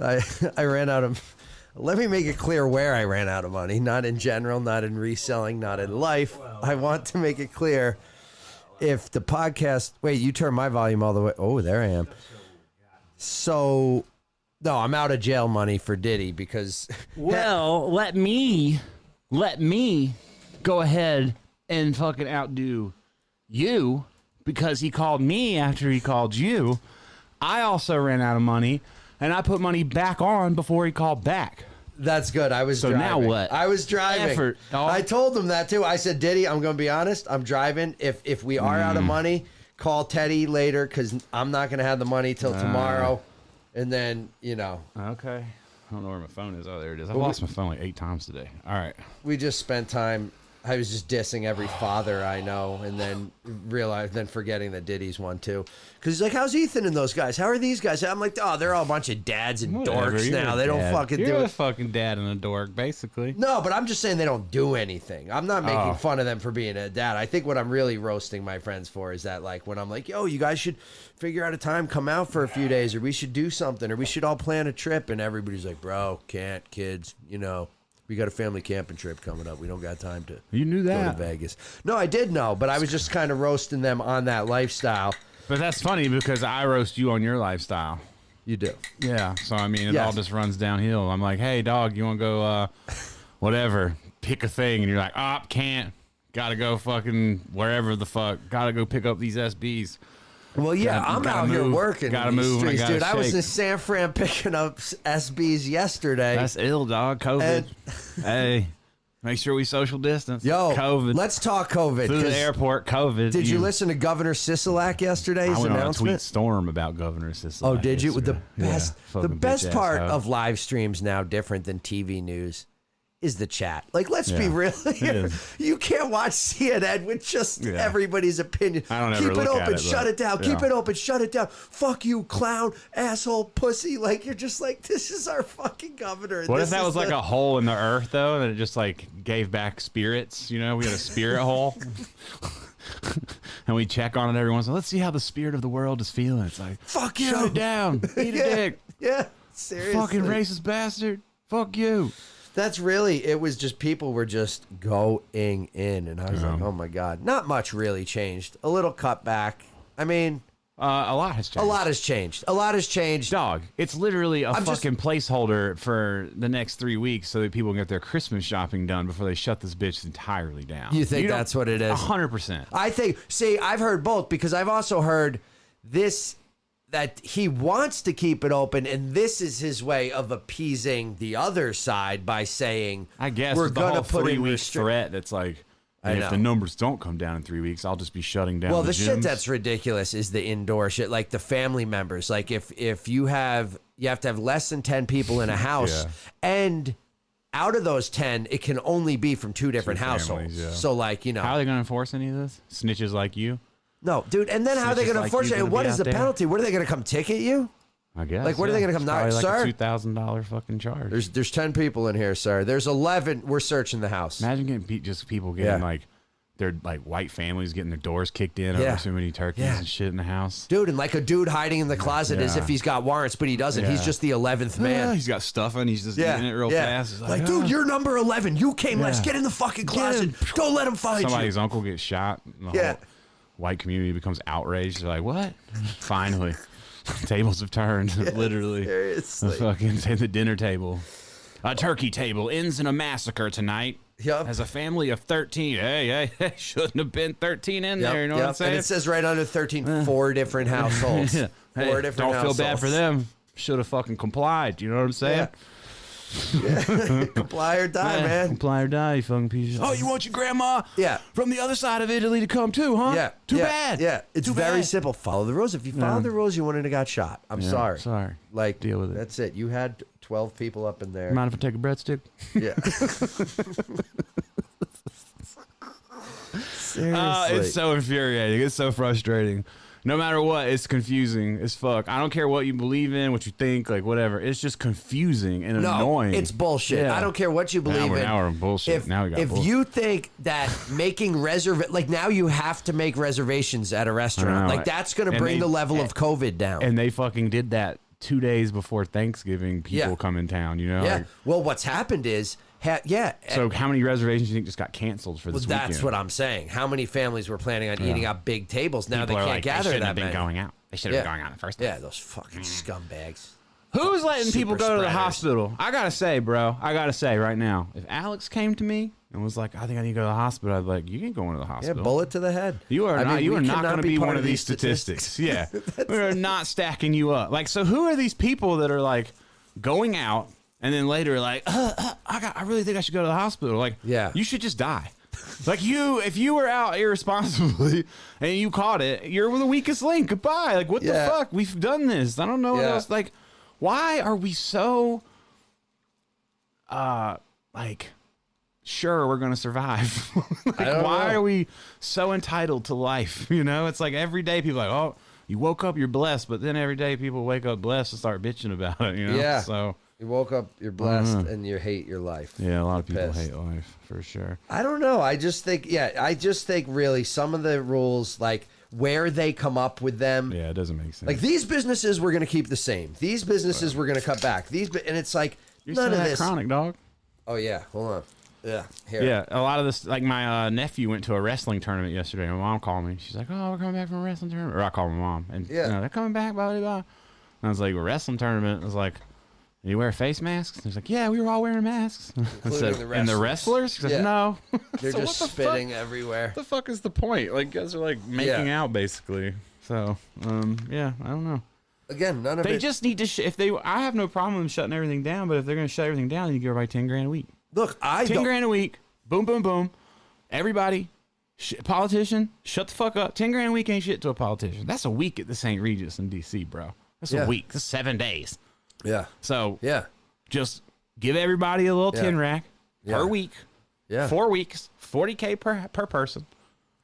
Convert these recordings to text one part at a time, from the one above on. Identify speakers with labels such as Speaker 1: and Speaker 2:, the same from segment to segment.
Speaker 1: I, I ran out of. Let me make it clear where I ran out of money. Not in general, not in reselling, not in life. I want to make it clear if the podcast. Wait, you turn my volume all the way. Oh, there I am. So, no, I'm out of jail money for Diddy because
Speaker 2: Well, let me let me go ahead and fucking outdo you because he called me after he called you. I also ran out of money and I put money back on before he called back.
Speaker 1: That's good. I was
Speaker 2: So
Speaker 1: driving.
Speaker 2: now what?
Speaker 1: I was driving.
Speaker 2: Effort, dog.
Speaker 1: I told them that too. I said, Diddy, I'm going to be honest. I'm driving. If if we are out
Speaker 2: Mm.
Speaker 1: of money, call Teddy later because I'm not going to have the money till tomorrow. And then you know
Speaker 2: Okay. I don't know where my phone is. Oh, there it is. I lost my phone like eight times today. All right.
Speaker 1: we just spent time. I was just dissing every father I know, and then realized, then forgetting that Diddy's one too. Because he's like, "How's Ethan and those guys? How are these guys?" I'm like, "Oh, they're all a bunch of dads and
Speaker 2: Whatever,
Speaker 1: dorks
Speaker 2: you're
Speaker 1: now.
Speaker 2: a
Speaker 1: They don't
Speaker 2: dad.
Speaker 1: fucking
Speaker 2: you're
Speaker 1: do
Speaker 2: a
Speaker 1: it."
Speaker 2: fucking dad and a dork, basically.
Speaker 1: No, but I'm just saying they don't do anything. I'm not making
Speaker 2: Oh.
Speaker 1: fun of them for being a dad. I think what I'm really roasting my friends for is that, like, when I'm like, yo, you guys should figure out a time, come out for a few days, or we should do something, or we should all plan a trip. And everybody's like, bro, can't, kids, you know, we got a family camping trip coming up. We don't got time to
Speaker 2: You knew
Speaker 1: go
Speaker 2: that.
Speaker 1: to Vegas. No, I did know, but I was just kind of roasting them on that lifestyle.
Speaker 2: But that's funny because I roast you on your lifestyle.
Speaker 1: You do.
Speaker 2: Yeah. So I mean, it all
Speaker 1: Yes.
Speaker 2: just runs downhill. I'm like, hey, dog, you want to go, uh, whatever, pick a thing, and you're like, op, can't, gotta go fucking wherever the fuck, gotta go pick up these SBs.
Speaker 1: Well, yeah,
Speaker 2: Gotta-
Speaker 1: I'm
Speaker 2: gotta
Speaker 1: out here
Speaker 2: move.
Speaker 1: working
Speaker 2: Gotta
Speaker 1: in these
Speaker 2: move and I
Speaker 1: streets,
Speaker 2: gotta
Speaker 1: dude. I was
Speaker 2: shake.
Speaker 1: in San Fran picking up SBs yesterday.
Speaker 2: That's ill, dog. COVID. hey, make sure we social distance.
Speaker 1: Yo,
Speaker 2: COVID.
Speaker 1: Let's talk COVID.
Speaker 2: through
Speaker 1: 'cause
Speaker 2: the airport. COVID.
Speaker 1: Did you, listen to Governor Sisolak yesterday's
Speaker 2: I went on a tweet
Speaker 1: announcement?
Speaker 2: storm about Governor Sisolak.
Speaker 1: Oh, did you? With the
Speaker 2: yesterday. Yeah,
Speaker 1: best, the
Speaker 2: fucking
Speaker 1: best
Speaker 2: bitch-ass
Speaker 1: part
Speaker 2: hog.
Speaker 1: of live streams now, different than TV news, is the chat. Like, let's be
Speaker 2: Yeah,
Speaker 1: real. here.
Speaker 2: is.
Speaker 1: You can't watch CNN with just
Speaker 2: Yeah.
Speaker 1: everybody's opinion.
Speaker 2: I don't ever
Speaker 1: Keep it
Speaker 2: look
Speaker 1: open,
Speaker 2: at it,
Speaker 1: shut
Speaker 2: but-
Speaker 1: it down. Keep
Speaker 2: yeah.
Speaker 1: it open, shut it down. Fuck you, clown, asshole, pussy. Like you're just like this is our fucking governor. and
Speaker 2: What
Speaker 1: this
Speaker 2: if that
Speaker 1: is
Speaker 2: was like
Speaker 1: the-
Speaker 2: a hole in the earth though, and it just like gave back spirits? You know, we had a spirit hole, and we check on it every once. in a while. Let's see how the spirit of the world is feeling. It's like
Speaker 1: Fuck
Speaker 2: shut
Speaker 1: you.
Speaker 2: it down, eat a
Speaker 1: Yeah.
Speaker 2: dick,
Speaker 1: yeah? Seriously,
Speaker 2: fucking racist bastard. Fuck you.
Speaker 1: That's really it was just people were just going in and I was like, Oh my god. Not much really changed. A little cut back. I mean,
Speaker 2: Uh, a lot has changed.
Speaker 1: a lot has changed. A lot has changed.
Speaker 2: Dog, it's literally a
Speaker 1: just-
Speaker 2: fucking placeholder for the next three weeks so that people can get their Christmas shopping done before they shut this bitch entirely down.
Speaker 1: You think
Speaker 2: don't-
Speaker 1: that's what it
Speaker 2: A
Speaker 1: is?
Speaker 2: hundred percent.
Speaker 1: I think see, I've heard both because I've also heard this that he wants to keep it open and this is his way of appeasing the other side by saying
Speaker 2: I guess
Speaker 1: we're
Speaker 2: with the
Speaker 1: gonna
Speaker 2: whole
Speaker 1: put
Speaker 2: three
Speaker 1: in
Speaker 2: week
Speaker 1: restric-
Speaker 2: threat that's like
Speaker 1: I
Speaker 2: if
Speaker 1: know.
Speaker 2: the numbers don't come down in three weeks, I'll just be shutting down.
Speaker 1: Well,
Speaker 2: the,
Speaker 1: the shit
Speaker 2: gyms.
Speaker 1: that's ridiculous is the indoor shit, like the family members. Like if if you have you have to have less than ten people in a house,
Speaker 2: Yeah.
Speaker 1: and out of those ten, it can only be from two different
Speaker 2: families,
Speaker 1: households.
Speaker 2: yeah.
Speaker 1: So like you know,
Speaker 2: how are they going to enforce any of this? Snitches like you,
Speaker 1: no, dude. And then how are they
Speaker 2: Snitches
Speaker 1: going to
Speaker 2: like
Speaker 1: enforce
Speaker 2: you
Speaker 1: it?
Speaker 2: gonna
Speaker 1: And what
Speaker 2: be
Speaker 1: is
Speaker 2: out
Speaker 1: the
Speaker 2: there?
Speaker 1: penalty? What are they going to come ticket you?
Speaker 2: I guess.
Speaker 1: Like, what are they
Speaker 2: yeah.
Speaker 1: gonna come
Speaker 2: It's
Speaker 1: knock-
Speaker 2: probably like
Speaker 1: Sir?
Speaker 2: a two thousand dollar fucking charge.
Speaker 1: There's there's ten people in here, sir. There's eleven. We're searching the house.
Speaker 2: Imagine getting pe- just people getting
Speaker 1: Yeah.
Speaker 2: like their like white families getting their doors kicked in
Speaker 1: Yeah.
Speaker 2: over too many turkeys
Speaker 1: Yeah.
Speaker 2: and shit in the house.
Speaker 1: Dude, and like a dude hiding in the closet as
Speaker 2: Yeah.
Speaker 1: if he's got warrants, but he doesn't. He's
Speaker 2: Yeah.
Speaker 1: just the eleventh
Speaker 2: Ah,
Speaker 1: man.
Speaker 2: he's got stuffing. He's just
Speaker 1: Yeah,
Speaker 2: eating it real
Speaker 1: yeah.
Speaker 2: fast. It's
Speaker 1: Like, dude,
Speaker 2: ah.
Speaker 1: you're number eleven. You came last.
Speaker 2: Yeah.
Speaker 1: Get in the fucking
Speaker 2: Get
Speaker 1: closet.
Speaker 2: in.
Speaker 1: Don't let him find you.
Speaker 2: somebody's uncle gets shot. And the
Speaker 1: Yeah.
Speaker 2: whole white community becomes outraged. They're like, "What? Finally, tables have turned. literally,
Speaker 1: seriously.
Speaker 2: the fucking the dinner table, a turkey table ends in a massacre tonight."
Speaker 1: Yup.
Speaker 2: As a family of thirteen, hey, hey, shouldn't have been thirteen in
Speaker 1: Yep,
Speaker 2: there. You know
Speaker 1: yep.
Speaker 2: what I'm saying?
Speaker 1: And it says right under 13, four different households.
Speaker 2: Yeah. Hey,
Speaker 1: Four different
Speaker 2: don't
Speaker 1: households.
Speaker 2: feel bad for them. Should have fucking complied. You know what I'm saying?
Speaker 1: Comply or die,
Speaker 2: Eh,
Speaker 1: man.
Speaker 2: Comply or die, you fucking piece of Oh, you want your grandma
Speaker 1: Yeah.
Speaker 2: from the other side of Italy to come too, huh?
Speaker 1: Yeah.
Speaker 2: Too
Speaker 1: yeah,
Speaker 2: bad.
Speaker 1: Yeah. It's
Speaker 2: Too
Speaker 1: very
Speaker 2: bad.
Speaker 1: simple. Follow the rules. If you follow the rules, you wouldn't have got shot. I'm sorry.
Speaker 2: sorry.
Speaker 1: Like,
Speaker 2: Deal with it.
Speaker 1: That's it. You had 12 people up in there.
Speaker 2: Mind if I take a breadstick?
Speaker 1: Yeah. Seriously.
Speaker 2: Uh, it's so infuriating. It's so frustrating. No matter what, it's confusing as fuck. I don't care what you believe in, what you think, like whatever. It's just confusing and
Speaker 1: no,
Speaker 2: annoying.
Speaker 1: it's bullshit.
Speaker 2: Yeah.
Speaker 1: I don't care what you
Speaker 2: Now
Speaker 1: believe
Speaker 2: we're-
Speaker 1: in.
Speaker 2: now we're on bullshit.
Speaker 1: If,
Speaker 2: Now we got
Speaker 1: if
Speaker 2: bullshit.
Speaker 1: you think that making reserv like now you have to make reservations at a restaurant,
Speaker 2: know.
Speaker 1: like that's going to
Speaker 2: And
Speaker 1: bring
Speaker 2: they-
Speaker 1: the level of COVID down.
Speaker 2: And they fucking did that two days before Thanksgiving, people
Speaker 1: Yeah.
Speaker 2: come in town. You know,
Speaker 1: Yeah.
Speaker 2: Like,
Speaker 1: well, what's happened is, ha- yeah.
Speaker 2: so how many reservations do you think just got canceled for
Speaker 1: well,
Speaker 2: this
Speaker 1: that's
Speaker 2: weekend?
Speaker 1: what I'm saying. How many families were planning on eating out big tables? Now
Speaker 2: People
Speaker 1: they
Speaker 2: are
Speaker 1: can't
Speaker 2: like,
Speaker 1: gather
Speaker 2: they shouldn't
Speaker 1: that
Speaker 2: have been
Speaker 1: many.
Speaker 2: going out. They should have
Speaker 1: Yeah.
Speaker 2: been going out in the first. Mm.
Speaker 1: Yeah, those fucking scumbags.
Speaker 2: Who's letting
Speaker 1: Super
Speaker 2: people go to the
Speaker 1: spreaders.
Speaker 2: hospital? I gotta say, bro, I gotta say right now, if Alex came to me and was like, "I think I need to go to the hospital," I'd be like, "You can go into the
Speaker 1: Yeah,
Speaker 2: hospital."
Speaker 1: bullet to the head.
Speaker 2: You are
Speaker 1: I
Speaker 2: not.
Speaker 1: mean,
Speaker 2: you
Speaker 1: we
Speaker 2: are not
Speaker 1: cannot
Speaker 2: going to be
Speaker 1: part
Speaker 2: one
Speaker 1: of
Speaker 2: of these statistics. Yeah, we are not stacking you up. Like, so who are these people that are like going out and then later like, uh, uh, I got, I really think I should go to the hospital. Like,
Speaker 1: Yeah.
Speaker 2: you should just die. like you, if you were out irresponsibly and you caught it, you're the weakest link. Goodbye. Like, what
Speaker 1: Yeah.
Speaker 2: the fuck? We've done this. I don't know what
Speaker 1: Yeah.
Speaker 2: else. Like, why are we so, uh, like sure we're going to survive. Like,
Speaker 1: I don't
Speaker 2: why
Speaker 1: know.
Speaker 2: are we so entitled to life? You know, it's like every day people are like, oh, you woke up, you're blessed, but then every day people wake up blessed and start bitching about it. You know,
Speaker 1: Yeah.
Speaker 2: So
Speaker 1: You woke up, you're blessed, and you hate your life.
Speaker 2: Mm-hmm. yeah, a lot of people
Speaker 1: Pissed.
Speaker 2: hate life for sure.
Speaker 1: I don't know. I just think, yeah, I just think really some of the rules, like where they come up with them,
Speaker 2: Yeah, it doesn't make sense.
Speaker 1: like these businesses we're going to keep the same. These businesses we're going to cut back. These, bu- and it's like
Speaker 2: you're
Speaker 1: none
Speaker 2: still
Speaker 1: of
Speaker 2: that
Speaker 1: this.
Speaker 2: chronic dog.
Speaker 1: Oh yeah, hold on. Yeah, here.
Speaker 2: Yeah, a lot of this. Like my uh, nephew went to a wrestling tournament yesterday. My mom called me. She's like, "Oh, we're coming back from a wrestling tournament." Or I called my mom, and
Speaker 1: Yeah.
Speaker 2: yeah, they're coming back. Blah blah blah. And I was like, "We're wrestling tournament." I was like, "You wear face masks?" And he's like, "Yeah, we were all wearing masks." I said,
Speaker 1: the
Speaker 2: "And the
Speaker 1: wrestlers."
Speaker 2: wrestlers?" He's like,
Speaker 1: Yeah.
Speaker 2: "No."
Speaker 1: They're
Speaker 2: So
Speaker 1: just
Speaker 2: what the fuck-
Speaker 1: spitting everywhere.
Speaker 2: What the fuck is the point? Like, guys are like making out basically. So, um, yeah, I don't know.
Speaker 1: Again, none of
Speaker 2: They
Speaker 1: it.
Speaker 2: just need to. Sh- if they, I have no problem shutting everything down. But if they're gonna shut everything down, you give everybody ten grand a week.
Speaker 1: Look, I
Speaker 2: 10
Speaker 1: don't.
Speaker 2: grand a week. Boom, boom, boom. Everybody, sh- politician, shut the fuck up. 10 grand a week ain't shit to a politician. That's a week at the St. Regis in D.C., bro. That's
Speaker 1: Yeah.
Speaker 2: a week. That's seven days.
Speaker 1: Yeah,
Speaker 2: So
Speaker 1: yeah,
Speaker 2: just give everybody a little
Speaker 1: Yeah.
Speaker 2: 10 rack
Speaker 1: Yeah.
Speaker 2: per week,
Speaker 1: yeah.
Speaker 2: four weeks, 40K per, per person.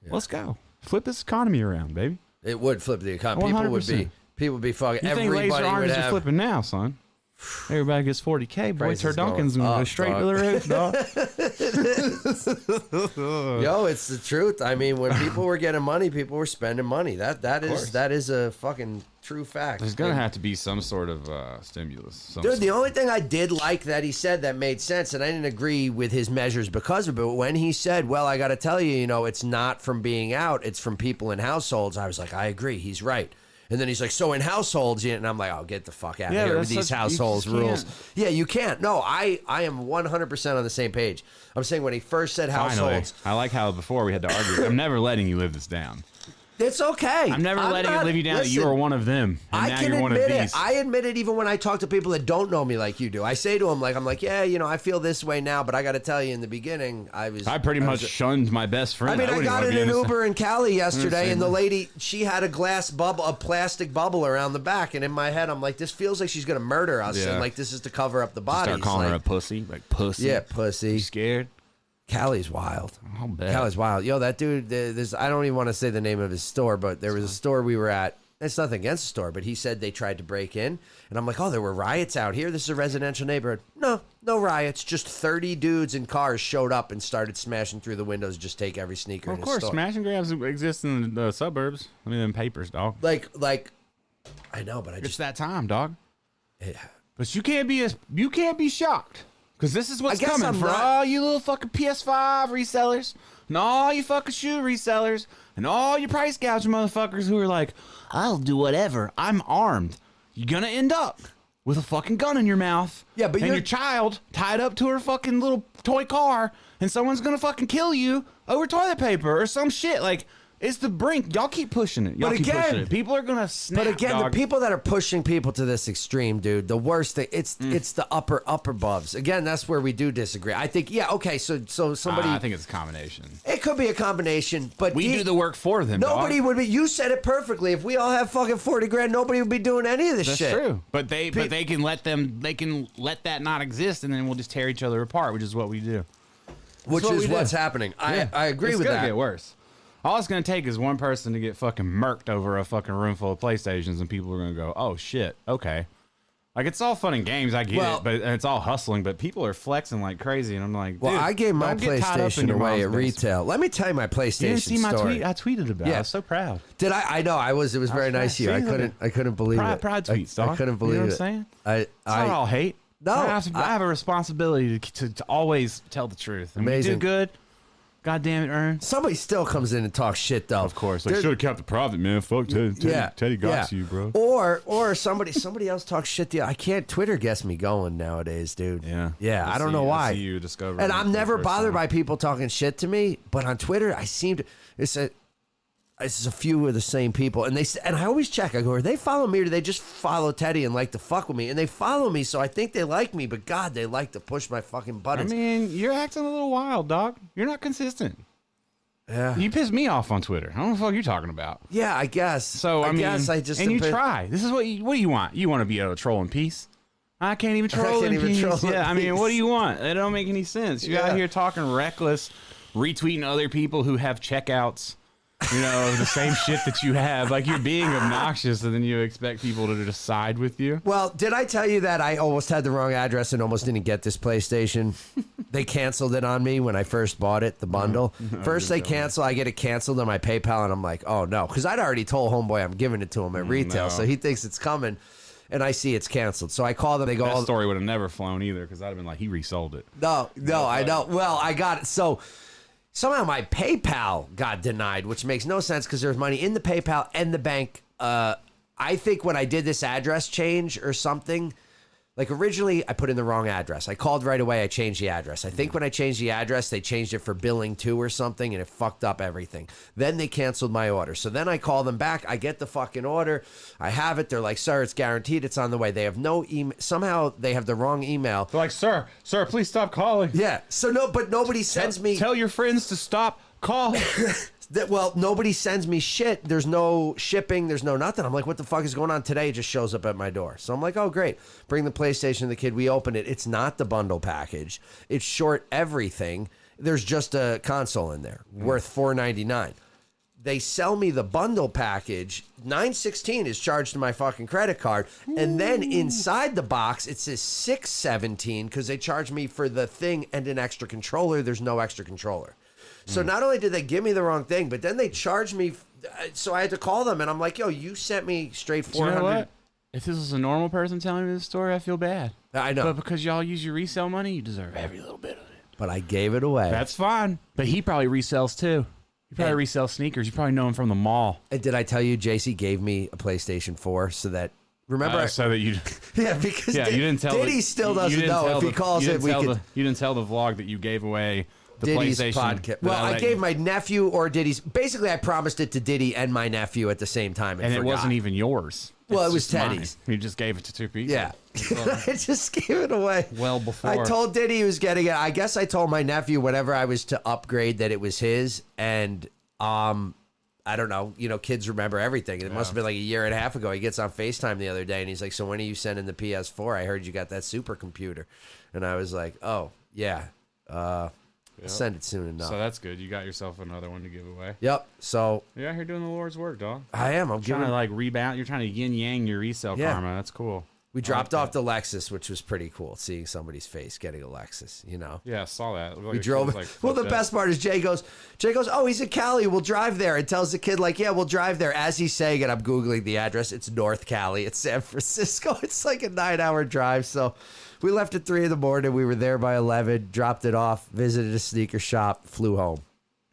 Speaker 2: Let's go. Flip this economy around, baby.
Speaker 1: It would flip the economy. People would be.
Speaker 2: 100%.
Speaker 1: People would be fucking.
Speaker 2: You think laser
Speaker 1: everybody would
Speaker 2: arms are
Speaker 1: have.
Speaker 2: flipping now, son? Everybody gets 40K. Boy,
Speaker 1: Price is
Speaker 2: Turduncan's
Speaker 1: going
Speaker 2: going to go
Speaker 1: up,
Speaker 2: straight
Speaker 1: dog.
Speaker 2: to the roof, dog.
Speaker 1: Yo, it's the truth. I mean, when people were getting money, people were spending money. That that is that is a fucking true fact.
Speaker 2: There's going to have to be some sort of uh, stimulus. some
Speaker 1: Dude, the only thing I did like that he said that made sense, and I didn't agree with his measures because of it. But when he said, "Well, I got to tell you, you know, it's not from being out; it's from people in households," I was like, "I agree, he's right." And then he's like, "So in households," you-" and I'm like, "Oh, get the fuck out
Speaker 2: Yeah,
Speaker 1: of here
Speaker 2: but
Speaker 1: with
Speaker 2: that's
Speaker 1: these
Speaker 2: such- you
Speaker 1: households
Speaker 2: just
Speaker 1: rules."
Speaker 2: can't.
Speaker 1: Yeah, you can't. No, I I am 100 percent on the same page. I'm saying when he first said
Speaker 2: Finally.
Speaker 1: households,
Speaker 2: I like how before we had to argue. I'm never letting you live this down.
Speaker 1: it's okay.
Speaker 2: I'm never letting
Speaker 1: not-
Speaker 2: it live you down. that you
Speaker 1: listen,
Speaker 2: are one of them, and
Speaker 1: I
Speaker 2: now
Speaker 1: can
Speaker 2: you're one of
Speaker 1: admit
Speaker 2: these.
Speaker 1: it. I admit it even when I talk to people that don't know me like you do. I say to them, like, I'm like, yeah, you know, I feel this way now, but I got to tell you, in the beginning, I was.
Speaker 2: I pretty much
Speaker 1: was-
Speaker 2: shunned my best friend.
Speaker 1: I mean, I,
Speaker 2: wouldn't
Speaker 1: got
Speaker 2: wanna
Speaker 1: in
Speaker 2: be
Speaker 1: an
Speaker 2: this-
Speaker 1: Uber in Cali yesterday,
Speaker 2: same
Speaker 1: and the lady, she had a glass bubble, a plastic bubble around the back, and in my head, I'm like, this feels like she's gonna murder us,
Speaker 2: Yeah.
Speaker 1: and like this is to cover up the body.
Speaker 2: Start calling her a pussy, like pussy.
Speaker 1: yeah,
Speaker 2: you
Speaker 1: pussy.
Speaker 2: scared?
Speaker 1: Cali's wild.
Speaker 2: I'll bet.
Speaker 1: Cali's wild. Yo, that dude. th- This I don't even want to say the name of his store, but there was a store we were at. It's nothing against the store, but he said they tried to break in, and I'm like, oh, there were riots out here. This is a residential neighborhood. No, no riots. Just 30 dudes in cars showed up and started smashing through the windows, just take every sneaker. in
Speaker 2: of
Speaker 1: his
Speaker 2: course,
Speaker 1: store.
Speaker 2: smash and grabs exist in the suburbs. I mean, in papers, dog.
Speaker 1: Like, like, I know, but I
Speaker 2: It's
Speaker 1: just
Speaker 2: that time, dog.
Speaker 1: Yeah.
Speaker 2: But you can't be as you can't be shocked because this is what's
Speaker 1: guess
Speaker 2: coming
Speaker 1: I'm
Speaker 2: for
Speaker 1: not-
Speaker 2: all you little fucking PS5 resellers and all you fucking shoe resellers and all you price gouging motherfuckers who are like, I'll do whatever. I'm armed. You're gonna end up with a fucking gun in your mouth.
Speaker 1: Yeah, but
Speaker 2: and
Speaker 1: you're-
Speaker 2: your child tied up to her fucking little toy car, and someone's gonna fucking kill you over toilet paper or some shit like. It's the brink. Y'all keep pushing it. Y'all
Speaker 1: But
Speaker 2: keep pushing
Speaker 1: again-
Speaker 2: it. people are gonna snap.
Speaker 1: But again,
Speaker 2: dog.
Speaker 1: the people that are pushing people to this extreme, dude, the worst thing it's
Speaker 2: Mm.
Speaker 1: it's the upper upper buffs. Again, that's where we do disagree. I think, yeah, okay, so so somebody
Speaker 2: I think it's a combination.
Speaker 1: It could be a combination, but
Speaker 2: We
Speaker 1: the-
Speaker 2: do the work for them. dog.
Speaker 1: Nobody would be. You said it perfectly. If we all had fucking forty grand, nobody would be doing any of this
Speaker 2: That's
Speaker 1: shit.
Speaker 2: true. But they
Speaker 1: Pe-
Speaker 2: but they can let them they can let that not exist and then we'll just tear each other apart, which is what we do.
Speaker 1: Which
Speaker 2: what
Speaker 1: is
Speaker 2: we do.
Speaker 1: what's happening.
Speaker 2: Yeah.
Speaker 1: I, I agree
Speaker 2: it's
Speaker 1: with
Speaker 2: gonna
Speaker 1: that.
Speaker 2: get worse. All it's gonna take is one person to get fucking murked over a fucking room full of PlayStations and people are gonna go, Oh shit, okay. Like it's all fun and games, I get
Speaker 1: Well-
Speaker 2: it, but and it's all hustling. But people are flexing like crazy, and I'm like,
Speaker 1: Well,
Speaker 2: dude,
Speaker 1: I gave my
Speaker 2: don't get tied up in
Speaker 1: PlayStation
Speaker 2: your
Speaker 1: away
Speaker 2: mom's
Speaker 1: at
Speaker 2: basement.
Speaker 1: retail. Let me tell you my PlayStation
Speaker 2: You didn't see my
Speaker 1: story.
Speaker 2: tweet? I tweeted about. it.
Speaker 1: Yeah.
Speaker 2: I was so proud.
Speaker 1: Did I? I know I was. It was very
Speaker 2: was
Speaker 1: nice of you.
Speaker 2: gonna
Speaker 1: I
Speaker 2: say,
Speaker 1: couldn't. I couldn't believe
Speaker 2: Pride-
Speaker 1: it.
Speaker 2: pride
Speaker 1: I-
Speaker 2: tweets,
Speaker 1: I,
Speaker 2: dog.
Speaker 1: couldn't
Speaker 2: You know
Speaker 1: believe
Speaker 2: what I'm
Speaker 1: it.
Speaker 2: saying?
Speaker 1: I.
Speaker 2: It's not
Speaker 1: I
Speaker 2: all hate.
Speaker 1: No,
Speaker 2: I have, I
Speaker 1: I-
Speaker 2: have a responsibility to, to, to always tell the truth. And
Speaker 1: Amazing.
Speaker 2: We do good. God damn it, Ern.
Speaker 1: somebody still comes in and talks shit though. Of
Speaker 2: Like, have kept the private, man. Fuck Teddy.
Speaker 1: yeah. Or or somebody somebody else talks shit to you. I can't Twitter gets me going nowadays, dude.
Speaker 2: Yeah.
Speaker 1: Yeah. I
Speaker 2: That's
Speaker 1: don't
Speaker 2: the-
Speaker 1: know
Speaker 2: that's
Speaker 1: why.
Speaker 2: the you discover
Speaker 1: and
Speaker 2: it for
Speaker 1: I'm
Speaker 2: the
Speaker 1: never
Speaker 2: first
Speaker 1: bothered
Speaker 2: time.
Speaker 1: by people talking shit to me, but on Twitter I seem to it's a it's a few of the same people, and they s- and I always check. I go, are they follow me or do they just follow Teddy and like to fuck with me? And they follow me, so I think they like me. But God, they like to push my fucking
Speaker 2: I
Speaker 1: buttons.
Speaker 2: mean, you're acting a little wild, dog. You're not consistent.
Speaker 1: yeah,
Speaker 2: You piss me off on Twitter. I don't know what the fuck you're talking about.
Speaker 1: yeah, I guess.
Speaker 2: So I, mean,
Speaker 1: guess I just
Speaker 2: and you
Speaker 1: depend-
Speaker 2: try. This is what you, what do you want? You want to be a troll in peace? I can't even troll
Speaker 1: can't
Speaker 2: in
Speaker 1: even
Speaker 2: peace.
Speaker 1: troll in
Speaker 2: yeah, I mean, what do
Speaker 1: peace.
Speaker 2: you want? It don't make any sense. You're
Speaker 1: Yeah.
Speaker 2: out here talking reckless, retweeting other people who have checkouts. You know the same shit that you have. Like you're being obnoxious, and then you expect people to just side with you.
Speaker 1: Well, did I tell you that I almost had the wrong address and almost didn't get this PlayStation? they canceled it on me when I first bought it, the bundle. first they cancel, I get it canceled on my PayPal, and I'm like, oh no, because I'd already told homeboy I'm giving it to him at retail,
Speaker 2: no.
Speaker 1: so he thinks it's coming, and I see it's canceled. So I call them, they go,
Speaker 2: That
Speaker 1: oh,
Speaker 2: story would have never flown either, because I'd have been like, he resold it.
Speaker 1: no, no, I
Speaker 2: like-
Speaker 1: know. Well, I got it. So somehow my PayPal got denied, which makes no sense because there's money in the PayPal and the bank. Uh, I think when I did this address change or something, like originally I put in the wrong address. I called right away. I changed the address. I think when I changed the address, they changed it for billing too or something, and it fucked up everything. Then they canceled my order. So then I call them back. I get the fucking order. I have it. They're like, "Sir, it's guaranteed. It's on the way." They have no email. Somehow they have the wrong email.
Speaker 2: They're like, sir, sir, please stop calling.
Speaker 1: Yeah. So no, but nobody sends me.
Speaker 2: Tell your friends to stop calling.
Speaker 1: that, well, nobody sends me shit. There's no shipping. There's no nothing. I'm like, what the fuck is going on today? It just shows up at my door. So I'm like, oh great. Bring the PlayStation to the kid. We open it. It's not the bundle package. It's short everything. There's just a console in there worth four ninety nine. They sell me the bundle package. Nine sixteen is charged to my fucking credit card, and then inside the box it says six seventeen because they charge me for the thing and an extra controller. There's no extra controller.
Speaker 2: Hmm.
Speaker 1: So not only did they give me the wrong thing, but then they charged me. uh, So I had to call them, and I'm like, "Yo, you sent me straight
Speaker 2: You know
Speaker 1: 400."
Speaker 2: what? If this was a normal person telling me this story, I feel bad.
Speaker 1: I know,
Speaker 2: But
Speaker 1: but,
Speaker 2: because y'all use your resale money, you deserve every little bit of it.
Speaker 1: I gave it away.
Speaker 2: That's fine. But he probably resells too. He probably resells sneakers. You probably know him from the mall.
Speaker 1: And did I tell you JC gave me a PlayStation 4 so that remember? I-
Speaker 2: so that you,
Speaker 1: yeah, because
Speaker 2: yeah,
Speaker 1: Did-
Speaker 2: you didn't tell.
Speaker 1: Diddy
Speaker 2: the-
Speaker 1: still
Speaker 2: you- you
Speaker 1: doesn't
Speaker 2: didn't
Speaker 1: know
Speaker 2: tell
Speaker 1: if he
Speaker 2: the-
Speaker 1: calls
Speaker 2: you
Speaker 1: it.
Speaker 2: didn't
Speaker 1: We
Speaker 2: tell
Speaker 1: could
Speaker 2: the- you didn't tell the vlog that you gave away the
Speaker 1: Diddy's
Speaker 2: PlayStation.
Speaker 1: podcast. Well, I
Speaker 2: that-
Speaker 1: gave my nephew or Diddy's. Basically, I promised it to Diddy and my nephew at the same time, and,
Speaker 2: and it
Speaker 1: forgot.
Speaker 2: wasn't even yours.
Speaker 1: Well,
Speaker 2: It's
Speaker 1: it was
Speaker 2: just mine.
Speaker 1: Teddy's.
Speaker 2: You just gave it to two people.
Speaker 1: Yeah. I just gave it away.
Speaker 2: Oh. Well before.
Speaker 1: I told Diddy he was getting it. I guess I told my nephew whenever I was to upgrade that it was his. And um I don't know, you know, kids remember everything. It must have been like a year and a half ago. He gets on FaceTime the other day and he's like, So when are you sending the PS4? I heard you got that supercomputer. And I was like, Oh, yeah. Uh I'll send it soon enough.
Speaker 2: So that's good. You got yourself another one to give away.
Speaker 1: yep. So
Speaker 2: You're out here doing the Lord's work, dog.
Speaker 1: I am. I'm
Speaker 2: Trying
Speaker 1: giving
Speaker 2: to like rebound. You're trying to yin yang your resale
Speaker 1: Yeah.
Speaker 2: karma. That's cool.
Speaker 1: we dropped off the Lexus, which was pretty cool, seeing somebody's face getting a Lexus, you know.
Speaker 2: Yeah, I saw that.
Speaker 1: We drove. well, the best part is Jay goes. Jay goes. Oh, he's in Cali. We'll drive there. And tells the kid like, yeah, we'll drive there. As he's saying it, I'm googling the address. It's North Cali. It's San Francisco. It's like a nine hour drive. So we left at three in the morning. We were there by eleven. Dropped it off. Visited a sneaker shop. Flew home.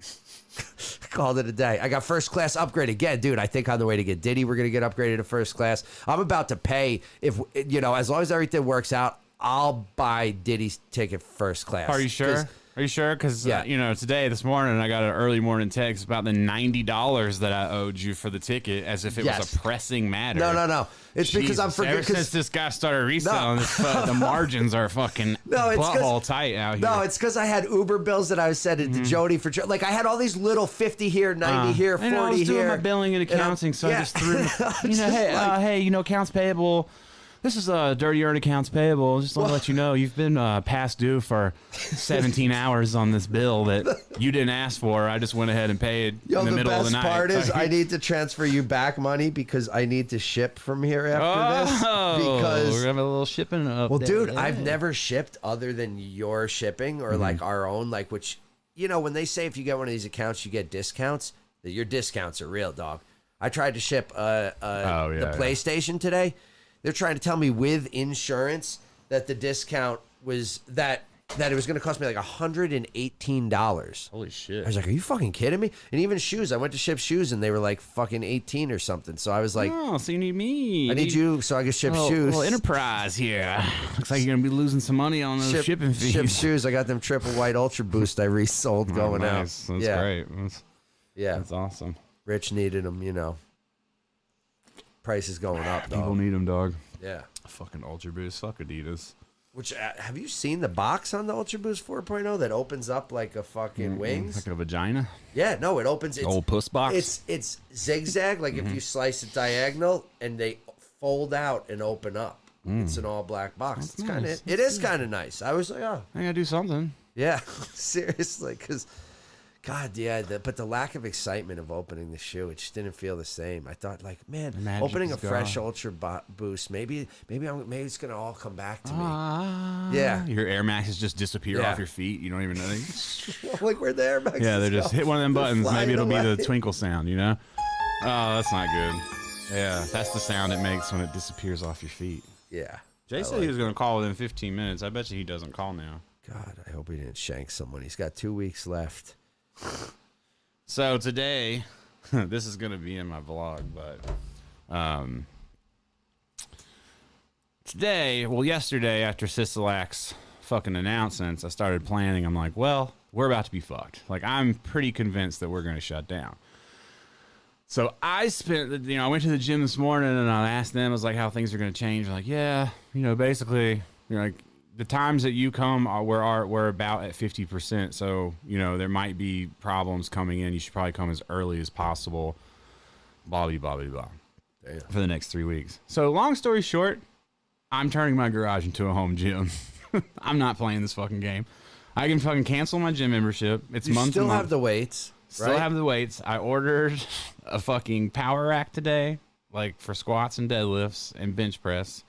Speaker 1: Called it a day. I got first class upgrade again, dude. I think on the way to get Diddy, we're gonna get upgraded to first class. I'm about to pay if you know, as long as everything works out, I'll buy Diddy's ticket first class.
Speaker 2: Are you
Speaker 1: 'Cause-
Speaker 2: sure? Are you sure? Because
Speaker 1: Yeah.
Speaker 2: uh, you know, today this morning I got an early morning text about the ninety dollars that I owed you for the ticket, as if it
Speaker 1: Yes.
Speaker 2: was a pressing matter.
Speaker 1: No, no, no. It's because I'm
Speaker 2: Jesus, Ever
Speaker 1: forgetting.
Speaker 2: since this guy started reselling,
Speaker 1: No.
Speaker 2: this, fu- the margins are fucking
Speaker 1: No, it's 'cause-
Speaker 2: butthole tight out here. Mm-hmm.
Speaker 1: No, it's because I had Uber bills that I was sending to Jody for. Like I had all these little fifty here, ninety here, forty
Speaker 2: and Uh, I was
Speaker 1: here.
Speaker 2: doing my billing and
Speaker 1: I'm-
Speaker 2: accounting, so
Speaker 1: yeah.
Speaker 2: I just threw, you know, hey, uh, hey, you know, accounts payable. This is uh, dirty earned accounts payable. Just want to let you know you've been uh, past due for 17 hours on this bill that you didn't ask for. I just went ahead and paid
Speaker 1: Yo,
Speaker 2: in the,
Speaker 1: the,
Speaker 2: middle
Speaker 1: best
Speaker 2: of the night.
Speaker 1: part is I need to transfer you back money because I need to ship from here after
Speaker 2: oh,
Speaker 1: this
Speaker 2: we're
Speaker 1: because
Speaker 2: having a little shipping up.
Speaker 1: well, dude, I've never shipped other than your shipping or
Speaker 2: Mm-hmm.
Speaker 1: like our own, like which you know when they say if you get one of these accounts you get discounts, that your discounts are real, dog. I tried to ship uh, uh,
Speaker 2: Oh, yeah,
Speaker 1: the
Speaker 2: yeah.
Speaker 1: PlayStation today. They're trying to tell me with insurance that the discount was that that it was going to cost me like hundred and eighteen dollars. I
Speaker 2: Holy
Speaker 1: was
Speaker 2: shit!
Speaker 1: like, "Are you fucking kidding me?" And even shoes, I went to ship shoes, and they were like fucking eighteen or something. So I was like,
Speaker 2: Oh, so you need me?
Speaker 1: "I need you so I can ship
Speaker 2: Little,
Speaker 1: shoes."
Speaker 2: little enterprise here. Looks like you're gonna be losing some money on those
Speaker 1: ship,
Speaker 2: shipping fees. Oh,
Speaker 1: ship shoes. I got them triple white ultra boost. I resold going
Speaker 2: nice.
Speaker 1: out.
Speaker 2: That's
Speaker 1: yeah,
Speaker 2: great. That's,
Speaker 1: yeah.
Speaker 2: that's awesome.
Speaker 1: Rich needed them. You know, price is going up.
Speaker 2: People
Speaker 1: Dog.
Speaker 2: need them, dog.
Speaker 1: Yeah.
Speaker 2: Um, Fucking Ultra Boost. Fuck Adidas.
Speaker 1: Which uh, have you seen the box on the Ultra Boost 4.0 that opens up like a fucking wings?
Speaker 2: Like a vagina.
Speaker 1: Yeah, no, it opens. It's,
Speaker 2: Mm-hmm. old puss box. Mm-hmm.
Speaker 1: It's it's zigzag. Like if you slice it diagonal, and they fold out and open up. It's an all black box. it's kind
Speaker 2: Mm. nice.
Speaker 1: of it is kind of nice. I was like, oh
Speaker 2: I gotta do something.
Speaker 1: yeah, seriously, because God, yeah. The, but the lack of excitement of opening the shoe, it just didn't feel the same. I thought like, man,
Speaker 2: The magic
Speaker 1: opening
Speaker 2: is
Speaker 1: a fresh
Speaker 2: gone.
Speaker 1: Ultra bo- Boost, maybe maybe I'm maybe it's gonna all come back to me.
Speaker 2: Ah,
Speaker 1: Yeah.
Speaker 2: Your Air Maxes just disappear
Speaker 1: Yeah.
Speaker 2: off your feet. You don't even know.
Speaker 1: like we're there, Max.
Speaker 2: yeah, they're just hit one of them
Speaker 1: They're
Speaker 2: buttons.
Speaker 1: flying
Speaker 2: Maybe it'll be
Speaker 1: away.
Speaker 2: the twinkle sound. You know. Oh, that's not good. Yeah, that's the sound it makes when it disappears off your feet.
Speaker 1: Yeah.
Speaker 2: Jay
Speaker 1: I
Speaker 2: said
Speaker 1: like
Speaker 2: he was gonna call within 15 minutes. I bet you he doesn't call now.
Speaker 1: God, I hope he didn't shank someone. He's got two weeks left.
Speaker 2: So today, this is going to be in my vlog, but um, today, well, yesterday after Sisalak's fucking announcements, I started planning. I'm like, well, we're about to be fucked. Like, I'm pretty convinced that we're going to shut down. So I spent, you know, I went to the gym this morning and I asked them, I was like, how things are going to change. They're like, yeah, you know, basically, you know, like the times that you come are we're are we're about at fifty percent. So you know, there might be problems coming in. You should probably come as early as possible. Blah blah blah blah blah.
Speaker 1: Damn.
Speaker 2: For the next three weeks. So long story short, I'm turning my garage into a home gym. I'm not playing this fucking game. I can fucking cancel my gym membership. It's
Speaker 1: You
Speaker 2: month to
Speaker 1: still
Speaker 2: month.
Speaker 1: have the weights,
Speaker 2: Still
Speaker 1: right?
Speaker 2: have the weights. I ordered a fucking power rack today, like for squats and deadlifts and bench press.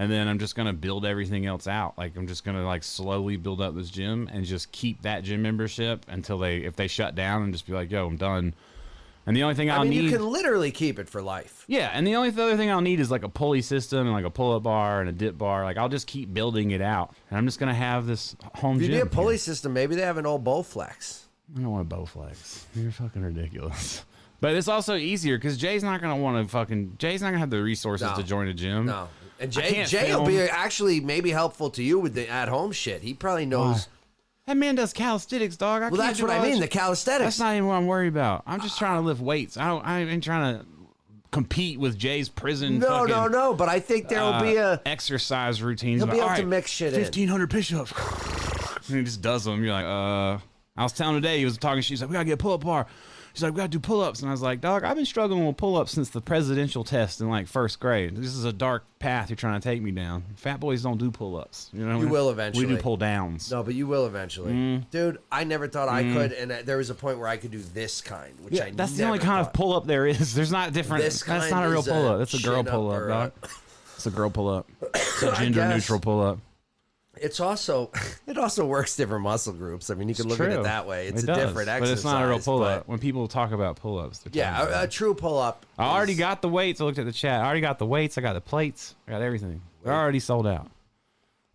Speaker 2: And then I'm just gonna build everything else out. Like I'm just gonna like slowly build up this gym and just keep that gym membership until they if they shut down and just be like, yo, I'm done. And the only thing I'll
Speaker 1: I mean,
Speaker 2: need
Speaker 1: you can literally keep it for life.
Speaker 2: yeah, and the only th- other thing I'll need is like a pulley system and like a pull-up bar and a dip bar. Like I'll just keep building it out, and I'm just gonna have this home
Speaker 1: If you
Speaker 2: gym.
Speaker 1: need a
Speaker 2: here.
Speaker 1: pulley system, maybe they have an old Bowflex.
Speaker 2: I don't want a Bowflex. You're fucking ridiculous. But it's also easier because Jay's not gonna want to fucking. Jay's not gonna have the resources
Speaker 1: No.
Speaker 2: to join a gym.
Speaker 1: No. And
Speaker 2: I
Speaker 1: Jay,
Speaker 2: can't
Speaker 1: Jay will be
Speaker 2: film.
Speaker 1: actually maybe helpful to you with the at home shit. He probably knows.
Speaker 2: That man does calisthenics, dog. I
Speaker 1: Well,
Speaker 2: can't
Speaker 1: that's
Speaker 2: do
Speaker 1: what
Speaker 2: all
Speaker 1: I
Speaker 2: that
Speaker 1: mean.
Speaker 2: shit.
Speaker 1: The
Speaker 2: That's
Speaker 1: calisthenics.
Speaker 2: not even what I'm worried about. I'm just trying to lift weights. I don't. I ain't trying to compete with Jay's prison.
Speaker 1: no,
Speaker 2: fucking,
Speaker 1: no, no. But I think there will
Speaker 2: uh,
Speaker 1: be a.
Speaker 2: exercise routines.
Speaker 1: He'll be
Speaker 2: about,
Speaker 1: able to
Speaker 2: "All
Speaker 1: mix shit in."
Speaker 2: 1500 push-ups. and he just does them. You're like, uh. I was telling her today, he was talking. She's like, we gotta get a pull-up bar. She's like, we gotta do pull-ups. And I was like, dog, I've been struggling with pull-ups since the presidential test in like first grade. This is a dark path you're trying to take me down. Fat boys don't do pull-ups. You know, what I mean?
Speaker 1: will
Speaker 2: We
Speaker 1: eventually.
Speaker 2: do pull downs.
Speaker 1: No, but you will eventually,
Speaker 2: Mm.
Speaker 1: dude. I never thought I could, and uh, there was a point where I could do this kind, which I
Speaker 2: that's the
Speaker 1: never
Speaker 2: only kind of
Speaker 1: thought.
Speaker 2: pull-up there is. There's not different.
Speaker 1: This
Speaker 2: that's
Speaker 1: kind
Speaker 2: not a real
Speaker 1: is a
Speaker 2: pull-up. That's a girl
Speaker 1: chin-up or
Speaker 2: pull-up,
Speaker 1: a-
Speaker 2: dog. It's a girl pull-up. It's a gender-neutral
Speaker 1: guess.
Speaker 2: pull-up.
Speaker 1: It's also it also works different muscle groups. I mean, you can look at
Speaker 2: True.
Speaker 1: it that way. It's
Speaker 2: It
Speaker 1: a
Speaker 2: does,
Speaker 1: different exercise,
Speaker 2: But it's not a real
Speaker 1: but-
Speaker 2: pull up. When people talk about pull ups,
Speaker 1: Yeah, uh, a, a true pull up.
Speaker 2: I already got the weights. I looked at the chat. I already got the weights. I got the plates. I got everything. They're already sold out.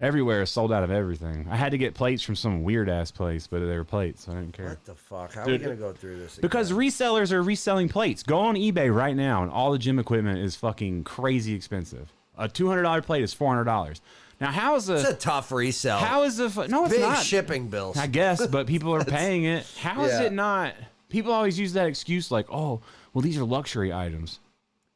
Speaker 2: Everywhere is sold out of everything. I had to get plates from some weird ass place, but they were plates. I didn't care.
Speaker 1: What the fuck? How
Speaker 2: Dude,
Speaker 1: are we gonna go through this? Again?
Speaker 2: Because resellers are reselling plates. Go on eBay right now, and all the gym equipment is fucking crazy expensive. A two hundred dollar plate is four hundred dollars. Now, how is
Speaker 1: it's
Speaker 2: the
Speaker 1: a tough resell.
Speaker 2: how is the fu- no? It's
Speaker 1: big
Speaker 2: not.
Speaker 1: shipping bills?
Speaker 2: I guess, but people are paying it. How is
Speaker 1: Yeah.
Speaker 2: it not? People always use that excuse like, oh, well, these are luxury items.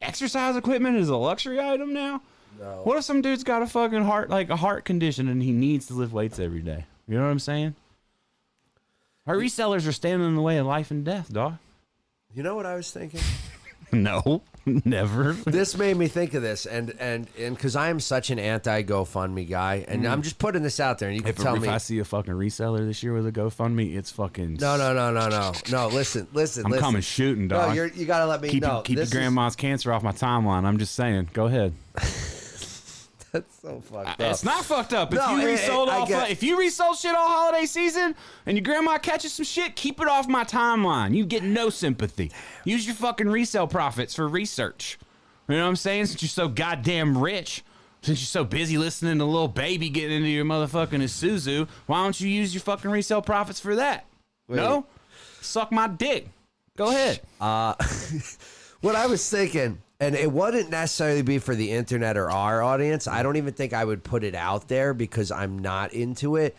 Speaker 2: Exercise equipment is a luxury item now?
Speaker 1: No.
Speaker 2: What if some dude's got a fucking heart, like a heart condition, and he needs to lift weights every day? You know what I'm saying? Our resellers are standing in the way of life and death, dog.
Speaker 1: You know what I was thinking?
Speaker 2: No. Never.
Speaker 1: this made me think of this, and and and because I am such an anti GoFundMe guy, and
Speaker 2: Mm.
Speaker 1: I'm just putting this out there, and you can
Speaker 2: If,
Speaker 1: tell
Speaker 2: if
Speaker 1: me.
Speaker 2: I see a fucking reseller this year with a GoFundMe, it's fucking.
Speaker 1: No, no, no, no, no, no. Listen, listen,
Speaker 2: I'm
Speaker 1: listen.
Speaker 2: coming shooting, dog.
Speaker 1: No, you're, you gotta let me
Speaker 2: keep
Speaker 1: know.
Speaker 2: keep your
Speaker 1: This is-
Speaker 2: grandma's cancer off my timeline. I'm just saying. Go ahead.
Speaker 1: That's so fucked up.
Speaker 2: It's not fucked up. If
Speaker 1: No,
Speaker 2: you
Speaker 1: it-
Speaker 2: resold
Speaker 1: it- I
Speaker 2: all,
Speaker 1: get-
Speaker 2: fu- if you resold shit all holiday season, and your grandma catches some shit, keep it off my timeline. You get no sympathy. Use your fucking resale profits for research. You know what I'm saying? Since you're so goddamn rich, since you're so busy listening to little baby getting into your motherfucking Isuzu, why don't you use your fucking resale profits for that? No, suck my dick. Go ahead.
Speaker 1: What I was thinking, and it wouldn't necessarily be for the internet or our audience. I don't even think I would put it out there because I'm not into it.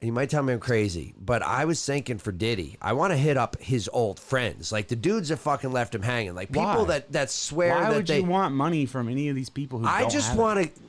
Speaker 1: You might tell me I'm crazy, but I was thinking for Diddy, I want to hit up his old friends, like the dudes that fucking left him hanging, like people
Speaker 2: Why?
Speaker 1: that that swear
Speaker 2: Why
Speaker 1: that
Speaker 2: would
Speaker 1: they.
Speaker 2: you want money from any of these people who?
Speaker 1: I
Speaker 2: don't
Speaker 1: just
Speaker 2: have it?
Speaker 1: want to.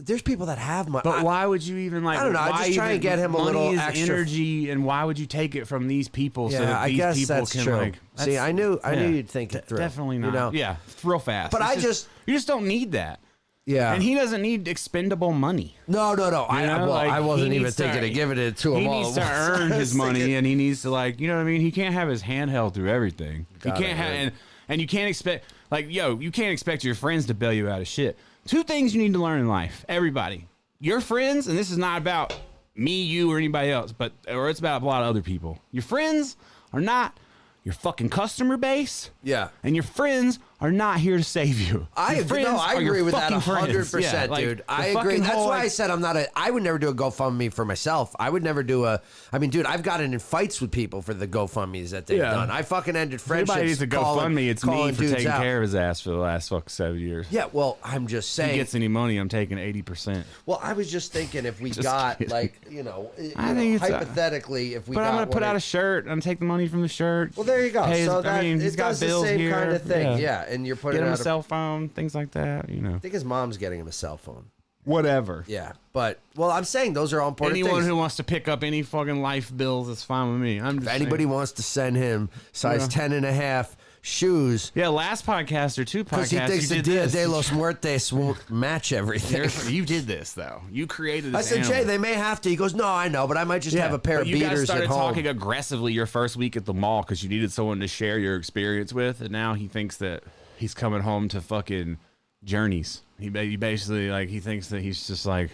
Speaker 1: There's people that have money.
Speaker 2: But
Speaker 1: I-
Speaker 2: why would you even like?
Speaker 1: I don't know, I
Speaker 2: why
Speaker 1: just try
Speaker 2: even-
Speaker 1: and get him a
Speaker 2: money
Speaker 1: little
Speaker 2: is
Speaker 1: extra-
Speaker 2: energy, and why would you take it from these people so that
Speaker 1: Yeah, I
Speaker 2: these
Speaker 1: guess
Speaker 2: people
Speaker 1: that's
Speaker 2: can
Speaker 1: true.
Speaker 2: like?
Speaker 1: See,
Speaker 2: that's-
Speaker 1: I knew, I
Speaker 2: yeah.
Speaker 1: knew you'd think it through.
Speaker 2: Definitely
Speaker 1: you
Speaker 2: not.
Speaker 1: know?
Speaker 2: yeah, it's real fast.
Speaker 1: But
Speaker 2: It's
Speaker 1: I just-
Speaker 2: you just don't need that,
Speaker 1: yeah.
Speaker 2: and he doesn't need expendable money.
Speaker 1: No, no, no. I,
Speaker 2: You know,
Speaker 1: well,
Speaker 2: like,
Speaker 1: I
Speaker 2: he
Speaker 1: wasn't even
Speaker 2: needs to-
Speaker 1: thinking of giving it to him
Speaker 2: He
Speaker 1: all
Speaker 2: needs
Speaker 1: at
Speaker 2: to
Speaker 1: once.
Speaker 2: earn
Speaker 1: I was
Speaker 2: his money,
Speaker 1: thinking-
Speaker 2: and he needs to like, you know what I mean? He can't have his hand held through everything.
Speaker 1: God,
Speaker 2: he can't
Speaker 1: I
Speaker 2: have,
Speaker 1: agree.
Speaker 2: and, and you can't expect like, yo, you can't expect your friends to bail you out of shit. Two things you need to learn in life, everybody. Your friends, and this is not about me, you, or anybody else, but or it's about a lot of other people. Your friends are not your fucking customer base.
Speaker 1: Yeah.
Speaker 2: And your friends are not here to save you.
Speaker 1: I
Speaker 2: Your
Speaker 1: agree. No,
Speaker 2: friends
Speaker 1: I
Speaker 2: are your
Speaker 1: agree with that
Speaker 2: fucking friends.
Speaker 1: hundred percent,
Speaker 2: Yeah, like,
Speaker 1: dude.
Speaker 2: the
Speaker 1: I agree.
Speaker 2: fucking
Speaker 1: That's
Speaker 2: whole,
Speaker 1: why
Speaker 2: like-
Speaker 1: I said I'm not a. I would never do a GoFundMe for myself. I would never do a. I mean, dude, I've gotten in fights with people for the GoFundmes that they've
Speaker 2: Yeah.
Speaker 1: done. I fucking ended friendships.
Speaker 2: Everybody needs to go
Speaker 1: calling-
Speaker 2: fund me. It's me
Speaker 1: calling
Speaker 2: for
Speaker 1: dudes
Speaker 2: taking
Speaker 1: out.
Speaker 2: care of his ass for the last fuck seven years.
Speaker 1: Yeah, well, I'm just
Speaker 2: If he
Speaker 1: saying.
Speaker 2: gets any money, I'm taking eighty percent.
Speaker 1: well, I was just thinking if we
Speaker 2: Just
Speaker 1: got
Speaker 2: kidding.
Speaker 1: like you know, you
Speaker 2: I
Speaker 1: know,
Speaker 2: think it's a-
Speaker 1: hypothetically, if we.
Speaker 2: But
Speaker 1: got
Speaker 2: I'm gonna put
Speaker 1: one
Speaker 2: out
Speaker 1: of-
Speaker 2: a shirt and take the money from the shirt.
Speaker 1: Well, there you go.
Speaker 2: Pay his-
Speaker 1: so that
Speaker 2: I mean,
Speaker 1: it
Speaker 2: he's got
Speaker 1: does
Speaker 2: bills
Speaker 1: the same
Speaker 2: here.
Speaker 1: kind of thing. Yeah,
Speaker 2: yeah.
Speaker 1: and you're putting
Speaker 2: Get him a
Speaker 1: out. a-
Speaker 2: cell phone, things like that. You know,
Speaker 1: I think his mom's getting him a cell phone.
Speaker 2: whatever.
Speaker 1: Yeah, but well, I'm saying those are all important
Speaker 2: Anyone
Speaker 1: things.
Speaker 2: who wants to pick up any fucking life bills is fine with me. I'm just
Speaker 1: if anybody
Speaker 2: saying.
Speaker 1: wants to send him size ten and a half 10 and a half shoes
Speaker 2: Yeah, last podcast or two
Speaker 1: because
Speaker 2: podcasts.
Speaker 1: he thinks
Speaker 2: you
Speaker 1: the
Speaker 2: did
Speaker 1: Dia
Speaker 2: this.
Speaker 1: de los Muertes won't match everything.
Speaker 2: You're- you did this though. You created. This
Speaker 1: I said, Jay,
Speaker 2: animal.
Speaker 1: they may have to. He goes, No, I know, but I might just have a pair
Speaker 2: but
Speaker 1: of
Speaker 2: you guys
Speaker 1: beaters
Speaker 2: started
Speaker 1: at home.
Speaker 2: talking aggressively your first week at the mall because you needed someone to share your experience with, and now he thinks that he's coming home to fucking journeys. He ba- he basically like he thinks that he's just like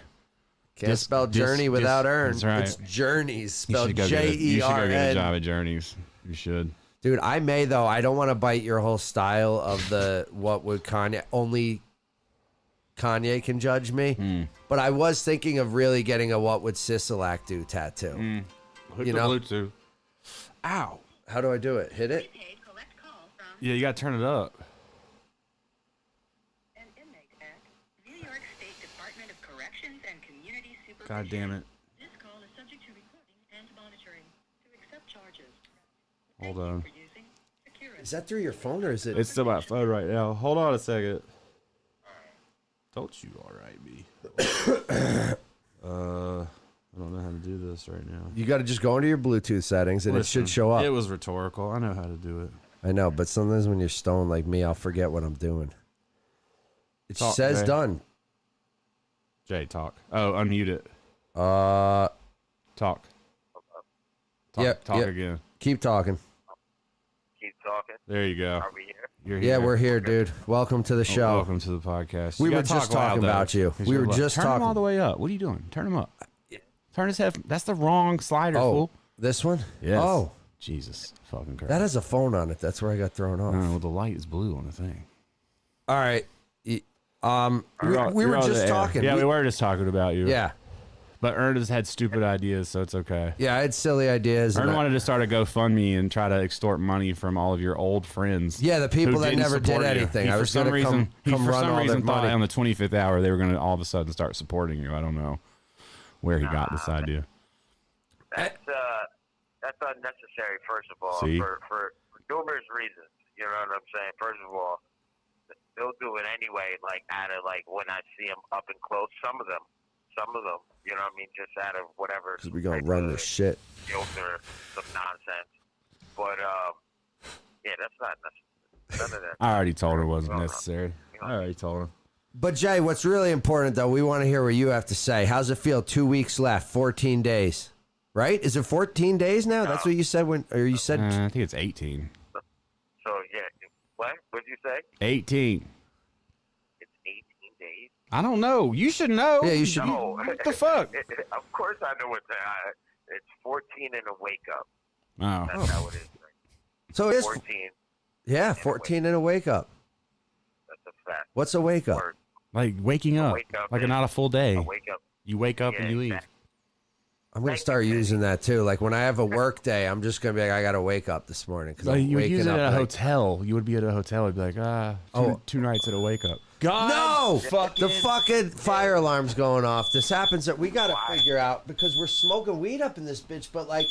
Speaker 1: Can't
Speaker 2: dis-
Speaker 1: spell
Speaker 2: dis-
Speaker 1: journey
Speaker 2: dis-
Speaker 1: without earn.
Speaker 2: that's right.
Speaker 1: It's journeys
Speaker 2: you should
Speaker 1: spelled
Speaker 2: go, get a,
Speaker 1: J
Speaker 2: you
Speaker 1: E
Speaker 2: should
Speaker 1: R
Speaker 2: go get a
Speaker 1: N.
Speaker 2: job at Journeys. You should.
Speaker 1: Dude, I may though. I don't want to bite your whole style of the what would Kanye only Kanye can judge me.
Speaker 2: Hmm.
Speaker 1: But I was thinking of really getting a what would Sisalak do tattoo.
Speaker 2: Hook
Speaker 1: You
Speaker 2: the
Speaker 1: know?
Speaker 2: Bluetooth. Ow.
Speaker 1: How do I do it? Hit it?
Speaker 3: Prepaid collect call from
Speaker 2: Yeah, you gotta turn it up.
Speaker 3: an inmate at New York State Department of Corrections and Community Supervision.
Speaker 2: God damn it.
Speaker 3: This call is subject to recording and monitoring. To accept charges.
Speaker 2: Hold
Speaker 3: Thank you
Speaker 2: on.
Speaker 3: for using Secura.
Speaker 1: Is that through your phone or is it?
Speaker 2: It's still my phone right now. Hold on a second. Don't you all right me? uh, I don't know how to do this right now.
Speaker 1: you got to just go into your Bluetooth settings and it should show up.
Speaker 2: Hmm. It was rhetorical. I know how to do it.
Speaker 1: I know, but sometimes when you're stoned like me, I'll forget what I'm doing. It
Speaker 2: Talk,
Speaker 1: says
Speaker 2: Jay.
Speaker 1: done.
Speaker 2: Jay, talk. Oh, unmute it.
Speaker 1: Uh,
Speaker 2: Talk. Talk,
Speaker 1: Yep,
Speaker 2: talk
Speaker 1: yep.
Speaker 2: again.
Speaker 1: keep talking.
Speaker 4: keep talking.
Speaker 2: There you go.
Speaker 4: Are we here?
Speaker 2: You're Oh,
Speaker 1: Yeah, we're here, dude. Welcome to the show.
Speaker 2: Welcome to the podcast.
Speaker 1: We
Speaker 2: You
Speaker 1: were
Speaker 2: gotta
Speaker 1: just
Speaker 2: talk loud,
Speaker 1: talking
Speaker 2: though,
Speaker 1: about you.
Speaker 2: 'cause
Speaker 1: We
Speaker 2: you're
Speaker 1: were
Speaker 2: loud.
Speaker 1: just
Speaker 2: Turn him all
Speaker 1: talking-
Speaker 2: the way up. What are you doing? Turn him up. Turn his head. That's the wrong slider,
Speaker 1: Oh,
Speaker 2: fool.
Speaker 1: this one?
Speaker 2: Yes.
Speaker 1: Oh,
Speaker 2: Jesus fucking Christ.
Speaker 1: that has a phone on it. That's where I got thrown off.
Speaker 2: Oh, well, the light is blue on the thing.
Speaker 1: All right. Y- Um, we, we were just talking.
Speaker 2: Yeah, we, were just talking about you.
Speaker 1: Yeah,
Speaker 2: But Ern has had stupid ideas, so it's okay.
Speaker 1: yeah. I had silly ideas. and
Speaker 2: Ern
Speaker 1: I-
Speaker 2: wanted to start a GoFundMe and try to extort money from all of your old friends.
Speaker 1: Yeah, the people
Speaker 2: who
Speaker 1: that
Speaker 2: didn't
Speaker 1: never did
Speaker 2: support you.
Speaker 1: anything.
Speaker 2: He,
Speaker 1: I
Speaker 2: for
Speaker 1: was
Speaker 2: some
Speaker 1: gonna
Speaker 2: reason,
Speaker 1: come-
Speaker 2: he
Speaker 1: come
Speaker 2: for
Speaker 1: run
Speaker 2: some
Speaker 1: all
Speaker 2: reason
Speaker 1: that
Speaker 2: thought
Speaker 1: money.
Speaker 2: on the 25th hour they were going to all of a sudden start supporting you. I don't know where he got this idea.
Speaker 4: That's uh, that's unnecessary. First of all,
Speaker 2: See?
Speaker 4: for, for for numerous reasons. You know what I'm saying? First of all, they'll do it anyway. Like out of like when I see them up and close. Some of them, some of them. You know what I mean? Just out of whatever.
Speaker 1: 'Cause we gonna run this shit.
Speaker 4: joke or some nonsense. But um, yeah, that's not necessary. None of that.
Speaker 2: I already told her it wasn't necessary. I already told her.
Speaker 1: But Jay, what's really important though, we want to hear what you have to say. How's it feel? Two weeks left, fourteen days, right? Is it fourteen days now? That's what you said when, or you said
Speaker 2: Uh, I think it's 18.
Speaker 4: So yeah, what? What'd you say?
Speaker 2: 18.
Speaker 4: It's 18 days.
Speaker 2: I don't know. You should know.
Speaker 1: Yeah, you should-
Speaker 4: No.
Speaker 2: What the fuck?
Speaker 4: of course I know what that. It's 14 and a wake up.
Speaker 2: Oh.
Speaker 4: That's how it is.
Speaker 1: so. It is,
Speaker 4: 14.
Speaker 1: yeah, fourteen and a wake up.
Speaker 4: That's a fact.
Speaker 1: What's a wake up?
Speaker 4: Word.
Speaker 2: Like waking up.
Speaker 4: wake up
Speaker 2: like
Speaker 4: and-
Speaker 2: not a full day.
Speaker 4: A wake up.
Speaker 2: You wake up
Speaker 4: Yeah,
Speaker 2: and you leave.
Speaker 4: exactly.
Speaker 1: I'm gonna
Speaker 4: Thank you,
Speaker 1: start
Speaker 4: Jay.
Speaker 1: using that too. Like when I have a work day, I'm just gonna be like, I gotta wake up this morning because
Speaker 2: Like
Speaker 1: I'm
Speaker 2: you would
Speaker 1: waking
Speaker 2: use it
Speaker 1: up.
Speaker 2: at a
Speaker 1: like-
Speaker 2: hotel. You would be at a hotel. I'd be like, ah, two
Speaker 1: Oh.
Speaker 2: two nights at a wake up. God,
Speaker 1: No,
Speaker 2: fucking
Speaker 1: the fucking fire alarm's going off. This happens that we gotta figure out because we're smoking weed up in this bitch, but like,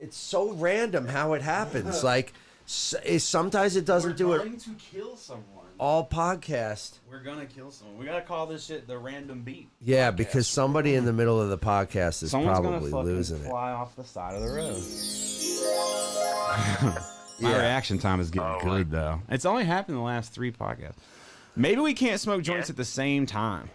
Speaker 1: it's so random how it happens. Like, s- it- sometimes it doesn't do it.
Speaker 5: to kill someone.
Speaker 1: All podcast.
Speaker 5: We're gonna kill someone. We gotta call this shit the random beat.
Speaker 1: Yeah, because somebody in the middle of the podcast is
Speaker 5: Someone's
Speaker 1: probably
Speaker 5: gonna fucking
Speaker 1: losing it.
Speaker 5: fly off the side of the road.
Speaker 2: My
Speaker 1: Yeah.
Speaker 2: reaction time is getting
Speaker 4: Oh,
Speaker 2: good though. It's only happened in the last three podcasts. Maybe we can't smoke joints at the same time.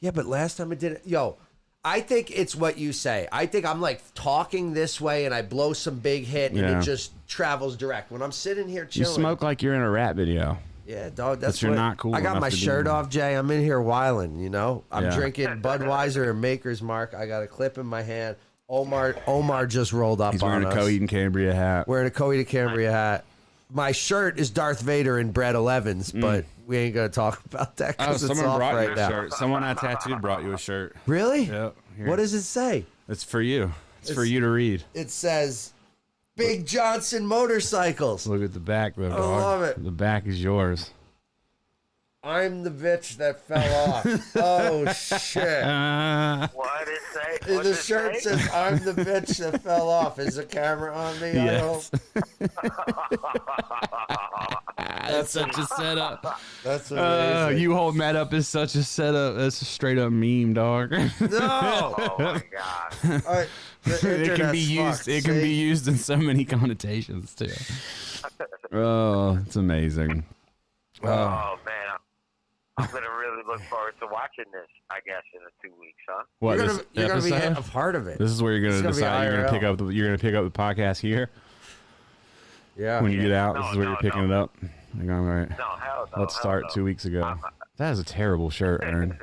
Speaker 1: Yeah, but last time I did it, yo, I think it's what you say. I think I'm like talking this way and I blow some big hit and
Speaker 2: Yeah.
Speaker 1: it just travels direct. When I'm sitting here
Speaker 2: You
Speaker 1: chilling,
Speaker 2: smoke like you're in a rap video.
Speaker 1: yeah, dog. That's
Speaker 2: But you're
Speaker 1: what-
Speaker 2: not cool
Speaker 1: I got
Speaker 2: enough
Speaker 1: my
Speaker 2: to be-
Speaker 1: shirt off, Jay. I'm in here whiling. You know, I'm
Speaker 2: Yeah.
Speaker 1: drinking Budweiser and Maker's Mark. I got a clip in my hand. Omar, Omar just rolled up
Speaker 2: He's
Speaker 1: on
Speaker 2: wearing a
Speaker 1: us.
Speaker 2: Coheed and Cambria hat.
Speaker 1: wearing a Cody to Cambria hat. My shirt is Darth Vader and Brad Elevens,
Speaker 2: Mm.
Speaker 1: but we ain't gonna talk about that
Speaker 2: Oh,
Speaker 1: because it's
Speaker 2: someone
Speaker 1: off
Speaker 2: brought
Speaker 1: right
Speaker 2: you a
Speaker 1: now.
Speaker 2: shirt. Someone I tattooed brought you a shirt.
Speaker 1: Really?
Speaker 2: Yep. here.
Speaker 1: What does it say?
Speaker 2: It's for you. It's, for you to read.
Speaker 1: it says Big Johnson Motorcycles.
Speaker 2: Look at the back, though, dog.
Speaker 1: love it.
Speaker 2: The back is yours.
Speaker 1: I'm the bitch that fell off. oh shit.
Speaker 2: Uh,
Speaker 4: What did it say? What
Speaker 1: The shirt
Speaker 4: say?
Speaker 1: says I'm the bitch that fell off. Is the camera on me? I hope.
Speaker 2: yes. That's such a setup.
Speaker 1: That's amazing.
Speaker 2: Uh, you holding that up is such a setup. That's a straight up meme, dog.
Speaker 1: no.
Speaker 4: Oh my god.
Speaker 1: All right. The
Speaker 2: it can
Speaker 1: internet's
Speaker 2: be used.
Speaker 1: fucked,
Speaker 2: It can be
Speaker 1: see?
Speaker 2: used in so many connotations too. Oh, it's amazing.
Speaker 4: Oh man, I'm gonna really look forward to watching this. I guess in the two weeks, huh?
Speaker 2: What
Speaker 1: You're
Speaker 2: this
Speaker 1: gonna, you're gonna be
Speaker 2: episode?
Speaker 1: a part of it.
Speaker 2: This is where you're gonna
Speaker 1: It's gonna be
Speaker 2: decide you're gonna pick
Speaker 1: IRL.
Speaker 2: up. The, you're gonna pick up the podcast here
Speaker 1: Yeah.
Speaker 2: when you get out.
Speaker 4: No,
Speaker 2: this is where
Speaker 4: no,
Speaker 2: you're picking
Speaker 4: no.
Speaker 2: it up. Like, all right,
Speaker 4: No, hell no.
Speaker 2: let's
Speaker 4: hell
Speaker 2: start
Speaker 4: no.
Speaker 2: two weeks ago. That is a terrible shirt, Ern.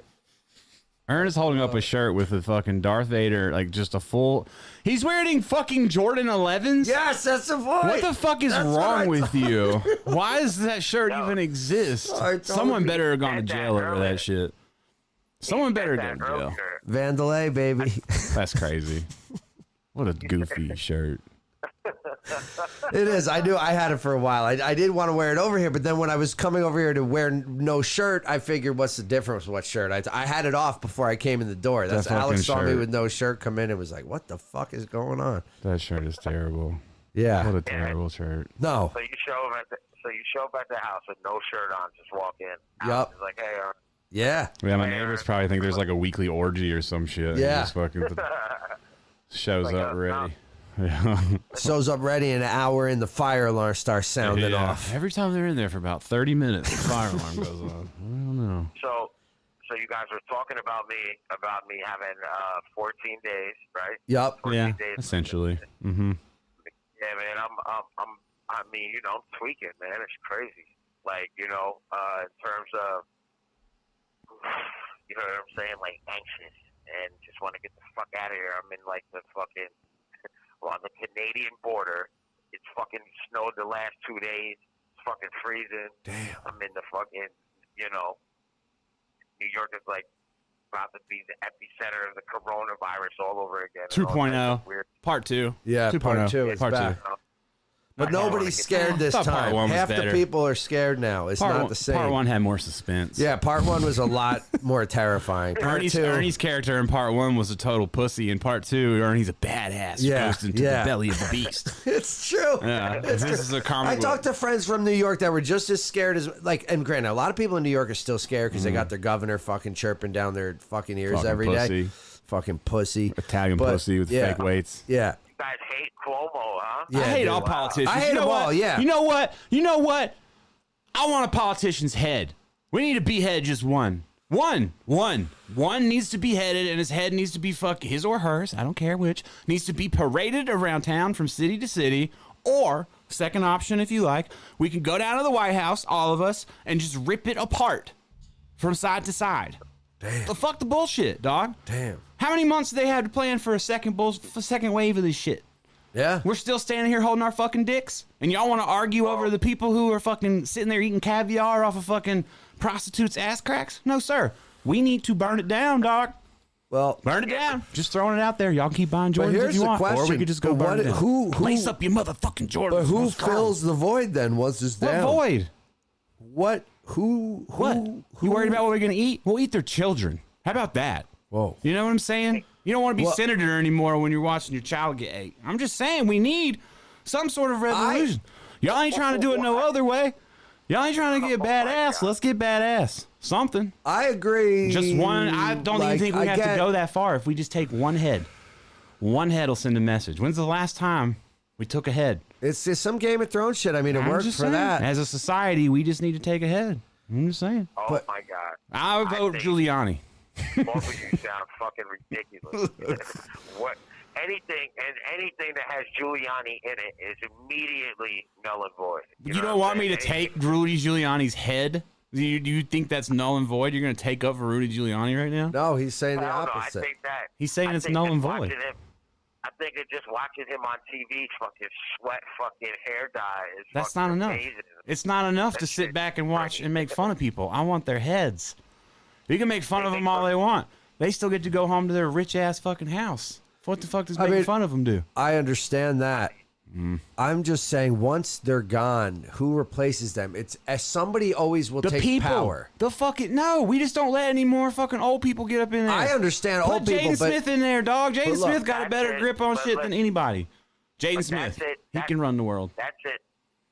Speaker 2: Ern is holding up a shirt with a fucking Darth Vader, like just a full. He's wearing fucking Jordan 11s.
Speaker 1: Yes, that's the point.
Speaker 2: What the fuck is
Speaker 1: That's what I
Speaker 2: wrong with you? Why does that shirt
Speaker 4: No.
Speaker 2: even exist?
Speaker 1: I told
Speaker 2: Someone
Speaker 1: you.
Speaker 2: better have gone to
Speaker 4: Said that
Speaker 2: jail over
Speaker 4: earlier.
Speaker 2: that shit. Someone better
Speaker 4: That
Speaker 2: have gone to jail.
Speaker 4: earlier.
Speaker 1: Vandalay, baby.
Speaker 2: That's crazy. What a goofy shirt.
Speaker 1: It is. I knew I had it for a while. I, I did want to wear it over here, but then when I was coming over here to wear n- no shirt, I figured, what's the difference? What shirt? I, I had it off before I came in the door. That's
Speaker 2: That
Speaker 1: Alex
Speaker 2: fucking
Speaker 1: saw me
Speaker 2: shirt.
Speaker 1: with no shirt come in and was like, "What the fuck is going on?"
Speaker 2: That shirt is terrible. What
Speaker 1: Yeah.
Speaker 2: a terrible shirt.
Speaker 1: No.
Speaker 4: So you show up at the, so you show up at the house with no shirt on, just walk in.
Speaker 1: Yup.
Speaker 4: It's like, hey, Aaron,
Speaker 1: Yeah.
Speaker 2: Yeah, my neighbors probably think there's like a weekly orgy or some shit. and
Speaker 1: Yeah.
Speaker 2: just fucking shows
Speaker 4: Like,
Speaker 2: up
Speaker 4: uh,
Speaker 2: ready. Yeah.
Speaker 1: So's up ready in an hour, and the fire alarm starts sounding
Speaker 2: Yeah.
Speaker 1: off.
Speaker 2: Every time they're in there for about 30 minutes, the fire alarm goes on. I don't know.
Speaker 4: so so you guys were talking about me about me having uh, 14 days, right?
Speaker 1: Yup.
Speaker 4: 14
Speaker 2: Yeah,
Speaker 4: days.
Speaker 2: essentially. Mm-hmm.
Speaker 4: Yeah, man. I'm, I'm, I'm, I mean, you know, I'm tweaking, man. It's crazy. Like, you know, uh, in terms of, you know what I'm saying? Like, anxious and just want to get the fuck out of here. I'm in, like, the fucking, well, on the Canadian border. It's fucking snowed the last two days. It's fucking freezing. Damn. I'm in the fucking, you know, New York is like about to be the epicenter of the coronavirus all over again. and all that
Speaker 2: 2.0.
Speaker 4: Weird.
Speaker 2: Part two.
Speaker 1: Yeah.
Speaker 2: 2.0.
Speaker 1: Part two is
Speaker 2: Part two.
Speaker 1: back. But
Speaker 4: Part one.
Speaker 1: nobody's scared this
Speaker 2: Thought part
Speaker 1: time.
Speaker 2: one was
Speaker 1: Half the
Speaker 2: better.
Speaker 1: people are scared now. It's
Speaker 2: Part
Speaker 1: not
Speaker 2: one,
Speaker 1: the same.
Speaker 2: Part one had more suspense.
Speaker 1: Yeah. Part one was a lot more terrifying. Part
Speaker 2: Ernie's,
Speaker 1: two.
Speaker 2: Ernie's character in part one was a total pussy. In part two, Ernie's a badass who
Speaker 1: Yeah,
Speaker 2: goes into
Speaker 1: yeah.
Speaker 2: the belly of the beast.
Speaker 1: It's true.
Speaker 2: Yeah,
Speaker 1: It's
Speaker 2: this is a comic
Speaker 1: I
Speaker 2: book.
Speaker 1: talked to friends from New York that were just as scared as like, and granted, a lot of people in New York are still scared because they got their governor fucking chirping down their fucking ears
Speaker 2: Mm-hmm. Fucking
Speaker 1: every day.
Speaker 2: pussy.
Speaker 1: Fucking pussy.
Speaker 2: Italian
Speaker 1: But,
Speaker 2: pussy with
Speaker 1: yeah,
Speaker 2: fake weights.
Speaker 1: Yeah.
Speaker 4: You guys hate Cuomo. Cuomo, huh?
Speaker 1: Yeah,
Speaker 2: I hate
Speaker 1: dude.
Speaker 2: all politicians.
Speaker 1: I hate
Speaker 2: you know
Speaker 1: them all,
Speaker 2: what?
Speaker 1: yeah.
Speaker 2: You know what? You know what? I want a politician's head. We need to behead just one. One, one, one needs to be headed, and his head needs to be fuck his or hers. I don't care which needs to be paraded around town from city to city. Or second option, if you like, we can go down to the White House, all of us, and just rip it apart from side to side.
Speaker 1: Damn.
Speaker 2: The fuck the bullshit, dog.
Speaker 1: Damn.
Speaker 2: How many months do they have to plan for a second bull, for second wave of this shit?
Speaker 1: Yeah.
Speaker 2: We're still standing here holding our fucking dicks, and y'all want to argue over the people who are fucking sitting there eating caviar off of fucking prostitutes' ass cracks? No, sir. We need to burn it down, doc.
Speaker 1: Well,
Speaker 2: Burn it down. Just throwing it out there. Y'all keep buying Jordans
Speaker 1: here's
Speaker 2: if you
Speaker 1: the
Speaker 2: want, or we
Speaker 1: question.
Speaker 2: could just go
Speaker 1: But
Speaker 2: burn
Speaker 1: what-
Speaker 2: it down.
Speaker 1: who- who-
Speaker 2: Lace up your motherfucking Jordans.
Speaker 1: but who
Speaker 2: Let's go.
Speaker 1: fills the void then once it's
Speaker 2: what
Speaker 1: down?
Speaker 2: void?
Speaker 1: What? Who? who
Speaker 2: What?
Speaker 1: Who,
Speaker 2: you worried about what we're gonna eat? We'll eat their children. How about that?
Speaker 1: Whoa.
Speaker 2: You know what I'm saying? You don't want to be
Speaker 1: Well-
Speaker 2: senator anymore when you're watching your child get ate. I'm just saying we need some sort of revolution. Y'all ain't trying to do it no other way. Y'all ain't trying to get badass. Let's get badass. Something.
Speaker 1: I agree.
Speaker 2: Just one. I don't
Speaker 1: Mm, Like,
Speaker 2: even think we
Speaker 1: I
Speaker 2: have
Speaker 1: get-
Speaker 2: to go that far. If we just take one head, one head will send a message. When's the last time we took a head?
Speaker 1: It's just some Game of Thrones shit. I mean, it
Speaker 2: I'm
Speaker 1: worked for
Speaker 2: just saying,
Speaker 1: that.
Speaker 2: As a society, we just need to take a head. I'm just saying.
Speaker 4: Oh
Speaker 1: But-
Speaker 4: my God!
Speaker 2: I would vote
Speaker 4: think-
Speaker 2: Giuliani.
Speaker 4: Both of you sound fucking ridiculous. what? Anything and anything that has Giuliani in it is immediately null and void.
Speaker 2: You,
Speaker 4: know
Speaker 2: don't
Speaker 4: what
Speaker 2: want
Speaker 4: I'm
Speaker 2: me to
Speaker 4: saying?
Speaker 2: take Rudy Giuliani's head? Do you, do you think that's null and void? You're going to take over Rudy Giuliani right now?
Speaker 1: no, he's saying the
Speaker 4: Hell no,
Speaker 1: opposite.
Speaker 4: I think that
Speaker 2: He's saying
Speaker 4: I
Speaker 2: it's
Speaker 4: think
Speaker 2: null
Speaker 4: just
Speaker 2: and void.
Speaker 4: watching him- I think it's just watching him on TV, fucking sweat, fucking hair dye. Is
Speaker 2: That's not
Speaker 4: fucking
Speaker 2: enough.
Speaker 4: amazing.
Speaker 2: It's not enough to
Speaker 4: That
Speaker 2: sit
Speaker 4: shit's
Speaker 2: back and watch
Speaker 4: crazy.
Speaker 2: and make fun of people. I want their heads. You can make fun of
Speaker 4: make
Speaker 2: them all
Speaker 4: fun-
Speaker 2: they want. They still get to go home to their rich ass fucking house. What the fuck does
Speaker 1: I
Speaker 2: making
Speaker 1: mean-
Speaker 2: fun of them do?
Speaker 1: I understand that. I'm just saying, once they're gone, who replaces them? It's as somebody always will
Speaker 2: The
Speaker 1: take
Speaker 2: people.
Speaker 1: power.
Speaker 2: The fucking no. We just don't let any more fucking old people get up in there.
Speaker 1: I understand
Speaker 2: Put
Speaker 1: old people,
Speaker 2: Jaden
Speaker 1: but
Speaker 2: Smith in there, dog. Jaden
Speaker 1: but look,
Speaker 2: Smith got a
Speaker 4: that's
Speaker 2: better
Speaker 4: it.
Speaker 2: grip on
Speaker 4: But
Speaker 2: shit
Speaker 4: look-
Speaker 2: than anybody. Jaden
Speaker 4: But that's
Speaker 2: Smith.
Speaker 4: it.
Speaker 2: He
Speaker 4: That's-
Speaker 2: can run the world.
Speaker 4: That's it.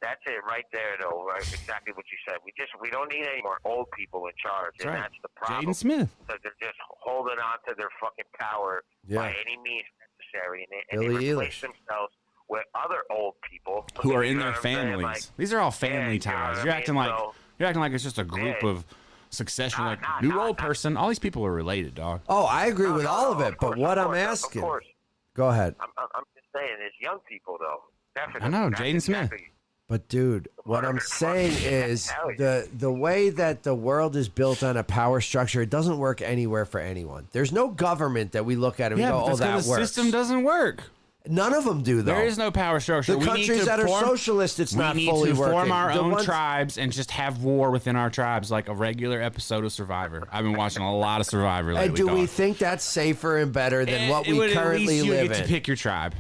Speaker 4: That's it right there, though. Right, exactly what you said. We just we don't need any more old people in charge, and
Speaker 2: right.
Speaker 4: that's the problem.
Speaker 2: Jaden Smith.
Speaker 4: Because they're just holding on to their fucking power by
Speaker 1: Yeah.
Speaker 4: any means necessary, and they, and
Speaker 1: Billie
Speaker 4: they replace
Speaker 1: Eilish.
Speaker 4: themselves with other old people
Speaker 2: who are in
Speaker 4: You know
Speaker 2: their
Speaker 4: what I'm saying?
Speaker 2: families.
Speaker 4: Like,
Speaker 2: These are all family
Speaker 4: Yeah, you know
Speaker 2: ties.
Speaker 4: what I
Speaker 2: You're acting
Speaker 4: mean?
Speaker 2: like
Speaker 4: So-
Speaker 2: you're acting like it's just a group
Speaker 4: Yeah.
Speaker 2: of succession,
Speaker 4: Nah,
Speaker 2: like
Speaker 4: nah,
Speaker 2: new
Speaker 4: nah,
Speaker 2: old
Speaker 4: nah.
Speaker 2: person. All these people are related, dog.
Speaker 1: oh, I agree
Speaker 4: no,
Speaker 1: with
Speaker 4: no,
Speaker 1: all of
Speaker 4: no,
Speaker 1: it. But
Speaker 4: course,
Speaker 1: what
Speaker 4: of
Speaker 1: I'm
Speaker 4: course,
Speaker 1: asking,
Speaker 4: of course,
Speaker 1: go ahead.
Speaker 4: I'm, I'm I'm just saying, it's young people though. Definitely.
Speaker 2: I know,
Speaker 4: That's
Speaker 2: Jaden Smith.
Speaker 4: exactly-
Speaker 1: But dude, what I'm saying is
Speaker 4: Hell yeah.
Speaker 1: the the way that the world is built on a power structure, it doesn't work anywhere for anyone. There's no government that we look at and
Speaker 2: Yeah,
Speaker 1: we
Speaker 2: but
Speaker 1: go, "Oh,
Speaker 2: that's 'cause
Speaker 1: that
Speaker 2: the
Speaker 1: works."
Speaker 2: system doesn't work.
Speaker 1: None of them do though.
Speaker 2: There is no power structure.
Speaker 1: the
Speaker 2: we need
Speaker 1: countries
Speaker 2: to
Speaker 1: that are
Speaker 2: form,
Speaker 1: socialist, it's
Speaker 2: we
Speaker 1: not
Speaker 2: need
Speaker 1: fully
Speaker 2: to
Speaker 1: working.
Speaker 2: form our
Speaker 1: The
Speaker 2: own
Speaker 1: ones-
Speaker 2: tribes and just have war within our tribes, like a regular episode of Survivor. I've been watching a lot of Survivor lately.
Speaker 1: And do
Speaker 2: dog.
Speaker 1: we think that's safer and better than
Speaker 2: Eh,
Speaker 1: what
Speaker 2: it
Speaker 1: we
Speaker 2: would at
Speaker 1: currently
Speaker 2: least you
Speaker 1: live
Speaker 2: get
Speaker 1: in?
Speaker 2: to pick your tribe.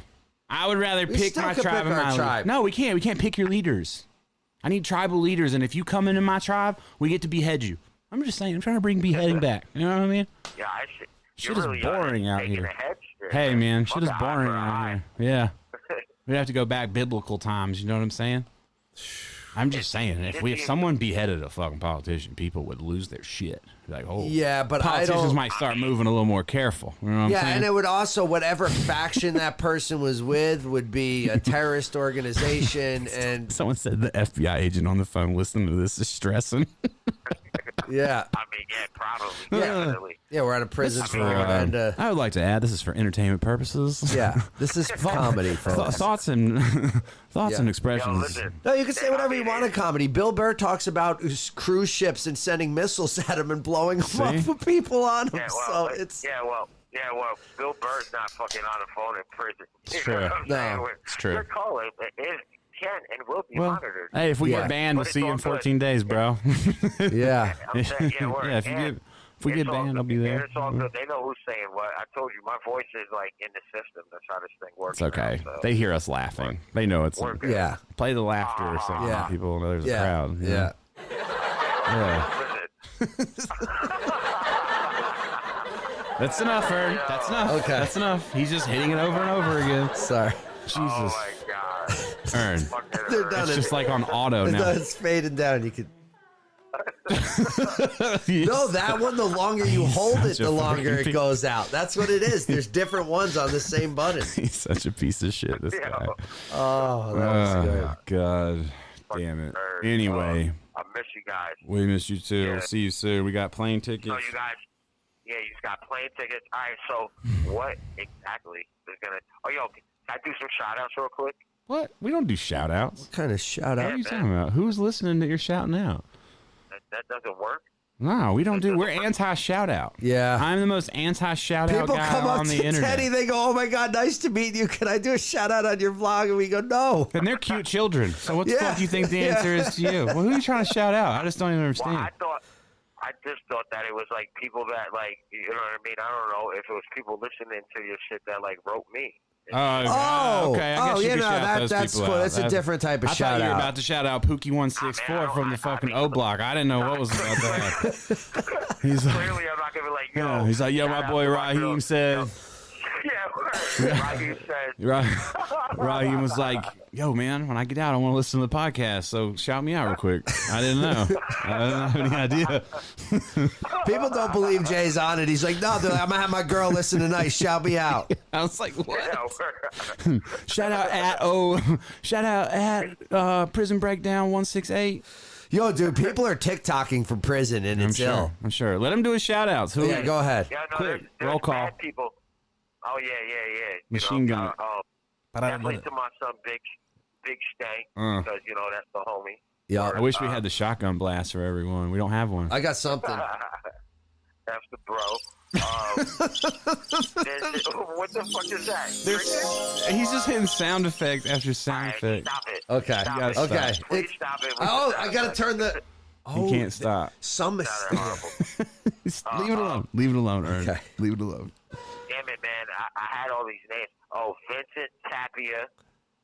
Speaker 2: I would rather
Speaker 1: We
Speaker 2: pick
Speaker 1: still
Speaker 2: my
Speaker 1: could
Speaker 2: tribe
Speaker 1: pick
Speaker 2: and
Speaker 1: our
Speaker 2: my lead-
Speaker 1: tribe.
Speaker 2: No, we can't. We can't pick your leaders. I need tribal leaders, and if you come into my tribe, we get to behead you. I'm just saying. I'm trying to bring beheading back. You know what I mean?
Speaker 4: Yeah, I see.
Speaker 2: Shit
Speaker 4: You're
Speaker 2: is
Speaker 4: really
Speaker 2: boring out
Speaker 4: taking
Speaker 2: here.
Speaker 4: a head strip,
Speaker 2: Hey, man,
Speaker 4: Fuck
Speaker 2: shit is
Speaker 4: an eye
Speaker 2: boring
Speaker 4: for an
Speaker 2: out
Speaker 4: eye.
Speaker 2: here. Yeah, we have to go back biblical times. You know what I'm saying? I'm just saying, if we if someone beheaded a fucking politician, people would lose their shit. Like, oh,
Speaker 1: Yeah, but I
Speaker 2: politicians
Speaker 1: don't-
Speaker 2: might start moving a little more careful. You know what I'm
Speaker 1: Yeah,
Speaker 2: saying?
Speaker 1: and it would also whatever faction that person was with would be a terrorist organization, and
Speaker 2: Someone said the FBI agent on the phone listening to this is stressing.
Speaker 1: yeah,
Speaker 4: I mean, yeah, probably.
Speaker 1: Yeah.
Speaker 4: Definitely.
Speaker 1: yeah, we're out of prison for
Speaker 2: Um,
Speaker 1: and uh,
Speaker 2: I would like to add this is for entertainment purposes.
Speaker 1: yeah, this is comedy,
Speaker 2: Th-
Speaker 1: folks.
Speaker 2: thoughts and thoughts
Speaker 1: Yeah.
Speaker 2: and
Speaker 4: Yo,
Speaker 2: expressions.
Speaker 4: listen.
Speaker 1: No, you can say
Speaker 4: I
Speaker 1: whatever you
Speaker 4: mean,
Speaker 1: want in
Speaker 4: it-
Speaker 1: comedy. Bill Burr talks about s- cruise ships and sending missiles at them and blowing them up
Speaker 2: See?
Speaker 1: with people on them.
Speaker 4: Yeah, well,
Speaker 1: so it's
Speaker 4: yeah, well, yeah, well. Bill Burr's not fucking on the phone in prison. It's
Speaker 2: true.
Speaker 1: No,
Speaker 2: it's true.
Speaker 4: Your caller is can and will be
Speaker 2: well,
Speaker 4: monitored.
Speaker 2: hey, if we
Speaker 1: Yeah.
Speaker 2: get banned, we'll
Speaker 4: But it's
Speaker 2: see you
Speaker 4: all
Speaker 2: in
Speaker 4: good.
Speaker 2: 14 days, bro.
Speaker 1: yeah,
Speaker 4: I'm saying, yeah, word.
Speaker 2: yeah, if you
Speaker 4: And
Speaker 2: get if we
Speaker 4: it's
Speaker 2: get
Speaker 4: all
Speaker 2: banned, I'll
Speaker 4: good.
Speaker 2: be
Speaker 4: And
Speaker 2: there. Mm-hmm.
Speaker 4: It's all good. They know who's saying what. I told you, my voice is like in the system. That's how this thing works.
Speaker 2: It's okay.
Speaker 4: Now, so.
Speaker 2: They hear us laughing. They know it's
Speaker 4: We're good.
Speaker 1: yeah,
Speaker 2: play the laughter or something.
Speaker 1: Yeah.
Speaker 2: People know there's
Speaker 1: yeah,
Speaker 2: a crowd. you know?
Speaker 1: yeah.
Speaker 2: Yeah.
Speaker 4: Listen,
Speaker 2: That's enough, Ern. That's enough.
Speaker 1: Okay.
Speaker 2: That's enough. He's just hitting it over and over again.
Speaker 1: Sorry,
Speaker 2: Jesus,
Speaker 4: Oh my god.
Speaker 2: Ern.
Speaker 4: Fucking
Speaker 1: They're
Speaker 4: Earth.
Speaker 1: done.
Speaker 2: It's just like on auto
Speaker 1: it's,
Speaker 2: now.
Speaker 1: it's fading down. You could No, that one, the longer you hold it,
Speaker 2: such a
Speaker 1: the longer
Speaker 2: fucking
Speaker 1: it
Speaker 2: piece.
Speaker 1: goes out. That's what it is. There's different ones on the same button.
Speaker 2: He's such a piece of shit. This
Speaker 4: Yeah.
Speaker 2: guy.
Speaker 1: Oh, that was good.
Speaker 2: Oh, God. Damn it.
Speaker 4: Or,
Speaker 2: Anyway,
Speaker 4: uh, I miss you guys.
Speaker 2: we miss you too.
Speaker 4: yeah.
Speaker 2: See you soon. We got plane tickets.
Speaker 4: So you guys, yeah, you just got plane tickets. All right, so what exactly is gonna? Oh, yo, can I do some shout outs real quick?
Speaker 2: What? We don't do shout outs.
Speaker 1: What kind of shout
Speaker 2: What
Speaker 1: out?
Speaker 2: are you talking about? Who's listening that you're shouting out?
Speaker 4: That, that doesn't work.
Speaker 2: No, we don't do. We're anti shout out.
Speaker 1: Yeah.
Speaker 2: I'm the most anti shout out
Speaker 1: People
Speaker 2: guy
Speaker 1: come up
Speaker 2: on the
Speaker 1: to
Speaker 2: internet.
Speaker 1: Teddy, they go, "Oh my God, nice to meet you. Can I do a shout out on your vlog?" And we go, "No."
Speaker 2: And they're cute children. So what the
Speaker 1: Yeah.
Speaker 2: fuck do you think the answer is to you? Well, who are you trying to shout out? I just don't even
Speaker 4: Well,
Speaker 2: understand.
Speaker 4: I thought, I just thought that it was like people that like, you know what I mean? I don't know if it was people listening to your shit that like wrote me.
Speaker 2: Oh,
Speaker 1: Oh,
Speaker 2: okay. I guess
Speaker 1: oh,
Speaker 2: you
Speaker 1: yeah,
Speaker 2: can
Speaker 1: no,
Speaker 2: shout
Speaker 1: that-
Speaker 2: those
Speaker 1: that's
Speaker 2: people
Speaker 1: cool.
Speaker 2: out.
Speaker 1: That's a different type of
Speaker 2: I
Speaker 1: shout
Speaker 2: thought you were
Speaker 1: out.
Speaker 2: about to shout out Pookie one six
Speaker 4: I mean,
Speaker 2: four
Speaker 4: I
Speaker 2: from the
Speaker 4: don't- I- I
Speaker 2: fucking
Speaker 4: mean-
Speaker 2: O block. I didn't know what was about that. He's like,
Speaker 4: Clearly, I'm not gonna be like, yo.
Speaker 2: yeah, he's like, yo,
Speaker 4: shout
Speaker 2: my
Speaker 4: out
Speaker 2: boy
Speaker 4: to my girl.
Speaker 2: Raheem said.
Speaker 4: Yeah, Raheem said.
Speaker 2: Ra- Raheem was like, yo, man, when I get out, I want to listen to the podcast. So shout me out real quick. I didn't know. I didn't have any idea.
Speaker 1: People don't believe Jay's on it. He's like, "No, they're like, I'm gonna have my girl listen tonight. Shout me out."
Speaker 2: I was like, what?
Speaker 4: Yeah,
Speaker 2: Shout out at oh, shout out at uh, Prison Breakdown one six eight.
Speaker 1: Yo, dude, people are TikToking from prison, and
Speaker 2: I'm
Speaker 1: it's
Speaker 2: sure.
Speaker 1: ill.
Speaker 2: I'm sure. Let him do his shout outs. Who?
Speaker 1: Yeah, go ahead.
Speaker 4: yeah, no,
Speaker 2: Quick,
Speaker 4: there's, there's
Speaker 2: roll call.
Speaker 4: bad people. Oh yeah, yeah, yeah. You
Speaker 2: Machine
Speaker 4: know,
Speaker 2: gun
Speaker 4: uh,
Speaker 2: it.
Speaker 4: oh, definitely to my son, Big, Big Stank,
Speaker 1: Uh-huh.
Speaker 2: Uh.
Speaker 4: because you know that's the homie.
Speaker 2: I
Speaker 1: Yeah,
Speaker 2: wish we had the shotgun blast for everyone. We don't have one.
Speaker 1: I got something.
Speaker 4: That's the bro. Um, there's- what the fuck is that? Drinking?
Speaker 2: He's just hitting sound effect after sound
Speaker 4: All right,
Speaker 2: effect.
Speaker 4: stop it.
Speaker 1: Okay.
Speaker 4: Stop
Speaker 1: You
Speaker 2: gotta
Speaker 4: it.
Speaker 2: stop.
Speaker 1: Okay.
Speaker 4: Please
Speaker 1: It-
Speaker 4: stop it. with
Speaker 1: Oh,
Speaker 4: the
Speaker 1: I
Speaker 4: sound
Speaker 1: gotta
Speaker 4: effect.
Speaker 1: turn the. Oh,
Speaker 2: He can't stop.
Speaker 1: Some
Speaker 4: No,
Speaker 1: mistake.
Speaker 4: they're horrible.
Speaker 2: Just leave
Speaker 4: Uh-huh.
Speaker 2: it alone. Leave it alone, Ern.
Speaker 1: Okay.
Speaker 2: Leave it alone.
Speaker 4: Damn it, man. I, I had all these names. Oh, Vincent Tapia.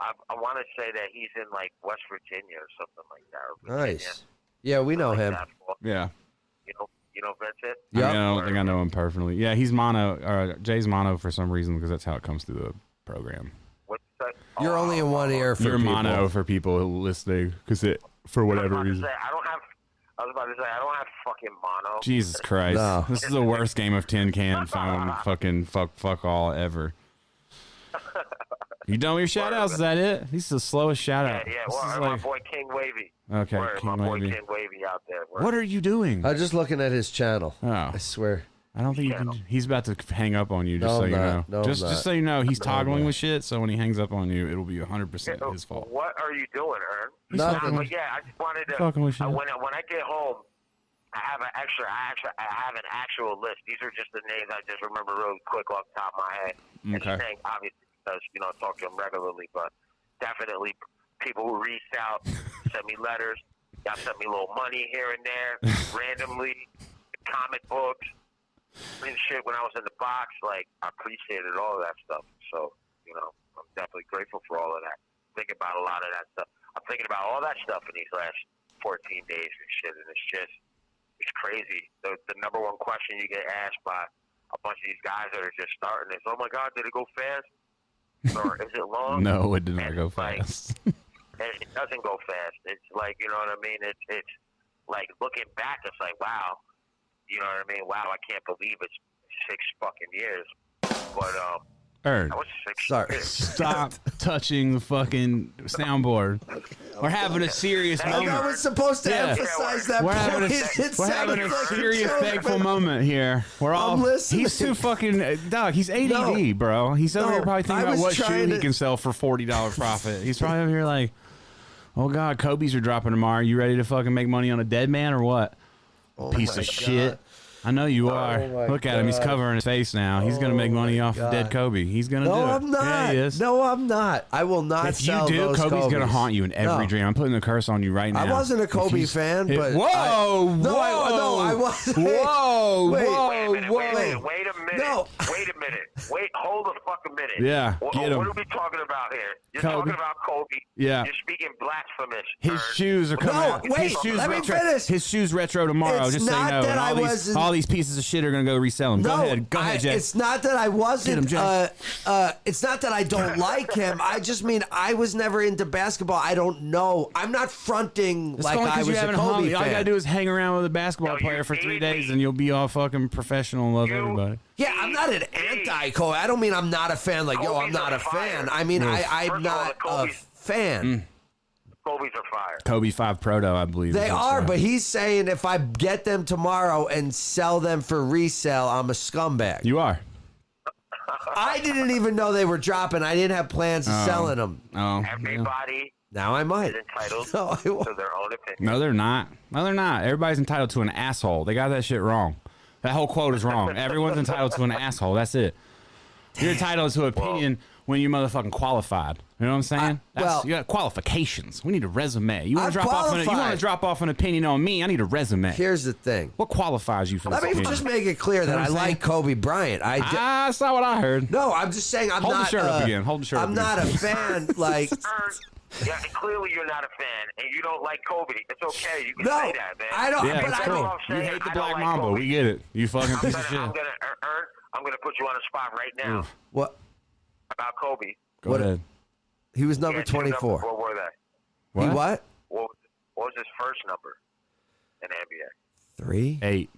Speaker 4: I, I want to say that he's in like West Virginia or something like that. or Virginia,
Speaker 1: Nice. Yeah, we know
Speaker 4: like
Speaker 1: him.
Speaker 4: that.
Speaker 2: Yeah.
Speaker 4: You know, you know Vincent.
Speaker 2: I,
Speaker 1: Yep.
Speaker 2: mean, I don't think I know him personally. Yeah, he's mono. Or Jay's mono for some reason because that's how it comes through the program.
Speaker 4: What's that?
Speaker 1: You're
Speaker 4: Oh,
Speaker 1: only in one
Speaker 4: oh,
Speaker 1: ear for
Speaker 2: You're
Speaker 1: people.
Speaker 2: mono for people listening because it for
Speaker 4: I was
Speaker 2: whatever
Speaker 4: about to
Speaker 2: reason.
Speaker 4: say, I don't have. I was about to say I don't have fucking mono.
Speaker 2: Jesus Christ!
Speaker 1: No.
Speaker 2: This is the worst game of tin can phone fucking fuck fuck all ever. You done with your shout outs? Is that it? This is the slowest shout
Speaker 4: Yeah,
Speaker 2: out.
Speaker 4: yeah.
Speaker 2: This
Speaker 4: Well,
Speaker 2: is
Speaker 4: and my
Speaker 2: like-
Speaker 4: boy King Wavy.
Speaker 2: Okay,
Speaker 4: Word,
Speaker 2: King
Speaker 4: my
Speaker 2: Wavy.
Speaker 4: boy King Wavy out there. Word.
Speaker 2: what are you doing?
Speaker 1: I'm just looking at his channel.
Speaker 2: Oh.
Speaker 1: I swear.
Speaker 2: I don't think you can, he's about to hang up on you. Just
Speaker 1: No,
Speaker 2: so
Speaker 1: I'm
Speaker 2: you know,
Speaker 1: not. No, I'm
Speaker 2: just
Speaker 1: not.
Speaker 2: just so you know, he's
Speaker 1: I'm
Speaker 2: toggling
Speaker 1: not.
Speaker 2: with shit. So when he hangs up on you, it'll be hundred percent
Speaker 4: Yeah,
Speaker 2: his fault.
Speaker 4: What are you doing, Ern?
Speaker 1: He's
Speaker 4: Nah,
Speaker 1: fucking
Speaker 2: with-
Speaker 4: but yeah, I just wanted to.
Speaker 2: fucking with you.
Speaker 4: I, when I, when I get home, I have an extra. I actually I have an actual list. These are just the names I just remember really quick off the top of my head. And
Speaker 2: Okay.
Speaker 4: Stank, obviously, because you know I talk to him regularly, but definitely people who reached out, sent me letters, y'all sent me a little money here and there, randomly, comic books, and shit. When I was in the box, like I appreciated all of that stuff. So you know, I'm definitely grateful for all of that. Thinking about a lot of that stuff. I'm thinking about all that stuff in these last 14 days and shit, and it's just it's crazy. The, the number one question you get asked by a bunch of these guys that are just starting is, "Oh my God, did it go fast?" Or is it long?
Speaker 2: No, it did not go
Speaker 4: Like,
Speaker 2: fast.
Speaker 4: and it doesn't go fast. It's like you know what I mean. It's it's like looking back, it's like wow, you know what I mean. Wow, I can't believe it's six fucking years. But um,
Speaker 2: Ern,
Speaker 4: that was six.
Speaker 1: Sorry.
Speaker 4: Years.
Speaker 2: stop touching the fucking soundboard. We're having a serious
Speaker 4: Hey,
Speaker 1: And I
Speaker 2: moment.
Speaker 1: was supposed to
Speaker 2: Yeah.
Speaker 1: emphasize that
Speaker 2: We're having
Speaker 1: point.
Speaker 2: a,
Speaker 1: It
Speaker 2: we're
Speaker 1: sounded
Speaker 2: having a
Speaker 1: like
Speaker 2: serious
Speaker 1: joke,
Speaker 2: thankful
Speaker 1: but-
Speaker 2: moment here. We're all
Speaker 1: I'm listening.
Speaker 2: he's too fucking dog. He's ADD,
Speaker 1: No.
Speaker 2: bro. He's over
Speaker 1: No,
Speaker 2: here probably
Speaker 1: I
Speaker 2: thinking about
Speaker 1: was
Speaker 2: what
Speaker 1: trying
Speaker 2: shoe
Speaker 1: to-
Speaker 2: he can sell for forty dollar profit. He's probably over here like, oh god, Kobe's are dropping tomorrow. You ready to fucking make money on a dead man or what?
Speaker 1: Oh
Speaker 2: Piece of
Speaker 1: my Oh
Speaker 2: shit. I know you are.
Speaker 1: my
Speaker 2: Look at him. He's
Speaker 1: God. Oh
Speaker 2: covering his face now. He's gonna make money off of dead
Speaker 1: God.
Speaker 2: Kobe. He's gonna
Speaker 1: God.
Speaker 2: do
Speaker 1: No,
Speaker 2: it.
Speaker 1: I'm
Speaker 2: Yeah,
Speaker 1: not.
Speaker 2: he is.
Speaker 1: no, I'm not. I will not
Speaker 2: If you
Speaker 1: sell
Speaker 2: do,
Speaker 1: those
Speaker 2: Kobe's
Speaker 1: Kobe's
Speaker 2: gonna haunt you in
Speaker 1: No.
Speaker 2: every dream. I'm putting the curse on you right now.
Speaker 1: I wasn't a
Speaker 2: If
Speaker 1: Kobe
Speaker 2: you-
Speaker 1: fan,
Speaker 2: if-
Speaker 1: but
Speaker 2: whoa,
Speaker 1: I- no, I-
Speaker 2: whoa,
Speaker 1: no, I wasn't.
Speaker 2: Whoa,
Speaker 1: Wait.
Speaker 2: whoa,
Speaker 4: Wait a minute.
Speaker 2: whoa.
Speaker 4: Wait a minute. Wait a minute.
Speaker 1: Oh, No.
Speaker 4: Wait a minute. minute. Wait, hold a fucking minute.
Speaker 2: Yeah,
Speaker 4: What,
Speaker 2: get
Speaker 4: what
Speaker 2: him.
Speaker 4: are we talking about here? You're
Speaker 2: Kobe.
Speaker 4: talking about Kobe.
Speaker 2: Yeah.
Speaker 4: You're speaking blasphemous.
Speaker 2: His
Speaker 4: turd.
Speaker 2: shoes are
Speaker 4: What the
Speaker 2: coming
Speaker 4: fuck
Speaker 2: out.
Speaker 4: is
Speaker 1: wait,
Speaker 2: his
Speaker 4: talking
Speaker 2: shoes
Speaker 1: let me
Speaker 4: about?
Speaker 2: retro,
Speaker 1: finish.
Speaker 2: His shoes retro tomorrow.
Speaker 1: It's
Speaker 2: just so you
Speaker 1: not
Speaker 2: know.
Speaker 1: that
Speaker 2: and
Speaker 1: I
Speaker 2: all, these,
Speaker 1: wasn't-
Speaker 2: all these pieces of shit are going to go resell them. go ahead. Go
Speaker 1: I-
Speaker 2: ahead, Jay.
Speaker 1: It's not that I
Speaker 2: Get him,
Speaker 1: wasn't.
Speaker 2: Jay.
Speaker 1: uh, uh, it's not that I don't like him. I just mean I was never into basketball. I don't know. I'm not fronting
Speaker 2: It's
Speaker 1: like
Speaker 2: only 'cause
Speaker 1: I was
Speaker 2: you
Speaker 1: a
Speaker 2: haven't hung.
Speaker 1: Kobe
Speaker 2: All you
Speaker 1: fan.
Speaker 2: gotta do is hang around with a basketball
Speaker 4: No, you
Speaker 2: player for three
Speaker 4: need
Speaker 2: days,
Speaker 4: me.
Speaker 2: and you'll be all fucking professional and love
Speaker 4: You-
Speaker 2: everybody.
Speaker 1: yeah, I'm not an anti Kobe. I don't mean I'm not a fan. Like yo, I'm
Speaker 4: Kobe's
Speaker 1: not
Speaker 4: on
Speaker 1: a fan.
Speaker 4: fire.
Speaker 1: I mean I,
Speaker 4: First
Speaker 1: I'm
Speaker 4: of all,
Speaker 1: not
Speaker 4: the
Speaker 1: a
Speaker 4: Kobe's-
Speaker 1: fan.
Speaker 2: Mm,
Speaker 4: Kobe's are fire.
Speaker 2: Kobe Five Proto, I believe.
Speaker 1: They
Speaker 2: is what's
Speaker 1: are,
Speaker 2: there.
Speaker 1: but he's saying if I get them tomorrow and sell them for resale, I'm a scumbag.
Speaker 2: you are.
Speaker 1: I didn't even know they were dropping. I didn't have plans of
Speaker 2: Oh.
Speaker 1: selling them.
Speaker 2: Oh, yeah.
Speaker 4: Everybody
Speaker 1: Now I might.
Speaker 4: is entitled
Speaker 1: No, I won't.
Speaker 4: to their own opinion.
Speaker 2: no, they're not. No, they're not. Everybody's entitled to an asshole. They got that shit wrong. That whole quote is wrong. Everyone's entitled to an asshole. That's it. You're entitled to opinion when you're motherfucking qualified. You know what I'm saying? That's-
Speaker 1: well-
Speaker 2: you got qualifications. We need a resume. You want
Speaker 1: I'm
Speaker 2: to drop off? An, you
Speaker 1: qualified.
Speaker 2: want to drop off an opinion on me? I need a resume.
Speaker 1: Here's the thing.
Speaker 2: what qualifies you for
Speaker 1: Let
Speaker 2: this
Speaker 1: me
Speaker 2: opinion?
Speaker 1: just make it clear that
Speaker 2: what
Speaker 1: I
Speaker 2: I'm saying?
Speaker 1: like Kobe Bryant. I d-
Speaker 2: Ah, that's not what I heard.
Speaker 1: no, I'm just saying I'm
Speaker 2: Hold the
Speaker 1: not.
Speaker 2: shirt up
Speaker 1: uh,
Speaker 2: again. Hold the shirt up
Speaker 1: I'm not a
Speaker 2: again.
Speaker 1: fan. Like
Speaker 4: Turd. Yeah, clearly you're not a fan, and you don't like Kobe. It's okay. You can
Speaker 1: No,
Speaker 4: say that, man.
Speaker 1: I don't-
Speaker 2: Yeah,
Speaker 1: but
Speaker 2: it's
Speaker 1: I
Speaker 2: cool.
Speaker 1: don't-
Speaker 4: I'm
Speaker 2: You
Speaker 4: saying
Speaker 2: hate the
Speaker 4: I don't
Speaker 2: Black
Speaker 4: like
Speaker 2: Mamba.
Speaker 4: Kobe.
Speaker 2: We get it. Mm. You fucking
Speaker 4: I'm
Speaker 2: piece
Speaker 4: gonna,
Speaker 2: of shit.
Speaker 4: I'm gonna, er, er, I'm gonna put you on the spot right now
Speaker 1: what?
Speaker 4: about Kobe.
Speaker 2: Go
Speaker 1: What-
Speaker 2: ahead.
Speaker 1: He was
Speaker 4: Yeah,
Speaker 1: number
Speaker 4: two numbers.
Speaker 1: 24.
Speaker 4: What were they?
Speaker 1: He what?
Speaker 4: What was, what was his first number in the NBA?
Speaker 1: Three.
Speaker 2: Eight.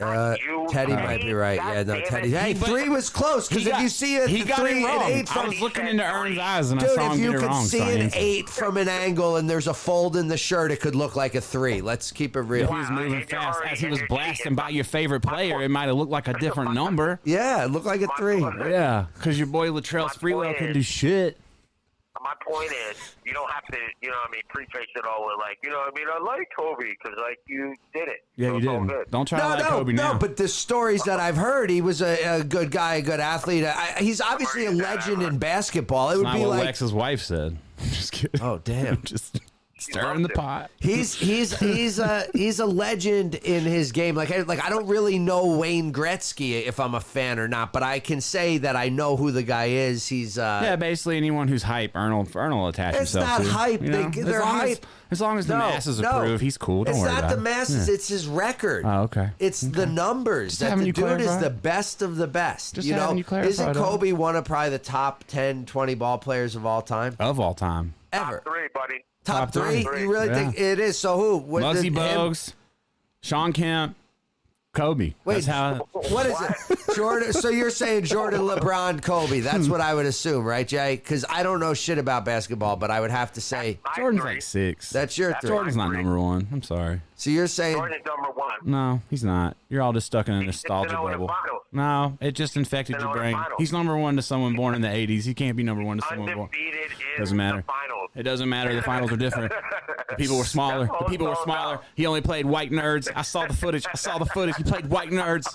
Speaker 1: Uh,
Speaker 4: you,
Speaker 1: Teddy
Speaker 4: Teddy,
Speaker 1: might be right.
Speaker 4: God
Speaker 1: Yeah, no,
Speaker 4: damn it.
Speaker 1: Teddy. Hey,
Speaker 2: He went-
Speaker 1: three was close because
Speaker 2: He
Speaker 1: if
Speaker 2: got-
Speaker 1: you see a
Speaker 2: he
Speaker 1: three
Speaker 2: got it wrong.
Speaker 1: and eight
Speaker 2: I
Speaker 1: from
Speaker 2: was looking into Ern's eyes and I
Speaker 1: Dude,
Speaker 2: saw
Speaker 1: if
Speaker 2: him
Speaker 1: you
Speaker 2: get it
Speaker 1: could
Speaker 2: wrong.
Speaker 1: see
Speaker 2: so I
Speaker 1: an
Speaker 2: answered.
Speaker 1: eight from an angle and there's a fold in the shirt, it could look like a three. Let's keep it real.
Speaker 2: He was moving
Speaker 4: and you're
Speaker 2: fast
Speaker 4: already
Speaker 2: as he was
Speaker 4: in your
Speaker 2: blasting
Speaker 4: teeth.
Speaker 2: by your favorite player. It might have looked like a different number.
Speaker 1: Yeah, it looked like a three.
Speaker 4: My-
Speaker 2: Yeah, because your boy Latrell
Speaker 4: My Sprewell
Speaker 2: Sprewell
Speaker 4: boy
Speaker 2: can
Speaker 4: can
Speaker 2: do
Speaker 4: do
Speaker 2: shit.
Speaker 4: My point is, you don't have to, you know what I mean, preface it all with like, you know what I mean, I like Kobe because like you did it.
Speaker 2: Yeah,
Speaker 4: so
Speaker 2: you
Speaker 4: it's all
Speaker 2: didn't.
Speaker 4: good.
Speaker 2: Don't try to
Speaker 1: No,
Speaker 2: like
Speaker 1: no,
Speaker 2: Kobe
Speaker 1: no.
Speaker 2: now.
Speaker 1: But the stories that I've heard, he was a, a good guy, a good athlete. I, he's obviously a
Speaker 4: Sorry, Dad,
Speaker 1: legend
Speaker 4: I'm-
Speaker 1: in basketball. It would
Speaker 2: not
Speaker 1: be
Speaker 2: what
Speaker 1: like,
Speaker 2: Lex's wife said. Just kidding.
Speaker 1: oh damn,
Speaker 2: Just stirring the
Speaker 4: loved it.
Speaker 2: pot.
Speaker 1: he's he's he's a he's a legend in his game. Like I, like I don't really know Wayne Gretzky if I'm a fan or not, but I can say that I know who the guy is. He's uh,
Speaker 2: Yeah, basically anyone who's hype, Arnold, Arnold will attach
Speaker 1: It's
Speaker 2: himself
Speaker 1: not
Speaker 2: to.
Speaker 1: hype.
Speaker 2: you
Speaker 1: They-
Speaker 2: know?
Speaker 1: they're
Speaker 2: as long as-
Speaker 1: hype.
Speaker 2: As, long as the masses approve, he's cool. Don't
Speaker 1: it's
Speaker 2: worry
Speaker 1: not
Speaker 2: about
Speaker 1: the
Speaker 2: it.
Speaker 1: masses.
Speaker 2: Yeah.
Speaker 1: It's his record.
Speaker 2: Oh, okay.
Speaker 1: It's the numbers that
Speaker 2: having
Speaker 1: the
Speaker 2: you
Speaker 1: dude
Speaker 2: clarify.
Speaker 1: is the best of the best.
Speaker 2: Just
Speaker 1: you know,
Speaker 2: having you clarify
Speaker 1: isn't
Speaker 2: that.
Speaker 1: Kobe one of probably the top 10, 20 ball players of all time
Speaker 2: of all time.
Speaker 1: ever?
Speaker 4: Three, buddy.
Speaker 1: Top,
Speaker 2: Top three.
Speaker 1: three? You really
Speaker 2: Yeah.
Speaker 1: think it is? So who? What, did
Speaker 2: Muggsy
Speaker 1: him-
Speaker 2: Bogues, Sean Kemp, Kobe.
Speaker 1: Wait,
Speaker 2: That's how.
Speaker 1: what is it? Jordan. So you're saying Jordan, LeBron, Kobe? That's what I would assume, right, Jay? Because I don't know shit about basketball, but I would have to say
Speaker 4: My
Speaker 2: Jordan's
Speaker 4: three.
Speaker 2: like six.
Speaker 1: that's your three.
Speaker 2: Jordan's not number one. I'm sorry.
Speaker 1: So you're saying
Speaker 4: Jordan's number one.
Speaker 2: No, he's not. You're all just stuck in a
Speaker 4: He's
Speaker 2: nostalgia
Speaker 4: sitting on the
Speaker 2: bubble.
Speaker 4: bottle.
Speaker 2: No, it just infected
Speaker 4: Sitting
Speaker 2: your
Speaker 4: on the
Speaker 2: brain.
Speaker 4: bottle.
Speaker 2: He's number one to someone born in the 80s. He can't be number one to someone born.
Speaker 4: Undefeated in
Speaker 2: Doesn't matter.
Speaker 4: the finals.
Speaker 2: It doesn't matter. The finals are different. The people were smaller. The people were smaller. He only played white nerds. I saw the footage. I saw the footage. He played white nerds.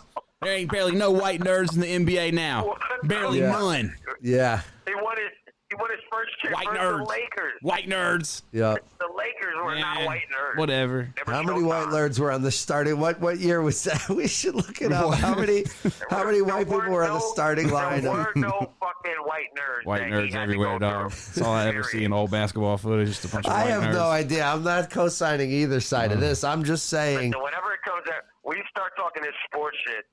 Speaker 2: There ain't barely no white nerds in the NBA now. Barely
Speaker 1: Yeah.
Speaker 2: none.
Speaker 1: yeah,
Speaker 4: He won his he won his first chip
Speaker 2: White
Speaker 4: versus
Speaker 2: nerds.
Speaker 4: the Lakers.
Speaker 2: White nerds.
Speaker 1: yeah.
Speaker 4: The Lakers were not
Speaker 2: Man,
Speaker 4: white nerds.
Speaker 2: Whatever.
Speaker 4: They were
Speaker 1: How many
Speaker 4: showtime.
Speaker 1: white nerds were on the starting? What what year was that? We should look it up. How many how many
Speaker 4: There
Speaker 1: white people were on the
Speaker 4: no-
Speaker 1: starting line?
Speaker 4: There
Speaker 1: of-
Speaker 4: were no fucking white nerds.
Speaker 2: White
Speaker 4: that he had
Speaker 2: nerds
Speaker 4: to
Speaker 2: everywhere,
Speaker 4: go
Speaker 2: dog.
Speaker 4: through.
Speaker 2: That's all I ever see in old basketball footage. Just a bunch of
Speaker 1: I
Speaker 2: white
Speaker 1: have
Speaker 2: nerds.
Speaker 1: no idea. I'm not co-signing either side of this. I'm just saying.
Speaker 4: So whenever it comes out, we start talking this sports shit.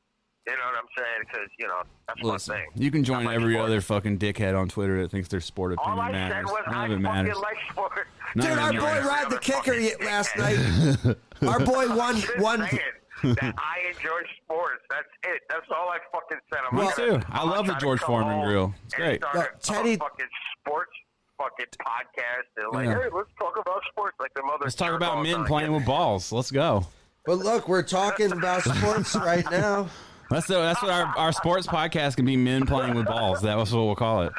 Speaker 4: You know what I'm saying? Because you know that's
Speaker 2: Listen,
Speaker 4: one thing.
Speaker 2: you can
Speaker 4: I
Speaker 2: join
Speaker 4: like
Speaker 2: every
Speaker 4: sports.
Speaker 2: other fucking dickhead on Twitter that thinks their sport
Speaker 4: All
Speaker 2: opinion
Speaker 4: I said
Speaker 2: matters.
Speaker 4: was I
Speaker 2: None of it
Speaker 4: fucking
Speaker 2: matters.
Speaker 4: like sports.
Speaker 2: None
Speaker 1: Dude,
Speaker 2: of it
Speaker 1: our
Speaker 2: matters.
Speaker 1: boy Rod the kicker y- last night. Our boy won
Speaker 4: Just
Speaker 1: one.
Speaker 4: saying that I enjoy sports. That's it. That's all I fucking said. I'm
Speaker 2: Me
Speaker 4: not
Speaker 2: too.
Speaker 4: gonna-
Speaker 2: I
Speaker 4: I'm
Speaker 2: love the
Speaker 4: not trying to
Speaker 2: George
Speaker 4: come
Speaker 2: Foreman
Speaker 4: home
Speaker 2: grill. It's
Speaker 4: and
Speaker 2: great.
Speaker 4: start
Speaker 1: No,
Speaker 4: a- a
Speaker 1: Teddy-
Speaker 4: fucking sports fucking podcast and like,
Speaker 2: Yeah.
Speaker 4: hey, let's talk about sports like the mother.
Speaker 2: Let's talk about men playing with balls. Let's go.
Speaker 1: But look, we're talking about sports right now.
Speaker 2: That's the, that's what our, our sports podcast can be. Men playing with balls. That was what we'll call it.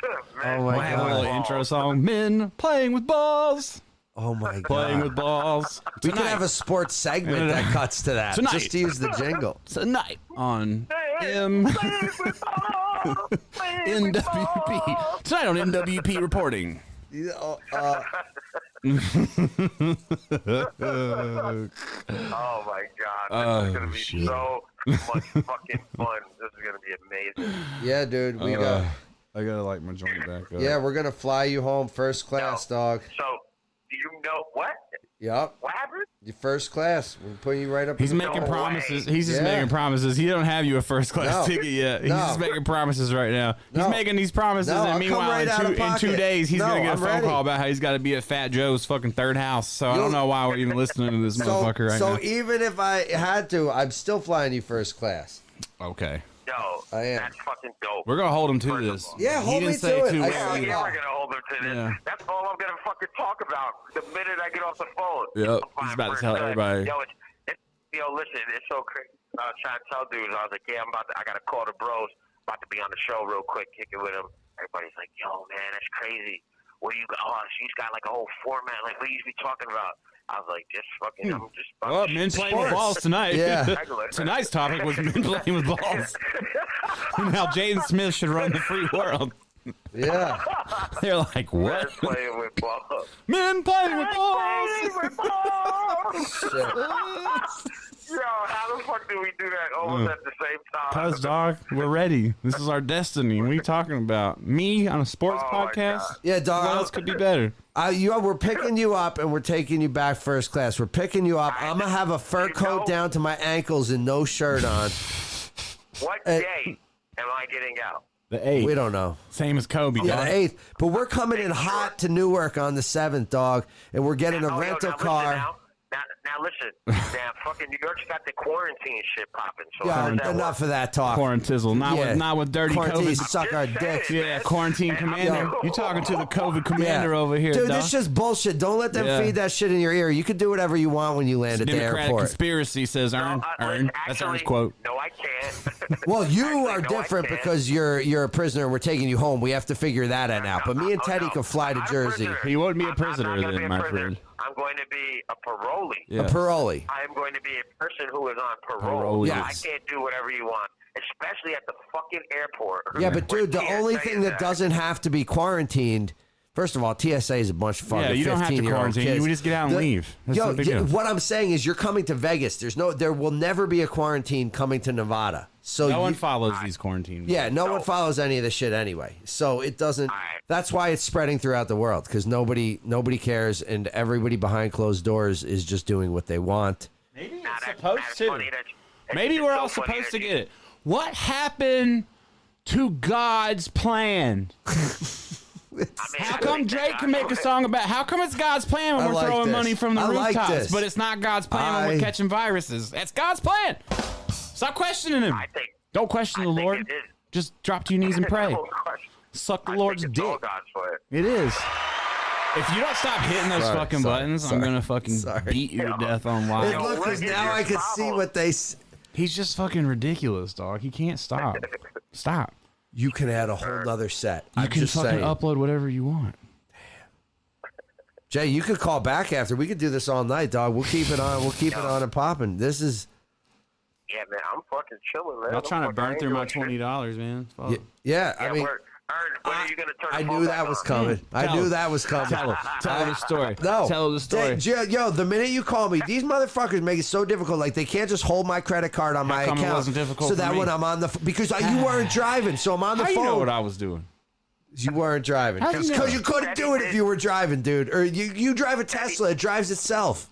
Speaker 1: Oh
Speaker 2: We'll
Speaker 1: my
Speaker 2: have a little
Speaker 1: god.
Speaker 2: intro song. Men playing with balls.
Speaker 1: Oh my
Speaker 2: Playing
Speaker 1: god.
Speaker 2: with balls.
Speaker 1: We
Speaker 2: Tonight,
Speaker 1: could have a sports segment that cuts to that.
Speaker 2: Tonight.
Speaker 1: Just to use the jingle.
Speaker 2: tonight on M.
Speaker 4: NWP.
Speaker 2: NWP. Tonight on NWP reporting.
Speaker 1: You know, uh,
Speaker 4: Oh my god, this
Speaker 2: Oh,
Speaker 4: is gonna be
Speaker 2: shit.
Speaker 4: Oh
Speaker 2: Oh,
Speaker 4: so much fucking fun. This is gonna be amazing.
Speaker 1: Yeah, dude. We got.
Speaker 2: Uh, I gotta like my joint back up.
Speaker 1: Yeah, we're gonna fly you home first class, dog.
Speaker 4: So, do you know what?
Speaker 1: Yup,
Speaker 4: What happened?
Speaker 1: you first class. We're putting you right up.
Speaker 2: He's
Speaker 1: in the
Speaker 2: making
Speaker 4: No
Speaker 1: front.
Speaker 2: promises. He's just
Speaker 1: Yeah.
Speaker 2: making promises. He don't have you a first class
Speaker 1: No.
Speaker 2: ticket yet. He's
Speaker 1: No.
Speaker 2: just making promises right now. He's
Speaker 1: No.
Speaker 2: making these promises,
Speaker 1: No, I'll
Speaker 2: and
Speaker 1: come
Speaker 2: meanwhile,
Speaker 1: right out
Speaker 2: in,
Speaker 1: of
Speaker 2: two, in two
Speaker 1: pocket.
Speaker 2: days, he's
Speaker 1: No,
Speaker 2: gonna get a
Speaker 1: I'm
Speaker 2: phone
Speaker 1: ready.
Speaker 2: call about how he's got to be at Fat Joe's fucking third house. So I
Speaker 1: You'll-
Speaker 2: don't know why we're even listening to this
Speaker 1: So,
Speaker 2: motherfucker right
Speaker 1: so e-
Speaker 2: now.
Speaker 1: even if I had to, I'm still flying you first class.
Speaker 2: Okay,
Speaker 4: No,
Speaker 1: I am.
Speaker 4: that's fucking dope.
Speaker 2: we're gonna hold him to
Speaker 4: First of
Speaker 2: this.
Speaker 4: all.
Speaker 1: Yeah,
Speaker 2: He
Speaker 1: hold
Speaker 2: didn't
Speaker 1: me
Speaker 2: say
Speaker 1: to it.
Speaker 2: two
Speaker 1: I
Speaker 2: weeks.
Speaker 4: yeah,
Speaker 1: said-
Speaker 4: yeah, we're gonna hold them to this.
Speaker 2: Yeah.
Speaker 4: That's all I'm gonna fucking talk about the minute I get off the phone.
Speaker 2: Yep,
Speaker 4: I'm fine
Speaker 2: he's about to
Speaker 4: first
Speaker 2: tell
Speaker 4: time.
Speaker 2: everybody.
Speaker 4: Yo, it's, it's, yo, listen, it's so crazy. I was trying to tell dudes, I was like, yeah, I'm about to, I gotta call the bros, about to be on the show real quick, kick it with them. Everybody's like, yo, man, that's crazy. What do you got? Oh, she's got like a whole format. Like, what you be talking about? I was like, just fucking, I'm just.
Speaker 2: Hmm. Well, men playing with balls tonight.
Speaker 1: Yeah.
Speaker 2: Tonight's topic was men playing with balls. and how Jaden Smith should run the free world.
Speaker 1: Yeah.
Speaker 2: They're like, what?
Speaker 4: Men's playing with balls.
Speaker 2: Men playing with balls.
Speaker 4: Playing with balls.
Speaker 1: Shit.
Speaker 4: Yo, how the fuck do we do that almost
Speaker 2: Mm.
Speaker 4: at the same time?
Speaker 2: Cuz dog, we're ready. This is our destiny. What are you talking about? Me on a sports
Speaker 4: Oh, my
Speaker 2: podcast?
Speaker 4: God.
Speaker 1: Yeah, dog.
Speaker 2: What else could be better?
Speaker 1: I, Uh, you, we're picking you up and we're taking you back first class. We're picking you up.
Speaker 4: I
Speaker 1: I'm gonna have a fur
Speaker 4: you
Speaker 1: coat
Speaker 4: know-
Speaker 1: down to my ankles and no shirt on.
Speaker 4: What
Speaker 1: Uh,
Speaker 4: day am I getting out?
Speaker 2: The
Speaker 1: we
Speaker 2: eighth.
Speaker 1: don't know.
Speaker 2: Same as Kobe,
Speaker 1: Yeah,
Speaker 2: dog.
Speaker 1: the eighth. But we're coming in hot to Newark on the seventh, dog, and we're getting a
Speaker 4: Oh, yo,
Speaker 1: rental
Speaker 4: now listen
Speaker 1: car.
Speaker 4: Now, now, now listen. now, fucking New York's got the quarantine shit popping. So how
Speaker 1: Yeah,
Speaker 4: does that
Speaker 1: enough
Speaker 4: work?
Speaker 1: of that talk.
Speaker 2: Quarantizzle. Not
Speaker 1: Yeah.
Speaker 2: with not with dirty
Speaker 1: Quarantine
Speaker 2: COVID.
Speaker 1: suck our
Speaker 4: Just saying,
Speaker 1: dicks.
Speaker 4: man.
Speaker 2: Yeah, quarantine
Speaker 4: Hey, I'm
Speaker 2: commander.
Speaker 4: cool.
Speaker 2: You talking to the COVID
Speaker 1: Yeah.
Speaker 2: commander over here,
Speaker 1: dude.
Speaker 2: dog.
Speaker 1: This is just bullshit. Don't let them
Speaker 2: Yeah.
Speaker 1: feed that shit in your ear. You can do whatever you want when you land at the
Speaker 2: Democratic
Speaker 1: airport.
Speaker 2: conspiracy says
Speaker 4: No,
Speaker 2: Earn.
Speaker 4: uh,
Speaker 2: Earn.
Speaker 4: listen,
Speaker 2: That's
Speaker 4: actually,
Speaker 2: Earn's quote.
Speaker 4: No, I can't.
Speaker 1: Well, you
Speaker 4: Actually,
Speaker 1: are
Speaker 4: no, I
Speaker 1: different
Speaker 4: can't.
Speaker 1: because you're you're a prisoner and we're taking you home. We have to figure that out. now. But me and
Speaker 4: Oh,
Speaker 1: Teddy
Speaker 4: no.
Speaker 1: can fly to
Speaker 4: I'm a
Speaker 1: Jersey.
Speaker 4: prisoner.
Speaker 2: He won't be a
Speaker 4: I'm- I'm not
Speaker 2: prisoner
Speaker 4: gonna
Speaker 2: then,
Speaker 4: be a
Speaker 2: my
Speaker 4: prisoner.
Speaker 2: friend.
Speaker 4: I'm going to be a parolee.
Speaker 1: A parolee.
Speaker 4: I am going to be a person who is on
Speaker 2: Parole,
Speaker 4: parole. Yeah, I
Speaker 1: yes.
Speaker 4: can't do whatever you want, especially at the fucking airport.
Speaker 1: Yeah, but
Speaker 4: Where
Speaker 1: dude, the
Speaker 4: TSA
Speaker 1: only
Speaker 4: is
Speaker 1: thing that
Speaker 4: at.
Speaker 1: doesn't have to be quarantined. First of all, TSA is a bunch of fucking
Speaker 2: Yeah, you don't have to
Speaker 1: 15-year-old
Speaker 2: quarantine.
Speaker 1: kids.
Speaker 2: You just get out and leave. That's
Speaker 1: yo,
Speaker 2: no big
Speaker 1: y-
Speaker 2: deal.
Speaker 1: what I'm saying is, you're coming to Vegas. There's no, there will never be a quarantine coming to Nevada. So
Speaker 2: No
Speaker 1: you-
Speaker 2: one follows these quarantine.
Speaker 1: yeah, no,
Speaker 4: No.
Speaker 1: one follows any of this shit anyway. So it doesn't.
Speaker 4: Alright.
Speaker 1: That's why it's spreading throughout the world because nobody, nobody cares, and everybody behind closed doors is just doing what they want.
Speaker 6: Maybe
Speaker 4: Nah,
Speaker 6: it's
Speaker 4: that's-
Speaker 6: supposed
Speaker 4: that's
Speaker 6: to.
Speaker 4: funny. That's- that's
Speaker 2: Maybe
Speaker 4: just
Speaker 2: we're
Speaker 4: so
Speaker 2: all
Speaker 4: funny
Speaker 2: supposed
Speaker 4: that
Speaker 2: to
Speaker 4: you-
Speaker 2: get it. What happened to God's plan?
Speaker 4: I mean,
Speaker 2: How
Speaker 4: I
Speaker 2: come
Speaker 4: think that
Speaker 2: Drake
Speaker 4: I
Speaker 2: can make a
Speaker 4: know
Speaker 2: song about? How come it's God's plan when
Speaker 1: I
Speaker 2: we're
Speaker 1: like
Speaker 2: throwing
Speaker 1: this.
Speaker 2: money from the
Speaker 1: I like
Speaker 2: rooftops,
Speaker 1: this.
Speaker 2: but it's not God's plan when
Speaker 1: I-
Speaker 2: we're catching viruses? That's God's plan. Stop questioning him.
Speaker 4: it. I think.
Speaker 2: Don't question
Speaker 4: I
Speaker 2: the
Speaker 4: think
Speaker 2: Lord.
Speaker 4: it is.
Speaker 2: Just drop to your knees and pray.
Speaker 4: No question.
Speaker 2: Suck the
Speaker 4: I
Speaker 2: Lord's
Speaker 4: think it's all
Speaker 2: dick.
Speaker 4: God's plan.
Speaker 2: It is. If you don't stop hitting those
Speaker 1: Sorry,
Speaker 2: fucking
Speaker 1: sorry,
Speaker 2: buttons,
Speaker 1: sorry,
Speaker 2: I'm gonna fucking beat you to death on
Speaker 1: And
Speaker 2: live.
Speaker 4: Yo,
Speaker 1: look, 'cause
Speaker 4: look at
Speaker 1: now
Speaker 4: your
Speaker 1: I can see
Speaker 4: follow.
Speaker 1: what they. s-
Speaker 2: He's just fucking ridiculous, dog. He can't stop. Stop.
Speaker 1: You can add a whole nother set.
Speaker 2: You
Speaker 1: I'm
Speaker 2: can
Speaker 1: just
Speaker 2: fucking
Speaker 1: saying.
Speaker 2: upload whatever you want.
Speaker 1: Jay, you could call back after. We could do this all night, dog. We'll keep it on. We'll keep it on and popping. This is
Speaker 4: Yeah, man, I'm fucking chilling, man.
Speaker 2: I'm
Speaker 4: I'm
Speaker 2: trying to
Speaker 4: fucking- I
Speaker 2: burn
Speaker 4: ain't
Speaker 2: through my
Speaker 4: doing shit.
Speaker 2: twenty dollars, man. Fuck.
Speaker 1: y- yeah.
Speaker 4: Yeah,
Speaker 1: I mean,
Speaker 4: we're- Ern, when are you gonna turn?
Speaker 1: I
Speaker 4: the phone
Speaker 1: knew
Speaker 4: back
Speaker 1: that was
Speaker 4: on?
Speaker 1: coming. I
Speaker 2: Mm. Tell
Speaker 1: knew
Speaker 2: him.
Speaker 1: that was coming.
Speaker 2: Tell him. Tell him the story.
Speaker 1: No,
Speaker 2: Tell him the story.
Speaker 1: Jay- Jay- yo, the minute you call me, these motherfuckers make it so difficult. Like they can't just hold my credit card on my
Speaker 2: come it
Speaker 1: account.
Speaker 2: wasn't difficult
Speaker 1: so
Speaker 2: for
Speaker 1: that
Speaker 2: me?
Speaker 1: when I'm on the ph- because I, you weren't driving, so I'm on the
Speaker 2: How
Speaker 1: phone.
Speaker 2: you know what I was doing?
Speaker 1: You weren't driving
Speaker 2: How you
Speaker 1: because
Speaker 2: know?
Speaker 1: you couldn't do it if you were driving, dude. Or you you drive a Tesla, it drives itself.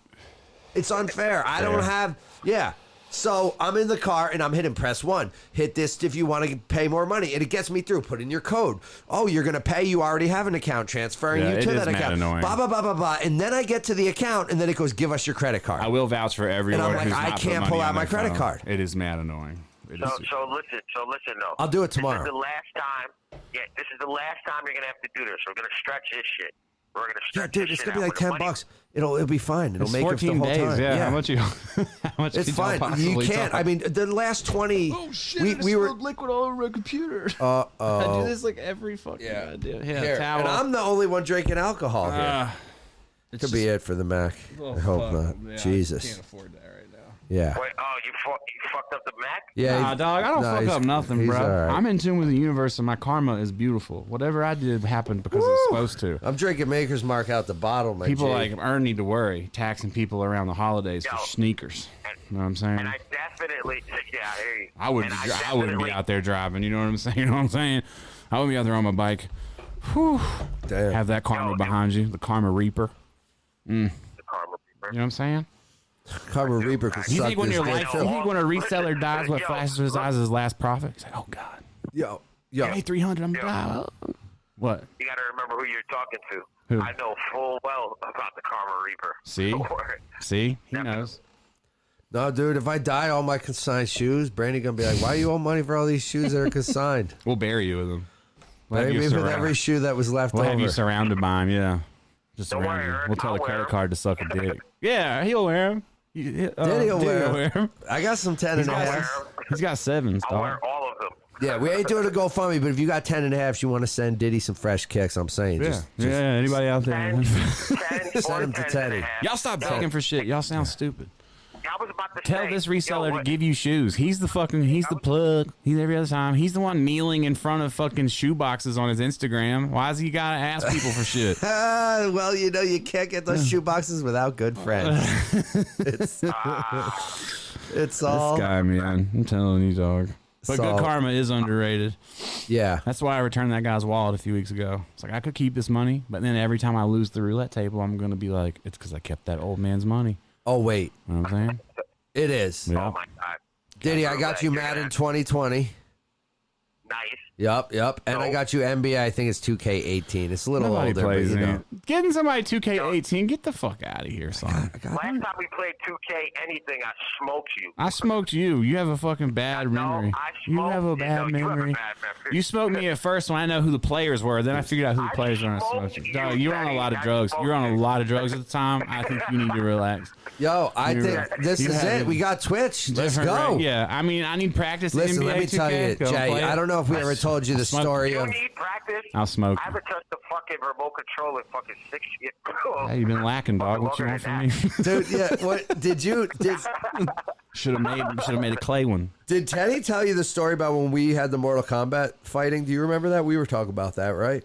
Speaker 1: It's unfair. I don't
Speaker 2: Fair.
Speaker 1: have yeah. So I'm in the car and I'm hitting press one. Hit this if you want to pay more money, and it gets me through. Put in your code. Oh, you're gonna pay. You already have an account. Transferring
Speaker 2: Yeah,
Speaker 1: you
Speaker 2: it
Speaker 1: to
Speaker 2: is
Speaker 1: that
Speaker 2: mad
Speaker 1: account.
Speaker 2: annoying.
Speaker 1: Blah blah blah blah blah. And then I get to the account, and then it goes, "Give us your credit card."
Speaker 2: I will vouch for everyone.
Speaker 1: And I'm like,
Speaker 2: who's
Speaker 1: I
Speaker 2: not put
Speaker 1: can't
Speaker 2: money
Speaker 1: pull
Speaker 2: on
Speaker 1: out my
Speaker 2: their
Speaker 1: credit
Speaker 2: phone.
Speaker 1: card.
Speaker 2: It is mad annoying. It
Speaker 4: So,
Speaker 2: is-
Speaker 4: so listen, so listen though.
Speaker 1: I'll do it
Speaker 4: This
Speaker 1: tomorrow.
Speaker 4: is the last time. Yeah, this is the last time you're gonna have to do this. We're gonna stretch this shit. We're gonna
Speaker 1: yeah,
Speaker 4: stretch.
Speaker 1: dude,
Speaker 4: this
Speaker 1: it's
Speaker 4: shit
Speaker 1: gonna be
Speaker 4: out.
Speaker 1: like
Speaker 4: When
Speaker 1: ten
Speaker 4: the money-
Speaker 1: bucks. It'll it'll be fine. It'll
Speaker 2: it's
Speaker 1: make it for the
Speaker 2: fourteen
Speaker 1: whole
Speaker 2: days.
Speaker 1: time.
Speaker 2: Yeah, How much you? How much?
Speaker 1: It's
Speaker 2: could y'all
Speaker 1: fine. You
Speaker 2: possibly
Speaker 1: can't.
Speaker 2: talk?
Speaker 1: I mean, the last twenty.
Speaker 2: Oh shit!
Speaker 1: we,
Speaker 2: I just
Speaker 1: we were
Speaker 2: spilled liquid all over my computer.
Speaker 1: Uh
Speaker 2: I do
Speaker 1: oh.
Speaker 2: this like every fucking
Speaker 1: Yeah.
Speaker 2: goddamn yeah,
Speaker 1: Here,
Speaker 2: towel.
Speaker 1: And I'm the only one drinking alcohol here.
Speaker 2: Ah,
Speaker 1: Could
Speaker 2: it's
Speaker 1: be
Speaker 2: just-
Speaker 1: it for the Mac.
Speaker 2: oh,
Speaker 1: I hope
Speaker 2: fuck.
Speaker 1: not.
Speaker 2: Yeah, I
Speaker 1: Jesus.
Speaker 2: afford that right now.
Speaker 1: Yeah.
Speaker 4: Wait, oh, you, fu- you fucked up the Mac.
Speaker 1: Yeah.
Speaker 2: nah,
Speaker 1: he-
Speaker 2: dog, I don't
Speaker 1: no,
Speaker 2: fuck
Speaker 1: he's-
Speaker 2: up nothing,
Speaker 1: he's
Speaker 2: bro.
Speaker 1: all right.
Speaker 2: I'm in tune with the universe, and my karma is beautiful. Whatever I did happened because it's supposed to.
Speaker 1: I'm drinking Maker's Mark out the bottle, man.
Speaker 2: People like Earn need to worry taxing people around the holidays
Speaker 4: Yo.
Speaker 2: for sneakers. You know what I'm saying?
Speaker 4: And I, that's definitely. Yeah, I hear you.
Speaker 2: I would
Speaker 4: And
Speaker 2: I, I wouldn't be
Speaker 4: definitely-
Speaker 2: out there driving. You know what I'm saying? You know what I'm saying? I wouldn't be out there on my bike. Whew.
Speaker 1: Damn.
Speaker 2: Have that karma
Speaker 4: No, dude.
Speaker 2: behind you, the karma reaper.
Speaker 4: the Karma Reaper.
Speaker 2: You know what I'm saying?
Speaker 1: Karma Reaper could
Speaker 2: You
Speaker 1: suck
Speaker 2: think when
Speaker 1: this
Speaker 2: your
Speaker 1: dick
Speaker 2: life,
Speaker 1: too.
Speaker 2: you think when a
Speaker 4: Listen,
Speaker 2: reseller dies, what
Speaker 4: yo,
Speaker 2: flashes his
Speaker 4: look.
Speaker 2: eyes is his last profit? He's like, oh god,
Speaker 1: Yo, yo,
Speaker 2: give me 300, I'm gonna
Speaker 4: Yeah.
Speaker 2: die. What?
Speaker 4: You got to remember who you're talking to.
Speaker 2: Who?
Speaker 4: I know full well about the Karma Reaper.
Speaker 2: See? See, he
Speaker 4: Never.
Speaker 2: knows.
Speaker 1: no, dude. If I die, all my consigned shoes, Brandy gonna be like, "Why you owe money for all these shoes that are consigned?"
Speaker 2: We'll bury you with him. We'll have
Speaker 1: Maybe
Speaker 2: you
Speaker 1: with
Speaker 2: surround-
Speaker 1: every shoe that was left
Speaker 2: we'll
Speaker 1: over.
Speaker 2: have you surrounded by him. Yeah, just
Speaker 4: Don't
Speaker 2: surround
Speaker 4: worry,
Speaker 2: him.
Speaker 4: Eric,
Speaker 2: We'll tell
Speaker 4: I'll
Speaker 2: the
Speaker 4: wear
Speaker 2: credit
Speaker 4: 'em.
Speaker 2: card to suck a dick. yeah, he'll wear him. He- he- uh,
Speaker 1: Did he'll
Speaker 2: dude,
Speaker 1: wear 'em.
Speaker 2: 'em.
Speaker 1: I got some ten and a
Speaker 2: He's got-
Speaker 1: half.
Speaker 4: I'll
Speaker 2: He's got sevens,
Speaker 4: I'll
Speaker 2: dog.
Speaker 4: wear all of them.
Speaker 1: Yeah, we ain't doing a GoFundMe, but if you got ten and a half, you want to send Diddy some fresh kicks. I'm saying,
Speaker 2: Yeah,
Speaker 1: just,
Speaker 2: yeah. Anybody out there?
Speaker 4: 10, 10
Speaker 1: Send
Speaker 4: or
Speaker 1: him to
Speaker 4: 10 and
Speaker 1: Teddy.
Speaker 4: a half.
Speaker 2: Y'all stop
Speaker 4: Yo,
Speaker 2: begging for shit. Y'all sound stupid.
Speaker 4: I was about to
Speaker 2: Tell
Speaker 4: say,
Speaker 2: this
Speaker 4: yo,
Speaker 2: reseller to
Speaker 4: what-
Speaker 2: give you shoes. He's the fucking. He's the plug. He's every other time. He's the one kneeling in front of fucking shoe boxes on his Instagram. Why is he gotta ask people for shit?
Speaker 1: Ah, well, you know, you can't get those shoe boxes without good friends. it's, ah, it's all,
Speaker 2: This guy, man. I'm telling you, dog. But
Speaker 1: So-
Speaker 2: good karma is underrated.
Speaker 1: yeah.
Speaker 2: That's why I returned that guy's wallet a few weeks ago. It's like I could keep this money, but then every time I lose the roulette table, I'm gonna be like, it's because I kept that old man's money.
Speaker 1: Oh wait,
Speaker 2: You know what I'm saying?
Speaker 1: it is.
Speaker 2: Yeah.
Speaker 4: Oh my God.
Speaker 1: Diddy, I got you mad in 2020.
Speaker 4: Nice.
Speaker 1: Yep, yep. And I got you NBA. I think it's 2K18. It's a little
Speaker 2: Nobody
Speaker 1: older, but
Speaker 2: plays
Speaker 1: you
Speaker 2: in
Speaker 1: know.
Speaker 2: it. Getting somebody 2K18, get the fuck out of here, son.
Speaker 4: Last time we played 2K anything, I smoked you.
Speaker 2: I smoked you. You have a fucking bad
Speaker 4: No,
Speaker 2: memory.
Speaker 4: I
Speaker 2: you have a
Speaker 4: smoked-
Speaker 2: bad
Speaker 4: no, you have a
Speaker 2: memory.
Speaker 4: bad memory.
Speaker 2: You smoked me at first when I know who the players were. Then I figured out who the
Speaker 4: I
Speaker 2: players were. and I smoked
Speaker 4: smoked
Speaker 2: you.
Speaker 4: you,
Speaker 2: Dog, you were on a
Speaker 4: Daddy.
Speaker 2: lot of
Speaker 4: I
Speaker 2: drugs. You were on a
Speaker 4: smoked
Speaker 2: lot of drugs at the time. I think you need to relax.
Speaker 1: Yo, I
Speaker 2: You-
Speaker 1: think this
Speaker 2: you
Speaker 1: is
Speaker 2: had
Speaker 1: it. We got Twitch. Let's
Speaker 2: Different,
Speaker 1: go.
Speaker 2: right? Yeah. I mean, I need practice. in
Speaker 1: Listen,
Speaker 2: NBA
Speaker 1: let me
Speaker 2: 2K.
Speaker 1: tell you,
Speaker 2: Go
Speaker 1: Jay.
Speaker 2: play it.
Speaker 1: I don't know if we ever told you the
Speaker 2: smoked-
Speaker 1: story
Speaker 4: You
Speaker 1: of.
Speaker 4: need practice.
Speaker 2: I'll smoke.
Speaker 4: I haven't touched the fucking remote control in fucking six years.
Speaker 2: Hey, you've been lacking, dog. What you want
Speaker 4: Longer
Speaker 2: from
Speaker 4: than
Speaker 2: me?
Speaker 1: Dude, yeah. What did you did?
Speaker 2: should have made. Should have made a clay one.
Speaker 1: Did Teddy tell you the story about when we had the Mortal Kombat fighting? Do you remember that? We were talking about that, right?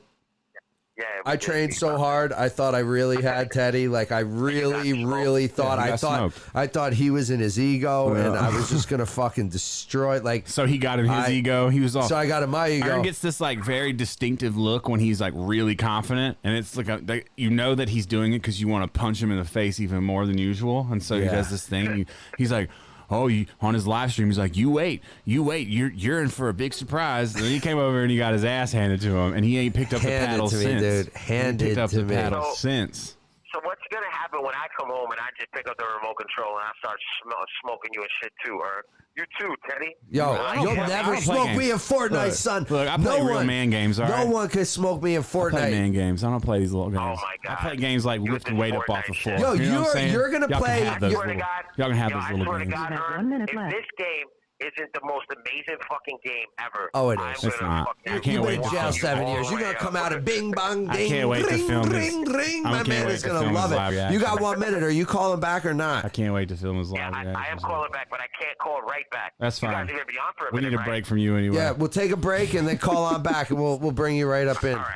Speaker 4: Yeah, we
Speaker 1: I
Speaker 4: did
Speaker 1: trained
Speaker 4: beat
Speaker 1: so
Speaker 4: up.
Speaker 1: hard. I thought I really had Teddy. Like I really, really thought.
Speaker 2: Yeah, you
Speaker 1: I
Speaker 2: got
Speaker 1: thought.
Speaker 2: smoked.
Speaker 1: I thought he was in his ego, and
Speaker 2: Yeah.
Speaker 1: I was just gonna fucking destroy. Like
Speaker 2: So he got him his
Speaker 1: I-
Speaker 2: ego. He was all.
Speaker 1: so, I got in my ego.
Speaker 2: Aaron gets this like very distinctive look when he's like really confident, and it's like a, like, you know that he's doing it because you want to punch him in the face even more than usual, and so he
Speaker 1: Yeah.
Speaker 2: does this thing. He, he's like. Oh, you, on his live stream, he's like, "You wait, you wait, you're you're in for a big surprise." And then he came over and he got his ass handed to him, and he ain't picked up the
Speaker 1: Handed
Speaker 2: paddle
Speaker 1: to me,
Speaker 2: since.
Speaker 1: dude.
Speaker 2: He ain't
Speaker 1: Handed
Speaker 2: picked up
Speaker 1: to
Speaker 2: the
Speaker 1: me.
Speaker 2: paddle
Speaker 4: So-
Speaker 2: since.
Speaker 4: So what's gonna happen when I come home and I just pick up the remote control and I start sm- smoking you and shit too, or you too, Teddy?
Speaker 1: Yo,
Speaker 2: I don't
Speaker 1: you'll
Speaker 2: play- I
Speaker 1: never
Speaker 2: don't play
Speaker 1: smoke
Speaker 2: games.
Speaker 1: me in Fortnite,
Speaker 2: Look,
Speaker 1: son.
Speaker 2: look, I
Speaker 1: no
Speaker 2: play real
Speaker 1: one,
Speaker 2: man games, all
Speaker 1: no
Speaker 2: right?
Speaker 1: one could smoke me in
Speaker 2: I play
Speaker 1: Fortnite.
Speaker 2: man games. I don't play these little games.
Speaker 4: Oh my
Speaker 2: I
Speaker 4: God.
Speaker 2: play games like
Speaker 4: You
Speaker 2: lift
Speaker 4: did
Speaker 2: weight up off the
Speaker 4: Fortnite
Speaker 2: floor.
Speaker 4: shit.
Speaker 1: Yo,
Speaker 2: You know what I'm
Speaker 1: you're-
Speaker 2: saying?
Speaker 1: you're gonna
Speaker 2: Y'all can
Speaker 1: play-
Speaker 2: have
Speaker 4: I
Speaker 2: those
Speaker 4: swear to
Speaker 2: little-
Speaker 4: God,
Speaker 2: Y'all can have
Speaker 4: yo,
Speaker 2: those
Speaker 4: I
Speaker 2: little
Speaker 4: swear
Speaker 2: games.
Speaker 4: to God,
Speaker 3: You have
Speaker 4: Ern,
Speaker 3: one minute
Speaker 4: if
Speaker 3: left.
Speaker 4: this game isn't the most amazing fucking game ever,
Speaker 1: Oh, it is.
Speaker 4: I'm
Speaker 1: It's
Speaker 4: gonna
Speaker 2: not.
Speaker 4: fucking
Speaker 2: I can't
Speaker 1: You've been
Speaker 2: wait to
Speaker 1: in
Speaker 4: walk
Speaker 1: jail
Speaker 2: film
Speaker 4: you
Speaker 1: seven
Speaker 4: all
Speaker 1: years.
Speaker 4: the
Speaker 1: You're
Speaker 4: way
Speaker 1: gonna
Speaker 4: up.
Speaker 1: come out of Bing Bong
Speaker 2: I
Speaker 1: Ding.
Speaker 2: can't wait to
Speaker 1: ring,
Speaker 2: film this.
Speaker 1: ring, ring.
Speaker 2: I
Speaker 1: My
Speaker 2: can't
Speaker 1: man
Speaker 2: wait
Speaker 1: is
Speaker 2: to
Speaker 1: gonna
Speaker 2: film
Speaker 1: love
Speaker 2: this
Speaker 1: it.
Speaker 2: live
Speaker 1: You got
Speaker 2: reaction.
Speaker 1: one minute. Are you calling back or
Speaker 2: I
Speaker 1: not?
Speaker 2: can't wait to film his live.
Speaker 4: Yeah, I, I am
Speaker 2: reactions.
Speaker 4: calling back, but I can't call right back.
Speaker 2: That's
Speaker 4: You
Speaker 2: fine.
Speaker 4: guys are gonna be on for a
Speaker 2: We
Speaker 4: minute,
Speaker 2: need a
Speaker 4: right?
Speaker 2: break from you anyway.
Speaker 1: Yeah, we'll take a break and then call on back, and we'll we'll bring you right up in.
Speaker 4: All
Speaker 1: All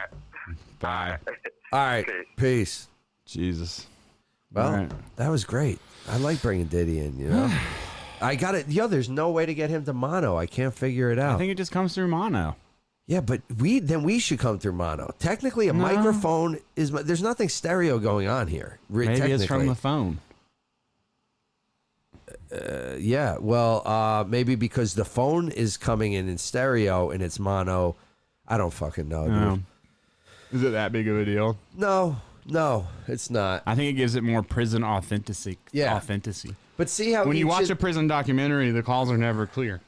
Speaker 4: right.
Speaker 2: Bye.
Speaker 1: right, peace.
Speaker 2: Jesus.
Speaker 1: Well,
Speaker 2: All right.
Speaker 1: that was great. I like bringing Diddy in. You know, I got it. Yo, there's no way to get him to mono. I can't figure it out.
Speaker 2: I think it just comes through mono.
Speaker 1: Yeah, but we then we should come through mono. Technically, a microphone is mi- there's nothing stereo going on here. re-
Speaker 2: Maybe it's from
Speaker 1: technically.
Speaker 2: the phone.
Speaker 1: yeah. Well, uh, maybe because the phone is coming in in stereo and it's mono. I don't fucking know. Dude.
Speaker 2: Um, is it that big of a deal?
Speaker 1: No, no, it's not.
Speaker 2: I think it gives it more prison authenticity.
Speaker 1: Yeah.
Speaker 2: Authenticity.
Speaker 1: But see how
Speaker 2: When you
Speaker 1: each
Speaker 2: watch
Speaker 1: is-
Speaker 2: a prison documentary, the calls are never clear.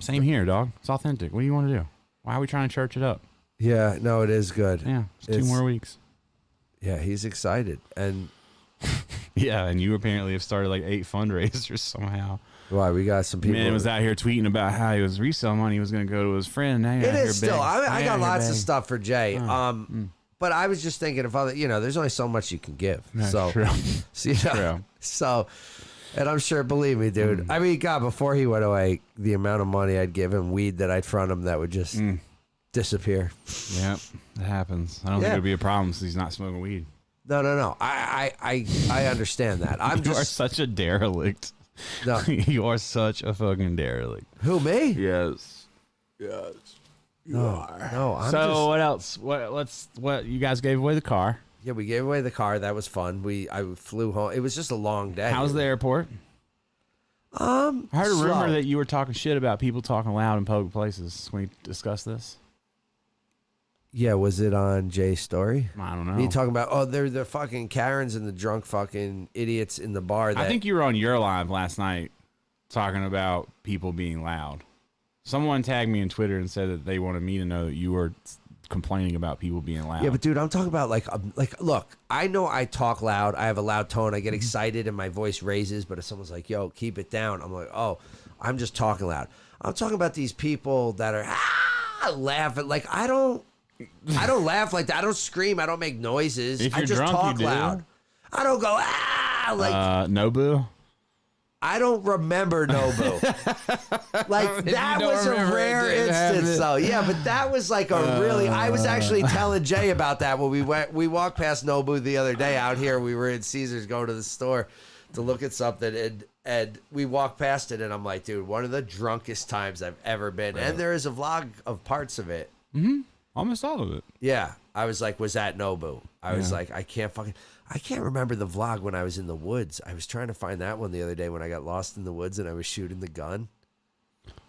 Speaker 2: Same here, dog. It's authentic. What do you want to do? Why are we trying to church it up?
Speaker 1: yeah, no, it is good.
Speaker 2: Yeah, it's two
Speaker 1: It's-
Speaker 2: more weeks.
Speaker 1: Yeah, he's excited, and
Speaker 2: Yeah, and you apparently have started like eight fundraisers somehow.
Speaker 1: why we got some people.
Speaker 2: Man was out here tweeting about how he was reselling money. He was going to go to his friend. Now you're
Speaker 1: It
Speaker 2: out
Speaker 1: is
Speaker 2: here
Speaker 1: still. I,
Speaker 2: begging.
Speaker 1: I got
Speaker 2: Now you're Mm.
Speaker 1: lots of
Speaker 2: begging.
Speaker 1: stuff for Jay. Um, but I was just thinking if other, you know, there's only so much you can give. so,
Speaker 2: true.
Speaker 1: so, you know,
Speaker 2: True. Mm.
Speaker 1: so, and I'm sure, believe me, dude. I mean, God, before he went away, the amount of money I'd give him, weed that I'd front him, that would just
Speaker 2: Mm.
Speaker 1: disappear.
Speaker 2: Yep, it happens. I don't
Speaker 1: Yeah.
Speaker 2: think it'd be a problem since he's not smoking weed.
Speaker 1: No, no, no. I, I, I, I understand that. I'm
Speaker 2: You are
Speaker 1: just
Speaker 2: such a derelict.
Speaker 1: No.
Speaker 2: you are such a fucking derelict.
Speaker 1: Who me?
Speaker 2: Yes. Yes.
Speaker 1: No, no. I'm
Speaker 2: so
Speaker 1: just,
Speaker 2: what else? What let's what you guys gave away the car.
Speaker 1: yeah, we gave away the car. That was fun. We I flew home. It was just a long day.
Speaker 2: How's the airport?
Speaker 1: Um,
Speaker 2: I heard a rumor
Speaker 1: slow.
Speaker 2: that you were talking shit about people talking loud in public places when you discussed this.
Speaker 1: yeah, was it on Jay's story?
Speaker 2: I don't know.
Speaker 1: You talking about oh they're the fucking Karens and the drunk fucking idiots in the bar. That,
Speaker 2: I think you were on your live last night talking about people being loud. Someone tagged me on Twitter and said that they wanted me to know that you were complaining about people being loud.
Speaker 1: Yeah, but dude, I'm talking about like um, like look, I know I talk loud, I have a loud tone, I
Speaker 2: Mm-hmm.
Speaker 1: get excited and my voice raises, but if someone's like, "Yo, keep it down." I'm like, "Oh, I'm just talking loud." I'm talking about these people that are ah, laughing like I don't I don't laugh like that. I don't scream, I don't make noises.
Speaker 2: If
Speaker 1: I
Speaker 2: you're
Speaker 1: just
Speaker 2: drunk, you
Speaker 1: talk
Speaker 2: do.
Speaker 1: loud. I don't go ah like
Speaker 2: uh, Nobu.
Speaker 1: I don't remember Nobu. like that
Speaker 2: don't
Speaker 1: was a
Speaker 2: remember it,
Speaker 1: rare
Speaker 2: it Uh, didn't
Speaker 1: instance,
Speaker 2: happen.
Speaker 1: though. Yeah, but that was like a really. I was actually telling Jay about that when we went. We walked past Nobu the other day out here. We were in Caesars going to the store to look at something, and and we walked past it, and I'm like, dude, one of the drunkest times I've ever been. And there is a vlog of parts of it.
Speaker 2: Almost all of it.
Speaker 1: Yeah, I was like, was that Nobu? I was like, I can't fucking, I can't remember the vlog when I was in the woods. I was trying to find that one the other day when I got lost in the woods and I was shooting the gun.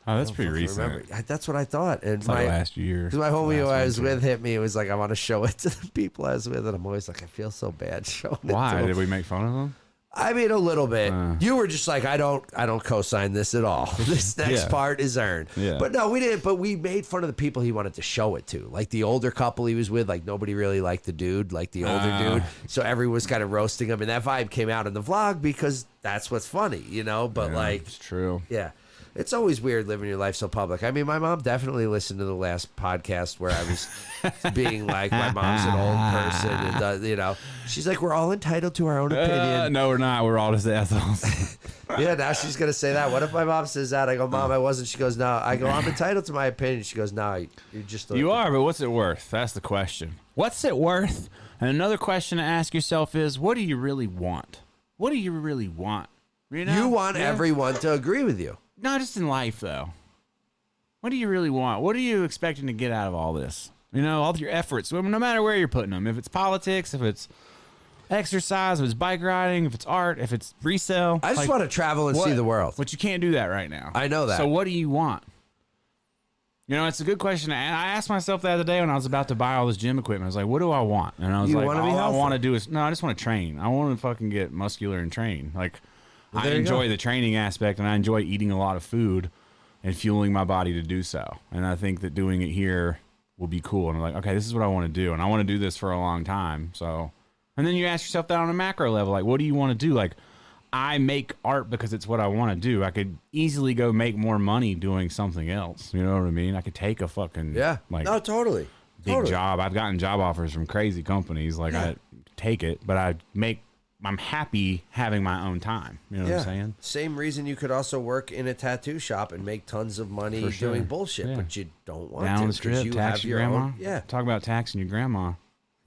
Speaker 2: Oh, that's pretty
Speaker 1: I
Speaker 2: recent.
Speaker 1: remember. I- That's what I thought. And
Speaker 2: It's like
Speaker 1: my,
Speaker 2: last year.
Speaker 1: 'cause my homie who
Speaker 2: last
Speaker 1: I was
Speaker 2: winter.
Speaker 1: with hit me. It was like, I want to show it to the people I was with, and I'm always like, I feel so bad showing it.
Speaker 2: Why
Speaker 1: to
Speaker 2: did
Speaker 1: them.
Speaker 2: we make fun of them?
Speaker 1: I mean, a little bit.
Speaker 2: Uh.
Speaker 1: you were just like, I don't, I don't co-sign this at all. This next
Speaker 2: Yeah.
Speaker 1: part is earned.
Speaker 2: Yeah.
Speaker 1: But no, we didn't. But we made fun of the people he wanted to show it to, like the older couple he was with. Like nobody really liked the dude, like the older
Speaker 2: Ah.
Speaker 1: dude. So everyone was kind of roasting him, and that vibe came out in the vlog because that's what's funny, you know. But
Speaker 2: Yeah,
Speaker 1: like,
Speaker 2: it's true.
Speaker 1: yeah. It's always weird living your life so public. I mean, my mom definitely listened to the last podcast where I was being like, my mom's an old person. And does, you know, she's like, we're all entitled to our own opinion.
Speaker 2: Uh, no, we're not. We're all just assholes.
Speaker 1: Yeah, now she's gonna say that. What if my mom says that? I go, Mom, I wasn't. She goes, No. I go, I'm entitled to my opinion. She goes, No, you're just. A,
Speaker 2: you are, but what's it worth? That's the question. What's it worth? And another question to ask yourself is, what do you really want? What do you really want? You, know?
Speaker 1: You want
Speaker 2: Yeah.
Speaker 1: everyone to agree with you.
Speaker 2: not just in life though. What do you really want? What are you expecting to get out of all this? You know, all your efforts, no matter where you're putting them. If it's politics, if it's exercise, if it's bike riding, if it's art, if it's resale.
Speaker 1: I just want to travel and see the world.
Speaker 2: But you can't do that right now.
Speaker 1: I know that.
Speaker 2: So what do you want? You know, it's a good question. And I asked myself the other day when I was about to buy all this gym equipment. I was like, "What do I want?" And I was
Speaker 1: You
Speaker 2: like,
Speaker 1: wanna be
Speaker 2: "All I
Speaker 1: healthy.
Speaker 2: want to do is no. I just want to train. I want to fucking get muscular and train. Like, I
Speaker 1: there you go.
Speaker 2: enjoy the training aspect, and I enjoy eating a lot of food and fueling my body to do so. And I think that doing it here will be cool. And I'm like, okay, this is what I want to do, and I want to do this for a long time. So, and then you ask yourself that on a macro level, like, what do you want to do? Like, I make art because it's what I want to do. I could easily go make more money doing something else. You know what I mean? I could take a fucking
Speaker 1: Yeah.
Speaker 2: like
Speaker 1: no, totally.
Speaker 2: big
Speaker 1: totally.
Speaker 2: job. I've gotten job offers from crazy companies. Like I take it, but I make. I'm happy having my own time. You know what I'm saying?
Speaker 1: Same reason you could also work in a tattoo shop and make tons of money
Speaker 2: For sure.
Speaker 1: doing bullshit,
Speaker 2: Yeah.
Speaker 1: but you don't want to
Speaker 2: Down the
Speaker 1: 'cause
Speaker 2: strip,
Speaker 1: you
Speaker 2: tax
Speaker 1: have your
Speaker 2: your grandma.
Speaker 1: own. Yeah,
Speaker 2: Talk about taxing your grandma.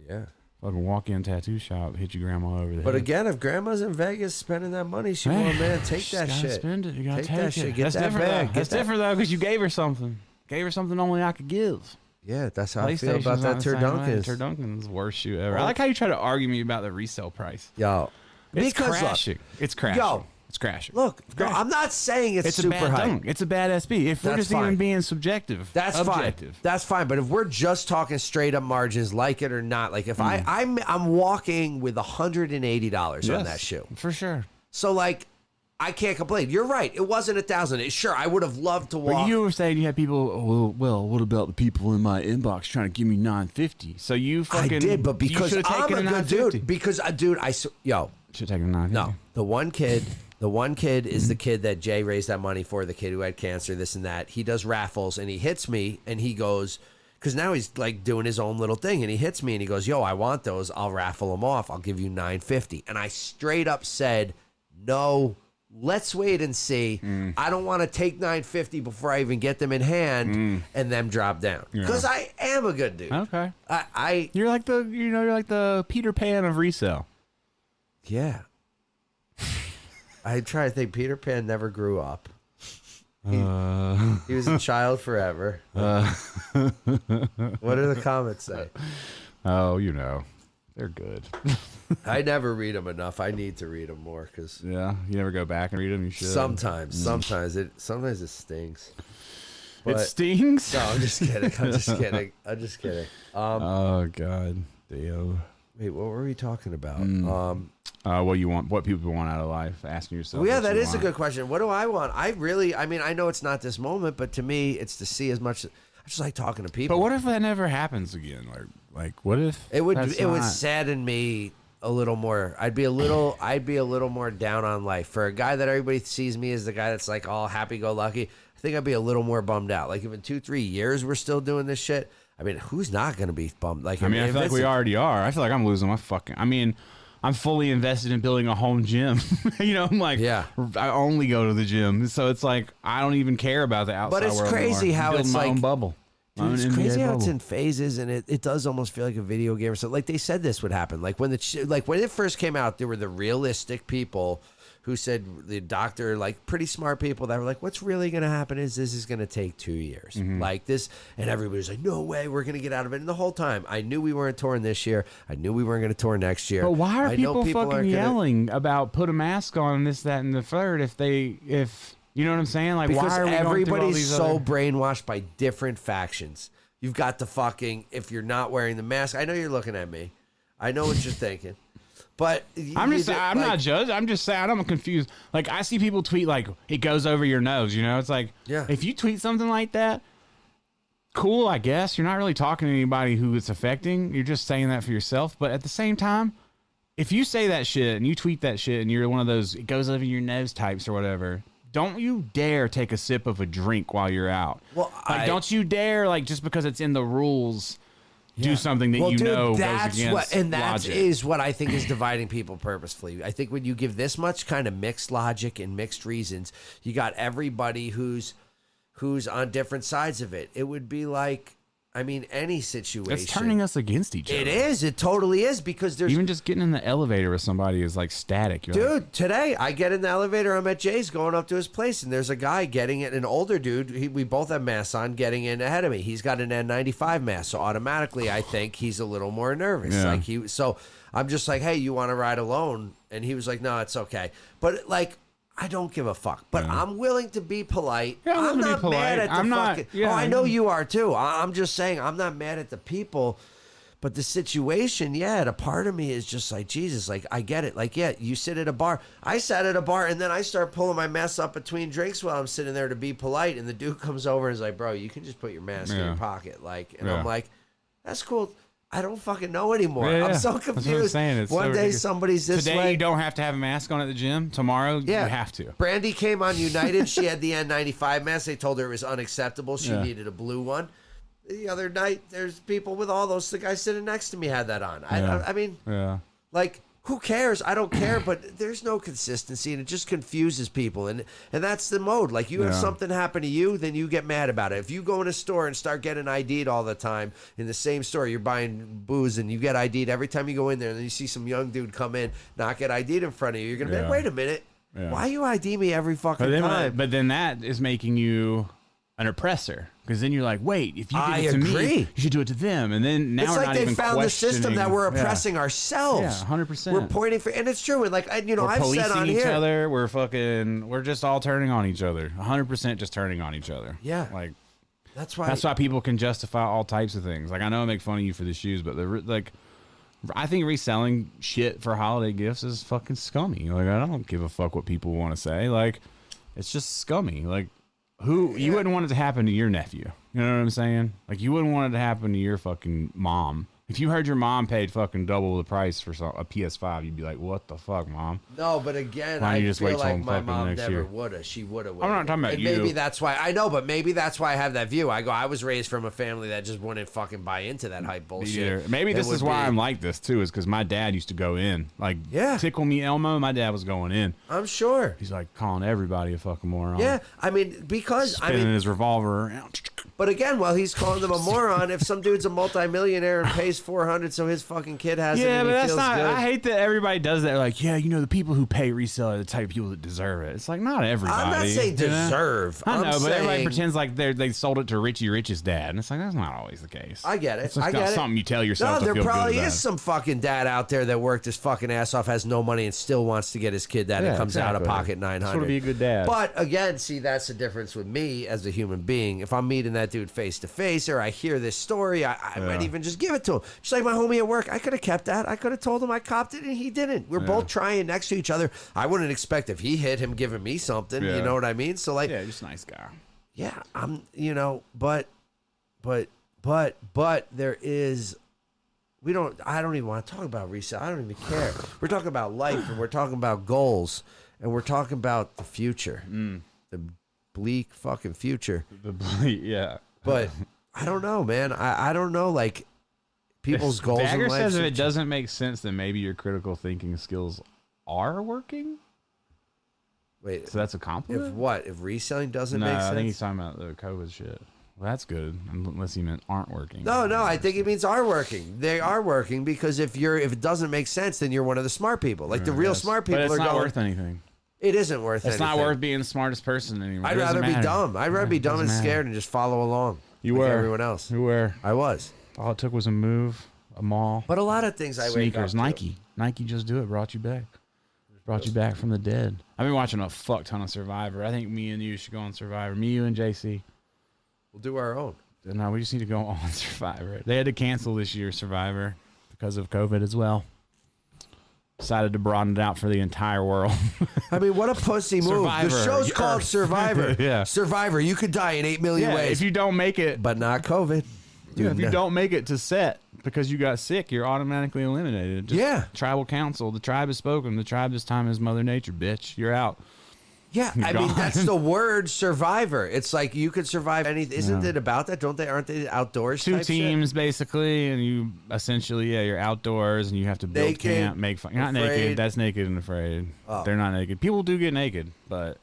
Speaker 1: yeah.
Speaker 2: Fucking walk in tattoo shop, hit your grandma over the
Speaker 1: But
Speaker 2: head.
Speaker 1: again, if grandma's in Vegas spending that money, she
Speaker 2: Hey,
Speaker 1: will man, take
Speaker 2: she's
Speaker 1: that
Speaker 2: gotta
Speaker 1: shit.
Speaker 2: Spend it. You gotta
Speaker 1: Take
Speaker 2: take,
Speaker 1: that
Speaker 2: it.
Speaker 1: shit. Get
Speaker 2: That's
Speaker 1: that
Speaker 2: different.
Speaker 1: bag.
Speaker 2: Though.
Speaker 1: Get
Speaker 2: That's
Speaker 1: that-
Speaker 2: different though, because you gave her something. Gave her something only I could give.
Speaker 1: Yeah, that's how I feel
Speaker 2: PlayStation's
Speaker 1: about that
Speaker 2: not the same way.
Speaker 1: turdunkins.
Speaker 2: Turdunkins is the worst shoe ever. I like how you try to argue me about the resale price.
Speaker 1: Yo,
Speaker 2: It's
Speaker 1: look,
Speaker 2: crashing. it's crashing.
Speaker 1: Yo.
Speaker 2: it's crashing.
Speaker 1: Look,
Speaker 2: it's
Speaker 1: no,
Speaker 2: crashing.
Speaker 1: I'm not saying it's,
Speaker 2: it's a
Speaker 1: super
Speaker 2: bad
Speaker 1: hype.
Speaker 2: dunk. It's a bad SB. If we're
Speaker 1: That's
Speaker 2: just
Speaker 1: fine.
Speaker 2: even being subjective,
Speaker 1: That's
Speaker 2: objective.
Speaker 1: fine. That's fine. But if we're just talking straight up margins, like it or not, like if
Speaker 2: Mm.
Speaker 1: I I'm I'm walking with hundred and eighty dollars on
Speaker 2: Yes,
Speaker 1: that shoe,
Speaker 2: for sure.
Speaker 1: so like I can't complain. You're right. It wasn't a thousand. It, sure, I would have loved to walk.
Speaker 2: But you were saying you had people. Oh, well, well, what about the people in my inbox trying to give me nine fifty? So you
Speaker 1: I
Speaker 2: fucking
Speaker 1: did, but
Speaker 2: you
Speaker 1: because
Speaker 2: should've
Speaker 1: I'm
Speaker 2: taken
Speaker 1: a good
Speaker 2: $9.50.
Speaker 1: dude. Because uh, dude, I s- yo
Speaker 2: Should have taken a nine.
Speaker 1: no the one kid. The one kid is the kid that Jay raised that money for, the kid who had cancer, this and that. He does raffles and he hits me and he goes, because now he's like doing his own little thing and he hits me and he goes, Yo, I want those. I'll raffle them off. I'll give you 950. And I straight up said, No, let's wait and see. I don't want to take 950 before I even get them in hand and them drop down. Because I am a good dude.
Speaker 2: Okay.
Speaker 1: I, I,
Speaker 2: You're like the you know you're like the Peter Pan of resale.
Speaker 1: yeah. I try to think. Peter Pan never grew up.
Speaker 2: Uh.
Speaker 1: He was a child forever. what do the comments say?
Speaker 2: oh, you know, they're good.
Speaker 1: I never read them enough. I need to read them more because
Speaker 2: Yeah, you never go back and read them. You should. Mm.
Speaker 1: sometimes, sometimes it, sometimes it stings.
Speaker 2: it
Speaker 1: But-
Speaker 2: stings.
Speaker 1: No, I'm just kidding. I'm just kidding. I'm just kidding. Um,
Speaker 2: Oh God, damn.
Speaker 1: wait, what were we talking about? Um,
Speaker 2: Uh, what you want? What people want out of life? Asking yourself.
Speaker 1: yeah,
Speaker 2: what
Speaker 1: that
Speaker 2: you
Speaker 1: is a
Speaker 2: want.
Speaker 1: good question. What do I want? I really, I mean, I know it's not this moment, but to me, it's to see as much. I just like talking to people.
Speaker 2: But what if that never happens again? Like, like what if
Speaker 1: It would
Speaker 2: that's
Speaker 1: it would
Speaker 2: not-
Speaker 1: sadden me a little more. I'd be a little I'd be a little more down on life. For a guy that everybody sees me as the guy that's like all happy go lucky, I think I'd be a little more bummed out. Like if in two, three years we're still doing this shit, I mean who's not gonna be bummed? Like
Speaker 2: I mean, I
Speaker 1: if
Speaker 2: feel like
Speaker 1: it's-
Speaker 2: we already are. I feel like I'm losing my fucking. I mean, I'm fully invested in building a home gym. you know, I'm like,
Speaker 1: Yeah.
Speaker 2: I only go to the gym, so it's like I don't even care about the outside.
Speaker 1: it's
Speaker 2: world anymore.
Speaker 1: crazy how
Speaker 2: I'm building
Speaker 1: it's
Speaker 2: my own
Speaker 1: like-
Speaker 2: bubble. My
Speaker 1: Dude, it's
Speaker 2: own NBA
Speaker 1: crazy how it's
Speaker 2: bubble.
Speaker 1: in phases, and it, it does almost feel like a video game or something. Like they said this would happen. Like when the sh- like when it first came out, there were the realistic people who said the doctor, like pretty smart people, that were like, "What's really going to happen is this is going to take two years,
Speaker 2: Mm-hmm.
Speaker 1: like this." And everybody's like, "No way, we're going to get out of it." And the whole time, I knew we weren't touring this year. I knew we weren't going to tour next year.
Speaker 2: But why are
Speaker 1: I know
Speaker 2: people,
Speaker 1: aren't
Speaker 2: fucking
Speaker 1: gonna-
Speaker 2: yelling about put a mask on this, that, and the third? If they, if you know what I'm saying, like
Speaker 1: because
Speaker 2: why are we going through all
Speaker 1: everybody's
Speaker 2: these
Speaker 1: so
Speaker 2: other-
Speaker 1: brainwashed by different factions. You've got the fucking if you're not wearing the mask. I know you're looking at me. I know what you're thinking, but y-
Speaker 2: I'm
Speaker 1: you
Speaker 2: just,
Speaker 1: did-
Speaker 2: I'm not
Speaker 1: like,
Speaker 2: judged. I'm just saying, I'm confused. Like I see people tweet like it goes over your nose. You know, it's like,
Speaker 1: Yeah.
Speaker 2: if you tweet something like that, cool, I guess you're not really talking to anybody who it's affecting. You're just saying that for yourself. But at the same time, if you say that shit and you tweet that shit and you're one of those it goes over your nose types or whatever. Don't you dare take a sip of a drink while you're out.
Speaker 1: Well,
Speaker 2: like,
Speaker 1: I-
Speaker 2: don't you dare like just because it's in the rules, do something that
Speaker 1: well,
Speaker 2: you
Speaker 1: dude,
Speaker 2: know
Speaker 1: that's
Speaker 2: goes against
Speaker 1: what, and that is
Speaker 2: logic.
Speaker 1: what I think is dividing people purposefully. I think when you give this much kind of mixed logic and mixed reasons, you got everybody who's who's on different sides of it. It would be like, I mean, any situation.
Speaker 2: It's turning us against each other.
Speaker 1: It is. It totally is because there's
Speaker 2: Even just getting in the elevator with somebody is like static. You're like,
Speaker 1: Dude, today I get in the elevator. I'm at Jay's going up to his place, and there's a guy getting it. An older dude. He, we both have masks on, getting in ahead of me. He's got an N95 mask, so automatically I think he's a little more nervous.
Speaker 2: Yeah.
Speaker 1: Like he, so I'm just like, hey, you want to ride alone? And he was like, no, it's okay. But like. I don't give a fuck, but I'm willing to be polite.
Speaker 2: Yeah, I'm willing to be
Speaker 1: not
Speaker 2: polite.
Speaker 1: mad at the
Speaker 2: I'm not-
Speaker 1: fucking.
Speaker 2: yeah,
Speaker 1: oh, I
Speaker 2: I'm-
Speaker 1: know you are too. I, I'm just saying, I'm not mad at the people. But the situation, yeah, a part of me is just like, Jesus, like, I get it. Like, yeah, you sit at a bar. I sat at a bar and then I start pulling my mask up between drinks while I'm sitting there to be polite. And the dude comes over and is like, bro, you can just put your mask in
Speaker 2: Yeah.
Speaker 1: your pocket. Like, and
Speaker 2: Yeah.
Speaker 1: I'm like, that's cool. I don't fucking know anymore.
Speaker 2: Yeah, yeah.
Speaker 1: I'm so
Speaker 2: That's what I'm
Speaker 1: confused.
Speaker 2: saying. It's
Speaker 1: One
Speaker 2: so
Speaker 1: day
Speaker 2: ridiculous.
Speaker 1: somebody's this
Speaker 2: today
Speaker 1: way.
Speaker 2: you don't have to have a mask on at the gym. Tomorrow
Speaker 1: yeah.
Speaker 2: you have to.
Speaker 1: Brandy came on United. she had the N95 mask. They told her it was unacceptable. She
Speaker 2: Yeah.
Speaker 1: needed a blue one. The other night, there's people with all those. The guy sitting next to me had that on. I,
Speaker 2: Yeah.
Speaker 1: I, I mean,
Speaker 2: Yeah.
Speaker 1: like who cares i don't care but there's no consistency and it just confuses people and and that's the mode like you have
Speaker 2: Yeah.
Speaker 1: something happen to you then you get mad about it if you go in a store and start getting id'd all the time in the same store you're buying booze and you get id'd every time you go in there and then you see some young dude come in not get id'd in front of you you're gonna be
Speaker 2: Yeah.
Speaker 1: like wait a minute
Speaker 2: Yeah.
Speaker 1: why you id me every fucking
Speaker 2: But then,
Speaker 1: time
Speaker 2: but then that is making you an oppressor because then you're like, wait, if you did
Speaker 1: I
Speaker 2: it to
Speaker 1: agree.
Speaker 2: me, you should do it to them. And then now
Speaker 1: it's
Speaker 2: we're
Speaker 1: like
Speaker 2: not
Speaker 1: they
Speaker 2: even
Speaker 1: found the system that
Speaker 2: questioning-
Speaker 1: we're
Speaker 2: Yeah.
Speaker 1: oppressing ourselves.
Speaker 2: Yeah, 100%.
Speaker 1: We're pointing for, and it's true. And like, I, you know,
Speaker 2: We're
Speaker 1: I've said
Speaker 2: policing
Speaker 1: on
Speaker 2: each
Speaker 1: here,
Speaker 2: other. We're fucking. We're just all turning on each other. 100 percent just turning on each other.
Speaker 1: Yeah.
Speaker 2: Like
Speaker 1: that's why
Speaker 2: That's why people can justify all types of things. Like I know I make fun of you for the shoes, but the re- like, I think reselling shit for holiday gifts is fucking scummy. Like I don't give a fuck what people want to say. Like it's just scummy. Like who you wouldn't want it to happen to your nephew. You know what I'm saying? Like you wouldn't want it to happen to your fucking mom. If you heard your mom paid fucking double the price for some, a PS5, you'd be like, "What the fuck, mom?"
Speaker 1: No, but again,
Speaker 2: Why don't
Speaker 1: I
Speaker 2: you just wait
Speaker 1: feel
Speaker 2: till
Speaker 1: like
Speaker 2: I'm
Speaker 1: my
Speaker 2: fucking
Speaker 1: mom
Speaker 2: next
Speaker 1: never
Speaker 2: year?
Speaker 1: woulda. She woulda.
Speaker 2: I'm not talking about
Speaker 1: and
Speaker 2: you.
Speaker 1: Maybe that's why I know, but maybe that's why I have that view. I go, I was raised from a family that just wouldn't fucking buy into that hype
Speaker 2: Either.
Speaker 1: bullshit.
Speaker 2: Maybe
Speaker 1: It
Speaker 2: this
Speaker 1: would
Speaker 2: is why
Speaker 1: be-
Speaker 2: I'm like this too, is because my dad used to go in, like,
Speaker 1: Yeah.
Speaker 2: tickle me Elmo. My dad was going in.
Speaker 1: I'm sure.
Speaker 2: He's like calling everybody a fucking moron.
Speaker 1: Yeah, I mean because I
Speaker 2: spinning
Speaker 1: mean
Speaker 2: his revolver around.
Speaker 1: But again, while he's calling them a moron, if some dude's a multimillionaire and pays four hundred, so his fucking kid has it,
Speaker 2: Yeah,
Speaker 1: and
Speaker 2: but
Speaker 1: he
Speaker 2: that's
Speaker 1: feels
Speaker 2: not.
Speaker 1: good.
Speaker 2: I hate that everybody does that. Like, yeah, you know, the people who pay resell are the type of people that deserve it. It's like not everybody.
Speaker 1: I'm not saying
Speaker 2: you know?
Speaker 1: deserve.
Speaker 2: I know,
Speaker 1: am
Speaker 2: but
Speaker 1: saying,
Speaker 2: everybody pretends like they they sold it to Richie Rich's dad, and it's like that's not always the case.
Speaker 1: I get it.
Speaker 2: It's just
Speaker 1: I get it.
Speaker 2: something you tell yourself.
Speaker 1: No,
Speaker 2: to
Speaker 1: there
Speaker 2: feel good
Speaker 1: probably
Speaker 2: about
Speaker 1: is
Speaker 2: it.
Speaker 1: some fucking dad out there that worked his fucking ass off, has no money, and still wants to get his kid that. it
Speaker 2: Yeah,
Speaker 1: comes out of
Speaker 2: exactly.
Speaker 1: pocket nine
Speaker 2: That's
Speaker 1: hundred.
Speaker 2: what would be a good dad.
Speaker 1: But again, see, that's the difference with me as a human being. If I'm meeting that dude face to face, or I hear this story, I, I might even just give it to him. Just like my homie at work, I could have kept that. I could have told him I copped it, and he didn't. We're both trying next to each other. I wouldn't expect if he hit him giving me something. You
Speaker 2: Yeah.
Speaker 1: know what I mean? So like,
Speaker 2: Yeah, just a nice guy.
Speaker 1: yeah, I'm, you know, but, but, but, but there is, we don't, I don't even want to talk about resale. I don't even care. We're talking about life and we're talking about goals and we're talking about the future,
Speaker 2: Mm.
Speaker 1: the bleak fucking future.
Speaker 2: yeah.
Speaker 1: But I don't know, man. I, I don't know, like, people's goals
Speaker 2: Dagger
Speaker 1: in life.
Speaker 2: says if it doesn't make sense, then maybe your critical thinking skills are working.
Speaker 1: Wait,
Speaker 2: So that's a
Speaker 1: if
Speaker 2: compliment.
Speaker 1: what? If reselling doesn't
Speaker 2: no,
Speaker 1: make
Speaker 2: I think he's
Speaker 1: sense?
Speaker 2: talking about the COVID shit. Well, that's good, unless he meant aren't working.
Speaker 1: No, no, I think it means are working. They are working because if you're if it doesn't make sense, then you're one of the smart people. Like the real smart people
Speaker 2: Mm, But it's
Speaker 1: are
Speaker 2: not
Speaker 1: going,
Speaker 2: worth anything.
Speaker 1: It isn't worth it.
Speaker 2: It's not worth being the smartest person anymore.
Speaker 1: I'd
Speaker 2: It doesn't
Speaker 1: rather be
Speaker 2: matter.
Speaker 1: dumb. I'd rather be dumb and scared and just follow along.
Speaker 2: You
Speaker 1: like
Speaker 2: were
Speaker 1: everyone else.
Speaker 2: You were.
Speaker 1: I was.
Speaker 2: All it took was a move, a mall,
Speaker 1: But a lot of things I wake up
Speaker 2: sneakers,
Speaker 1: to.
Speaker 2: Nike. Nike just do it. Brought you back. Brought you back from the dead. I've been watching a fuck ton of Survivor. I think me and you should go on Survivor. Me, you, and JC.
Speaker 1: We'll do our own.
Speaker 2: No, we just need to go on Survivor. They had to cancel this year's Survivor because of COVID as well. Decided to broaden it out for the entire world.
Speaker 1: I mean, what a pussy move. The
Speaker 2: Survivor,
Speaker 1: show's called
Speaker 2: Earth.
Speaker 1: Survivor.
Speaker 2: Yeah.
Speaker 1: Survivor. You could die in eight million
Speaker 2: yeah,
Speaker 1: ways,
Speaker 2: if you don't make it,
Speaker 1: but not COVID. Dude,
Speaker 2: if you
Speaker 1: no.
Speaker 2: don't make it to set because you got sick, you're automatically eliminated. Just
Speaker 1: Yeah.
Speaker 2: Tribal council. The tribe has spoken. The tribe this time is Mother Nature, bitch. You're out.
Speaker 1: Yeah, I mean
Speaker 2: God.
Speaker 1: that's the word survivor. It's like you could survive anything. Isn't it about that? Don't they? Aren't they outdoors?
Speaker 2: Two
Speaker 1: type shit?
Speaker 2: teams basically, and you essentially yeah, you're outdoors and you have to build
Speaker 1: Naked,
Speaker 2: camp, make fun. Not
Speaker 1: afraid.
Speaker 2: naked. That's naked and afraid.
Speaker 1: Oh.
Speaker 2: They're not naked. People do get naked, but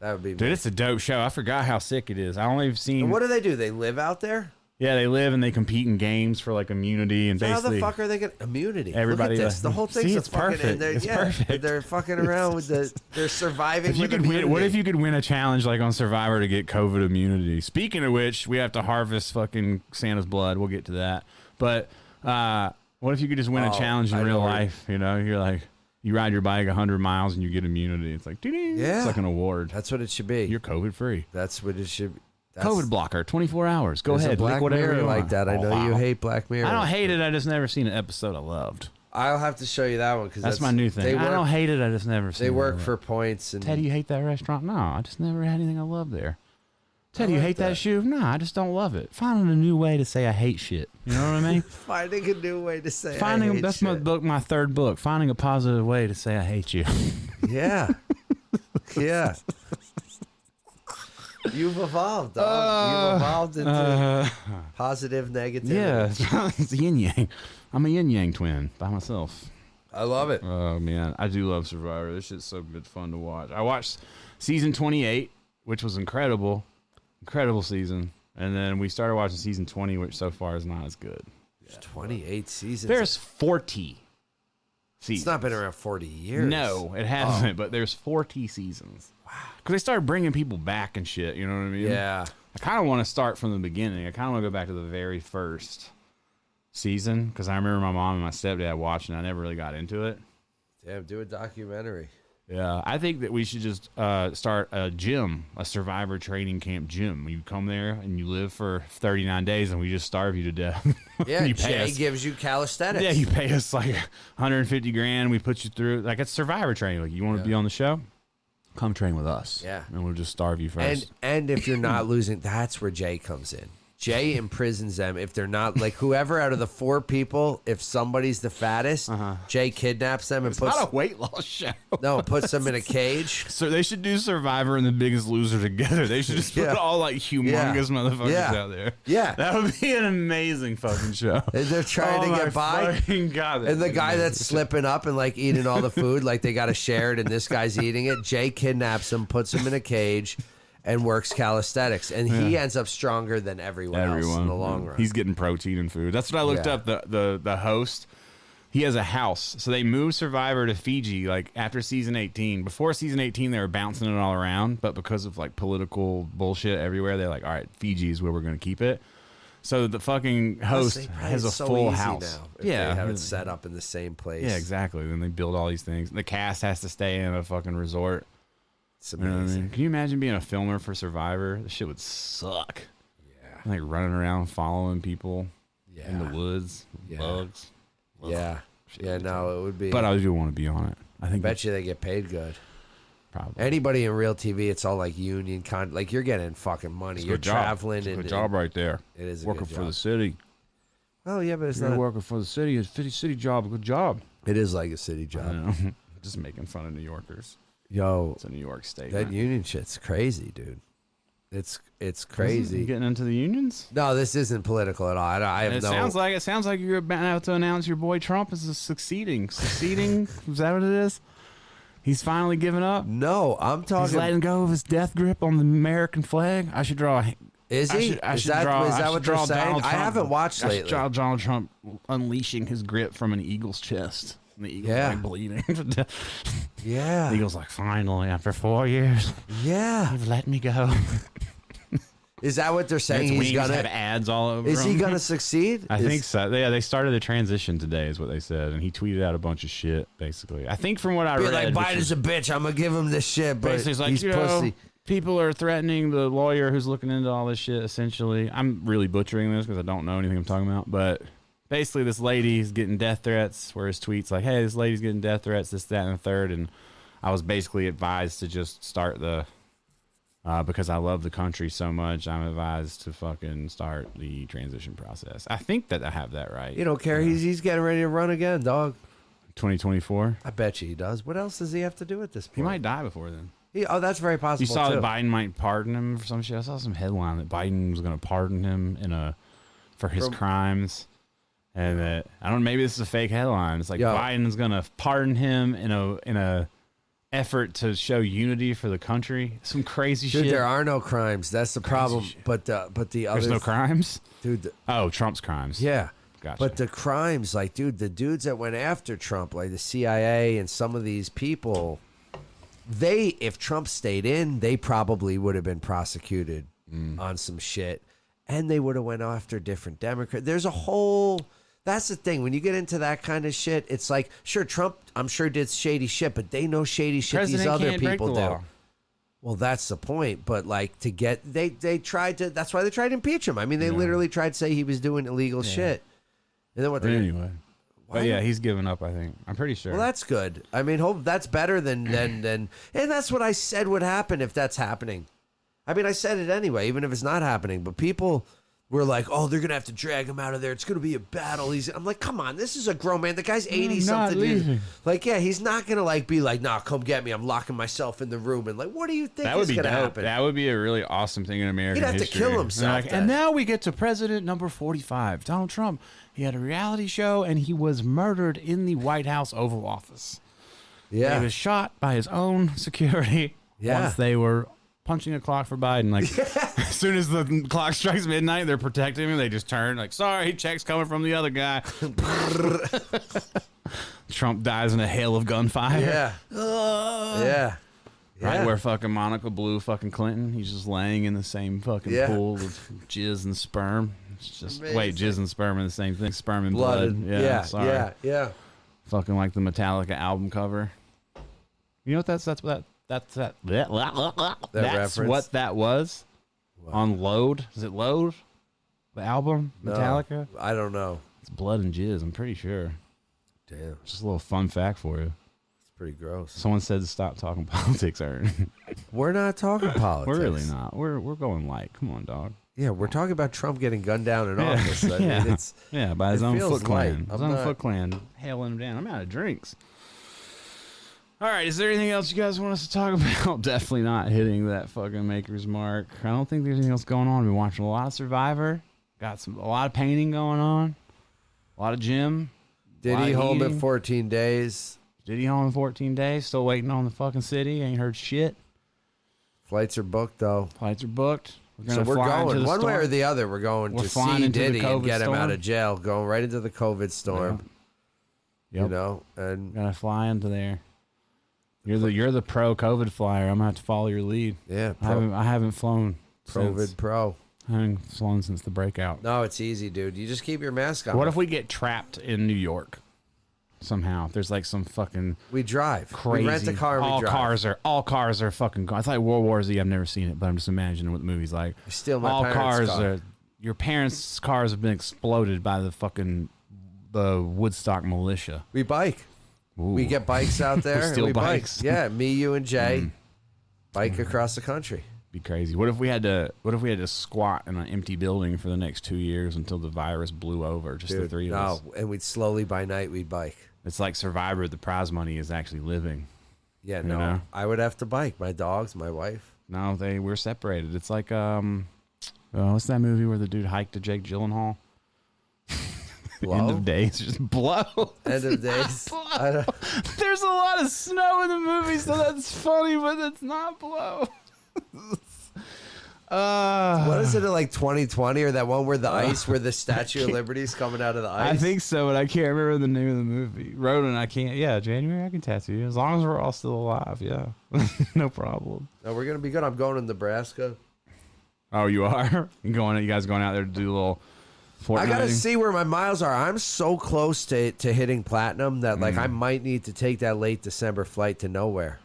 Speaker 1: That would be.
Speaker 2: dude,
Speaker 1: me.
Speaker 2: it's a dope show. I forgot how sick it is. I only have seen.
Speaker 1: What do they do? They live out there.
Speaker 2: yeah, they live and they compete in games for like immunity and
Speaker 1: So how
Speaker 2: basically.
Speaker 1: the fuck are they getting immunity? Look at
Speaker 2: Everybody
Speaker 1: this.
Speaker 2: like-
Speaker 1: the whole thing's
Speaker 2: See,
Speaker 1: a
Speaker 2: it's
Speaker 1: fucking,
Speaker 2: perfect.
Speaker 1: And they're,
Speaker 2: It's
Speaker 1: yeah,
Speaker 2: perfect.
Speaker 1: They're fucking around with the. They're surviving.
Speaker 2: if you
Speaker 1: with
Speaker 2: could win, what
Speaker 1: immunity.
Speaker 2: if you could win a challenge like on Survivor to get COVID immunity? Speaking of which, we have to harvest fucking Santa's blood. We'll get to that. But uh, what if you could just win
Speaker 1: Oh,
Speaker 2: a challenge in
Speaker 1: I
Speaker 2: real
Speaker 1: know.
Speaker 2: life? You know, you're like you ride your bike 100 miles and you get immunity. It's like, ding.
Speaker 1: Yeah.
Speaker 2: it's like an award.
Speaker 1: That's what it should be.
Speaker 2: You're COVID free.
Speaker 1: that's what it should. be. That's,
Speaker 2: COVID blocker, 24 hours. Go
Speaker 1: there's a
Speaker 2: ahead,
Speaker 1: Black
Speaker 2: lick whatever
Speaker 1: Mirror
Speaker 2: you
Speaker 1: like
Speaker 2: want.
Speaker 1: that. I
Speaker 2: Oh,
Speaker 1: know you
Speaker 2: wow.
Speaker 1: hate Black Mirror.
Speaker 2: I don't hate it. I just never seen an episode I loved.
Speaker 1: I'll have to show you that one because
Speaker 2: That's, my new thing.
Speaker 1: They work,
Speaker 2: I don't hate it. I just never. Seen
Speaker 1: They
Speaker 2: it.
Speaker 1: work for points and
Speaker 2: Ted, you hate that restaurant? No, I just never had anything I love there. Ted, you hate that. shoe? No, I just don't love it. Finding a new way to say I hate shit. You know what I mean?
Speaker 1: finding a new way to say. I
Speaker 2: Finding
Speaker 1: hate
Speaker 2: that's my
Speaker 1: shit.
Speaker 2: book, my third book. Finding a positive way to say I hate you.
Speaker 1: Yeah. yeah. You've evolved, dog. You've evolved into positive, negative.
Speaker 2: Uh, yeah, it's yin yang. I'm a yin yang twin by myself.
Speaker 1: I love it.
Speaker 2: Oh man, I do love Survivor. This shit's so good fun to watch. I watched season 28, which was incredible, incredible season. And then we started watching season 20, which so far is not as good.
Speaker 1: There's 28 seasons.
Speaker 2: There's 40 seasons.
Speaker 1: it's not Oh. been around 40 years.
Speaker 2: No, it hasn't. But there's 40 seasons. Wow. Because they started bringing people back and shit. You know what I mean?
Speaker 1: Yeah.
Speaker 2: I kind of want to start from the beginning. I kind of want to go back to the very first season because I remember my mom and my stepdad watching. I never really got into it.
Speaker 1: Damn, do a documentary.
Speaker 2: Yeah, I think that we should just uh, start a gym, a survivor training camp gym. You come there and you live for 39 days, and we just starve you to death.
Speaker 1: Yeah,
Speaker 2: you
Speaker 1: Jay
Speaker 2: pass.
Speaker 1: gives you calisthenics.
Speaker 2: Yeah, you pay us like 150 grand. We put you through like it's survivor training. Like you want to be on the show, come train with us.
Speaker 1: Yeah.
Speaker 2: and we'll just starve you first.
Speaker 1: and and if you're not losing, that's where Jay comes in. Jay imprisons them if they're not like whoever out of the four people. If somebody's the fattest, Jay kidnaps them and puts
Speaker 2: Uh-huh. not a weight loss show.
Speaker 1: no puts them in a cage.
Speaker 2: So they should do Survivor and The Biggest Loser together. They should just put
Speaker 1: Yeah.
Speaker 2: all like humongous
Speaker 1: Yeah.
Speaker 2: motherfuckers
Speaker 1: Yeah.
Speaker 2: out there.
Speaker 1: Yeah.
Speaker 2: that would be an amazing fucking show.
Speaker 1: And they're trying to
Speaker 2: Oh my
Speaker 1: get by.
Speaker 2: fucking God,
Speaker 1: And the guy that's slipping up and like eating all the food, like they got to share it, and this guy's eating it. Jay kidnaps him, puts him in a cage, and works calisthenics, and he ends up stronger than everyone, else in the long run.
Speaker 2: He's getting protein and food. That's what I looked
Speaker 1: Yeah.
Speaker 2: up. The, the the host, he has a house. So they moved Survivor to Fiji like after season 18. Before season 18, they were bouncing it all around, but because of like political bullshit everywhere, they're like, all right, Fiji is where we're going to keep it. So the fucking host
Speaker 1: Honestly, probably
Speaker 2: has a
Speaker 1: it's so
Speaker 2: full
Speaker 1: easy
Speaker 2: house.
Speaker 1: now if
Speaker 2: yeah,
Speaker 1: they have it set up in the same place.
Speaker 2: yeah, exactly. Then they build all these things. The cast has to stay in a fucking resort.
Speaker 1: It's
Speaker 2: You know what I
Speaker 1: amazing.
Speaker 2: mean? Can you imagine being a filmer for Survivor? This shit would suck. Yeah. Like running around following people in the
Speaker 1: Yeah.
Speaker 2: woods, bugs.
Speaker 1: Yeah, yeah. No, it would be.
Speaker 2: But um,
Speaker 1: I
Speaker 2: I do want to be on it. I think
Speaker 1: bet you they get paid good.
Speaker 2: probably.
Speaker 1: Anybody in real TV, it's all like union con. Like you're getting fucking money.
Speaker 2: It's a
Speaker 1: you're
Speaker 2: good job.
Speaker 1: traveling
Speaker 2: It's a
Speaker 1: and
Speaker 2: good job right there.
Speaker 1: It is a
Speaker 2: working
Speaker 1: good
Speaker 2: for the
Speaker 1: job.
Speaker 2: city.
Speaker 1: Oh yeah, but it's
Speaker 2: You're
Speaker 1: not.
Speaker 2: working for the city. It's fifty city job. Good job.
Speaker 1: It is like a city job.
Speaker 2: Just making fun of New Yorkers.
Speaker 1: Yo,
Speaker 2: It's a New York state.
Speaker 1: that
Speaker 2: man.
Speaker 1: union shit's crazy, dude. It's it's
Speaker 2: You
Speaker 1: crazy.
Speaker 2: getting into the unions?
Speaker 1: No, this isn't political at all. I, don't- I have
Speaker 2: It
Speaker 1: no.
Speaker 2: sounds like it sounds like you're about to announce your boy Trump is succeeding. Succeeding? is that what it is? He's finally giving up.
Speaker 1: no, I'm
Speaker 2: He's
Speaker 1: talking.
Speaker 2: letting go of his death grip on the American flag. I should draw. a-
Speaker 1: is he?
Speaker 2: I should, I
Speaker 1: is
Speaker 2: should
Speaker 1: that,
Speaker 2: draw.
Speaker 1: is
Speaker 2: I
Speaker 1: that
Speaker 2: should
Speaker 1: what they're
Speaker 2: draw
Speaker 1: saying?
Speaker 2: Donald
Speaker 1: I
Speaker 2: Trump-
Speaker 1: haven't watched
Speaker 2: I should
Speaker 1: lately.
Speaker 2: draw Donald Trump unleashing his grip from an eagle's chest. And the eagle's
Speaker 1: Yeah.
Speaker 2: like bleeding. to death.
Speaker 1: yeah,
Speaker 2: the eagle's like, finally, after four years,
Speaker 1: yeah.
Speaker 2: you've let me go.
Speaker 1: Is that what they're saying?
Speaker 2: Its
Speaker 1: He's
Speaker 2: wings
Speaker 1: gonna.
Speaker 2: have ads all over.
Speaker 1: is he
Speaker 2: him.
Speaker 1: gonna succeed?
Speaker 2: I
Speaker 1: Is-
Speaker 2: think so. Yeah, they started the transition today, is what they said, and he tweeted out a bunch of shit. Basically, I think from what I
Speaker 1: Be
Speaker 2: read,
Speaker 1: like
Speaker 2: which
Speaker 1: Biden's
Speaker 2: is
Speaker 1: a bitch. I'm gonna give him this shit, but
Speaker 2: basically it's like
Speaker 1: he's
Speaker 2: you know,
Speaker 1: pussy.
Speaker 2: people are threatening the lawyer who's looking into all this shit. Essentially, I'm really butchering this because I don't know anything I'm talking about, but. Basically, this lady's getting death threats. Where his tweets like, "Hey, this lady's getting death threats. This, that, and the third. And I was basically advised to just start the, uh, because I love the country so much. I'm advised to fucking start the transition process. I think that I have that right.
Speaker 1: You don't care. He's he's getting ready to run again, dog.
Speaker 2: 2024.
Speaker 1: I bet you he does. What else does he have to do at this point?
Speaker 2: He might die before then.
Speaker 1: He- oh, that's very possible.
Speaker 2: You saw
Speaker 1: too.
Speaker 2: that Biden might pardon him for some shit. I saw some headline that Biden was going to pardon him in a for his crimes, and that I don't. know, Maybe this is a fake headline. It's like
Speaker 1: Yeah.
Speaker 2: Biden's going to pardon him in a in a effort to show unity for the country. Some crazy
Speaker 1: Dude,
Speaker 2: shit.
Speaker 1: there are no crimes. That's the problem.
Speaker 2: shit.
Speaker 1: But the but the other
Speaker 2: There's no crimes.
Speaker 1: dude, the-
Speaker 2: Oh, Trump's crimes.
Speaker 1: yeah.
Speaker 2: Gotcha.
Speaker 1: But the crimes, like dude, the dudes that went after Trump, like the CIA and some of these people, they if Trump stayed in, they probably would have been prosecuted on some shit, and they would have went after different Democrats. There's a whole. That's the thing. When you get into that kind of shit, it's like, sure, Trump, I'm sure did shady shit, but they know shady shit
Speaker 2: president
Speaker 1: these other
Speaker 2: can't break the
Speaker 1: people do.
Speaker 2: law.
Speaker 1: Well, that's the point. But like to get they they tried to. That's why they tried to impeach him. I mean, they literally tried to say he was doing illegal shit. And then what?
Speaker 2: But
Speaker 1: They,
Speaker 2: anyway, but yeah, he's giving up. I think I'm pretty sure.
Speaker 1: well, that's good. I mean, hope that's better than than than. And that's what I said would happen if that's happening. I mean, I said it anyway, even if it's not happening. But people were like, "Oh, they're gonna have to drag him out of there. It's gonna be a battle." He's. I'm like, come on, this is a grown man. The guy's eighty something.
Speaker 2: leaving.
Speaker 1: Years. Like, yeah, he's not gonna like be like, "Nah, come get me. I'm locking myself in the room." And like, what do you think
Speaker 2: That would
Speaker 1: is
Speaker 2: be
Speaker 1: gonna
Speaker 2: dope.
Speaker 1: happen?
Speaker 2: That would be a really awesome thing in American
Speaker 1: He'd have to
Speaker 2: history.
Speaker 1: kill
Speaker 2: And
Speaker 1: himself
Speaker 2: like,
Speaker 1: then.
Speaker 2: and now we get to President number forty-five, Donald Trump. He had a reality show, and he was murdered in the White House Oval Office.
Speaker 1: yeah.
Speaker 2: He was shot by his own security.
Speaker 1: Yeah.
Speaker 2: Once they were punching a clock for Biden, like as soon as the clock strikes midnight, they're protecting him. They just turn like, "Sorry, check's coming from the other guy." Trump dies in a hail of gunfire.
Speaker 1: Yeah. yeah.
Speaker 2: Right
Speaker 1: Yeah.
Speaker 2: where fucking Monica blew fucking Clinton. He's just laying in the same fucking
Speaker 1: Yeah.
Speaker 2: pool of jizz and sperm. It's just wait,
Speaker 1: Amazing.
Speaker 2: jizz and sperm are the same thing. Sperm and blood.
Speaker 1: Blooded.
Speaker 2: Yeah,
Speaker 1: yeah,
Speaker 2: sorry.
Speaker 1: yeah, yeah.
Speaker 2: Fucking like the Metallica album cover. You know what that's that's what that that's that, that, that's
Speaker 1: reference?
Speaker 2: what that was on Load. Is it Load? The album Metallica.
Speaker 1: I don't know.
Speaker 2: It's blood and jizz. I'm pretty sure.
Speaker 1: Damn, it's
Speaker 2: Just a little fun fact for you.
Speaker 1: pretty gross.
Speaker 2: Someone said to stop talking politics, Aaron.
Speaker 1: We're not talking politics.
Speaker 2: We're really not. We're we're going light. Come on, dog.
Speaker 1: Yeah, we're talking about Trump getting gunned down in office. I mean,
Speaker 2: yeah.
Speaker 1: it's
Speaker 2: yeah, by his
Speaker 1: it
Speaker 2: own
Speaker 1: feels
Speaker 2: foot
Speaker 1: light.
Speaker 2: clan.
Speaker 1: I'm
Speaker 2: His own
Speaker 1: not-
Speaker 2: foot clan hailing him down. I'm out of drinks. All right, is there anything else you guys want us to talk about? Definitely not hitting that fucking maker's mark. I don't think there's anything else going on. We've been watching a lot of Survivor. Got some a lot of painting going on. A lot of gym.
Speaker 1: did he
Speaker 2: Why
Speaker 1: hold it
Speaker 2: eating?
Speaker 1: 14 days?
Speaker 2: Did he home in 14 days? Still waiting on the fucking city. Ain't heard shit.
Speaker 1: Flights are booked though.
Speaker 2: Flights are booked. We're
Speaker 1: So we're
Speaker 2: fly into
Speaker 1: going
Speaker 2: the
Speaker 1: one way
Speaker 2: storm.
Speaker 1: or the other. We're going
Speaker 2: We're
Speaker 1: to
Speaker 2: flying
Speaker 1: see
Speaker 2: into the
Speaker 1: Diddy and
Speaker 2: COVID
Speaker 1: get him out
Speaker 2: storm.
Speaker 1: of jail. Going right into the COVID storm.
Speaker 2: Yep.
Speaker 1: You know, and
Speaker 2: We're gonna fly into there. You're the you're the pro COVID flyer. I'm gonna have to follow your lead.
Speaker 1: yeah,
Speaker 2: I
Speaker 1: pro,
Speaker 2: haven't I haven't flown.
Speaker 1: COVID
Speaker 2: Since,
Speaker 1: pro.
Speaker 2: I haven't flown since the breakout.
Speaker 1: No, it's easy, dude. You just keep your mask on.
Speaker 2: What if we get trapped in New York somehow? If there's like some fucking
Speaker 1: we drive?
Speaker 2: crazy.
Speaker 1: We rent a car. And
Speaker 2: all
Speaker 1: we drive.
Speaker 2: cars are all cars are fucking. It's like World War Z. I've never seen it, but I'm just imagining what the movie's like.
Speaker 1: Steal my
Speaker 2: all
Speaker 1: parents'
Speaker 2: cars
Speaker 1: car.
Speaker 2: are. Your parents' cars have been exploded by the fucking the Woodstock militia.
Speaker 1: We bike. We
Speaker 2: Ooh.
Speaker 1: get bikes out there. and
Speaker 2: steal
Speaker 1: we bike.
Speaker 2: bikes. Mm.
Speaker 1: Yeah, me, you, and Jay bike across the country.
Speaker 2: be crazy. What if we had to? What if we had to squat in an empty building for the next two years until the virus blew over? Just the
Speaker 1: Dude,
Speaker 2: three of
Speaker 1: no,
Speaker 2: us.
Speaker 1: and we'd slowly by night we'd bike.
Speaker 2: It's like Survivor. The prize money is actually living.
Speaker 1: Yeah, no,
Speaker 2: know?
Speaker 1: I would have to bike. My dogs, my wife.
Speaker 2: No, they we're separated. It's like um, oh, what's that movie where the dude hiked to Jake Gyllenhaal? End
Speaker 1: Blow?
Speaker 2: of days, just blow.
Speaker 1: End of days. I don't,
Speaker 2: There's a lot of snow in the movie, so that's funny, but it's not blow. uh,
Speaker 1: what is it like 2020 or that one where the ice, where the Statue of Liberty's coming out of the ice?
Speaker 2: I think so, but I can't remember the name of the movie. Ronan, I can't. Yeah, January, I can tattoo you as long as we're all still alive. Yeah, no problem.
Speaker 1: no, we're gonna be good. I'm going to Nebraska.
Speaker 2: Oh, you are you going. You guys going out there to do a little. Fortnite
Speaker 1: I gotta see where my miles are. I'm so close to to hitting platinum that
Speaker 2: Mm.
Speaker 1: like I might need to take that late December flight to nowhere.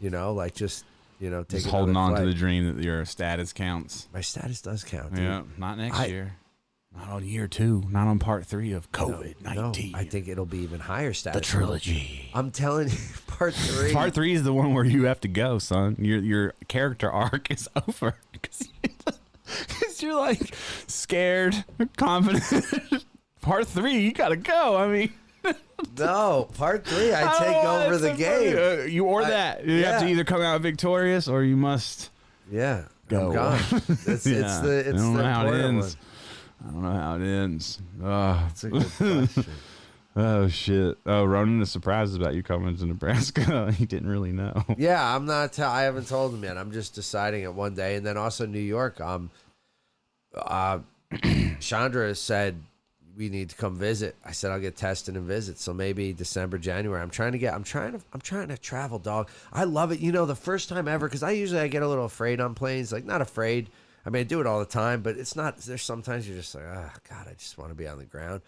Speaker 1: You know, like just you know, take
Speaker 2: Just holding
Speaker 1: another
Speaker 2: on to
Speaker 1: flight.
Speaker 2: the dream that your status counts.
Speaker 1: My status does count. Dude.
Speaker 2: Yeah, not next
Speaker 1: I-
Speaker 2: year. Not on year two. Not on part three of COVID
Speaker 1: No,
Speaker 2: nineteen.
Speaker 1: I think it'll be even higher
Speaker 2: the
Speaker 1: status.
Speaker 2: trilogy.
Speaker 1: I'm telling you, part three.
Speaker 2: Part three is the one where you have to go, son. Your your character arc is over because you're like scared, confident. part three, you gotta go. I mean,
Speaker 1: No, part three. I
Speaker 2: don't
Speaker 1: take
Speaker 2: know why
Speaker 1: over
Speaker 2: that's
Speaker 1: the
Speaker 2: so funny.
Speaker 1: game.
Speaker 2: Uh, you or
Speaker 1: I-
Speaker 2: that you have to
Speaker 1: yeah.
Speaker 2: either come out victorious or you must.
Speaker 1: Yeah,
Speaker 2: Go.
Speaker 1: I'm gone. It's, it's
Speaker 2: Yeah.
Speaker 1: the
Speaker 2: I
Speaker 1: it's
Speaker 2: don't
Speaker 1: the
Speaker 2: know how it
Speaker 1: important
Speaker 2: ends. I don't know how it ends. Ugh.
Speaker 1: one. It's a good question.
Speaker 2: Oh shit! Oh, Ronan is surprised about you coming to Nebraska. he didn't really know.
Speaker 1: Yeah, I'm not. T- I haven't told him yet. I'm just deciding it one day, and then also New York. Um, uh, Chandra said we need to come visit. I said I'll get tested and visit. So maybe December, January. I'm trying to get. I'm trying to. I'm trying to travel, dog. I love it. You know, the first time ever because I usually I get a little afraid on planes. Like not afraid. I mean, I do it all the time, but it's not. There's sometimes you're just like, ah, God, I just want to be on the ground.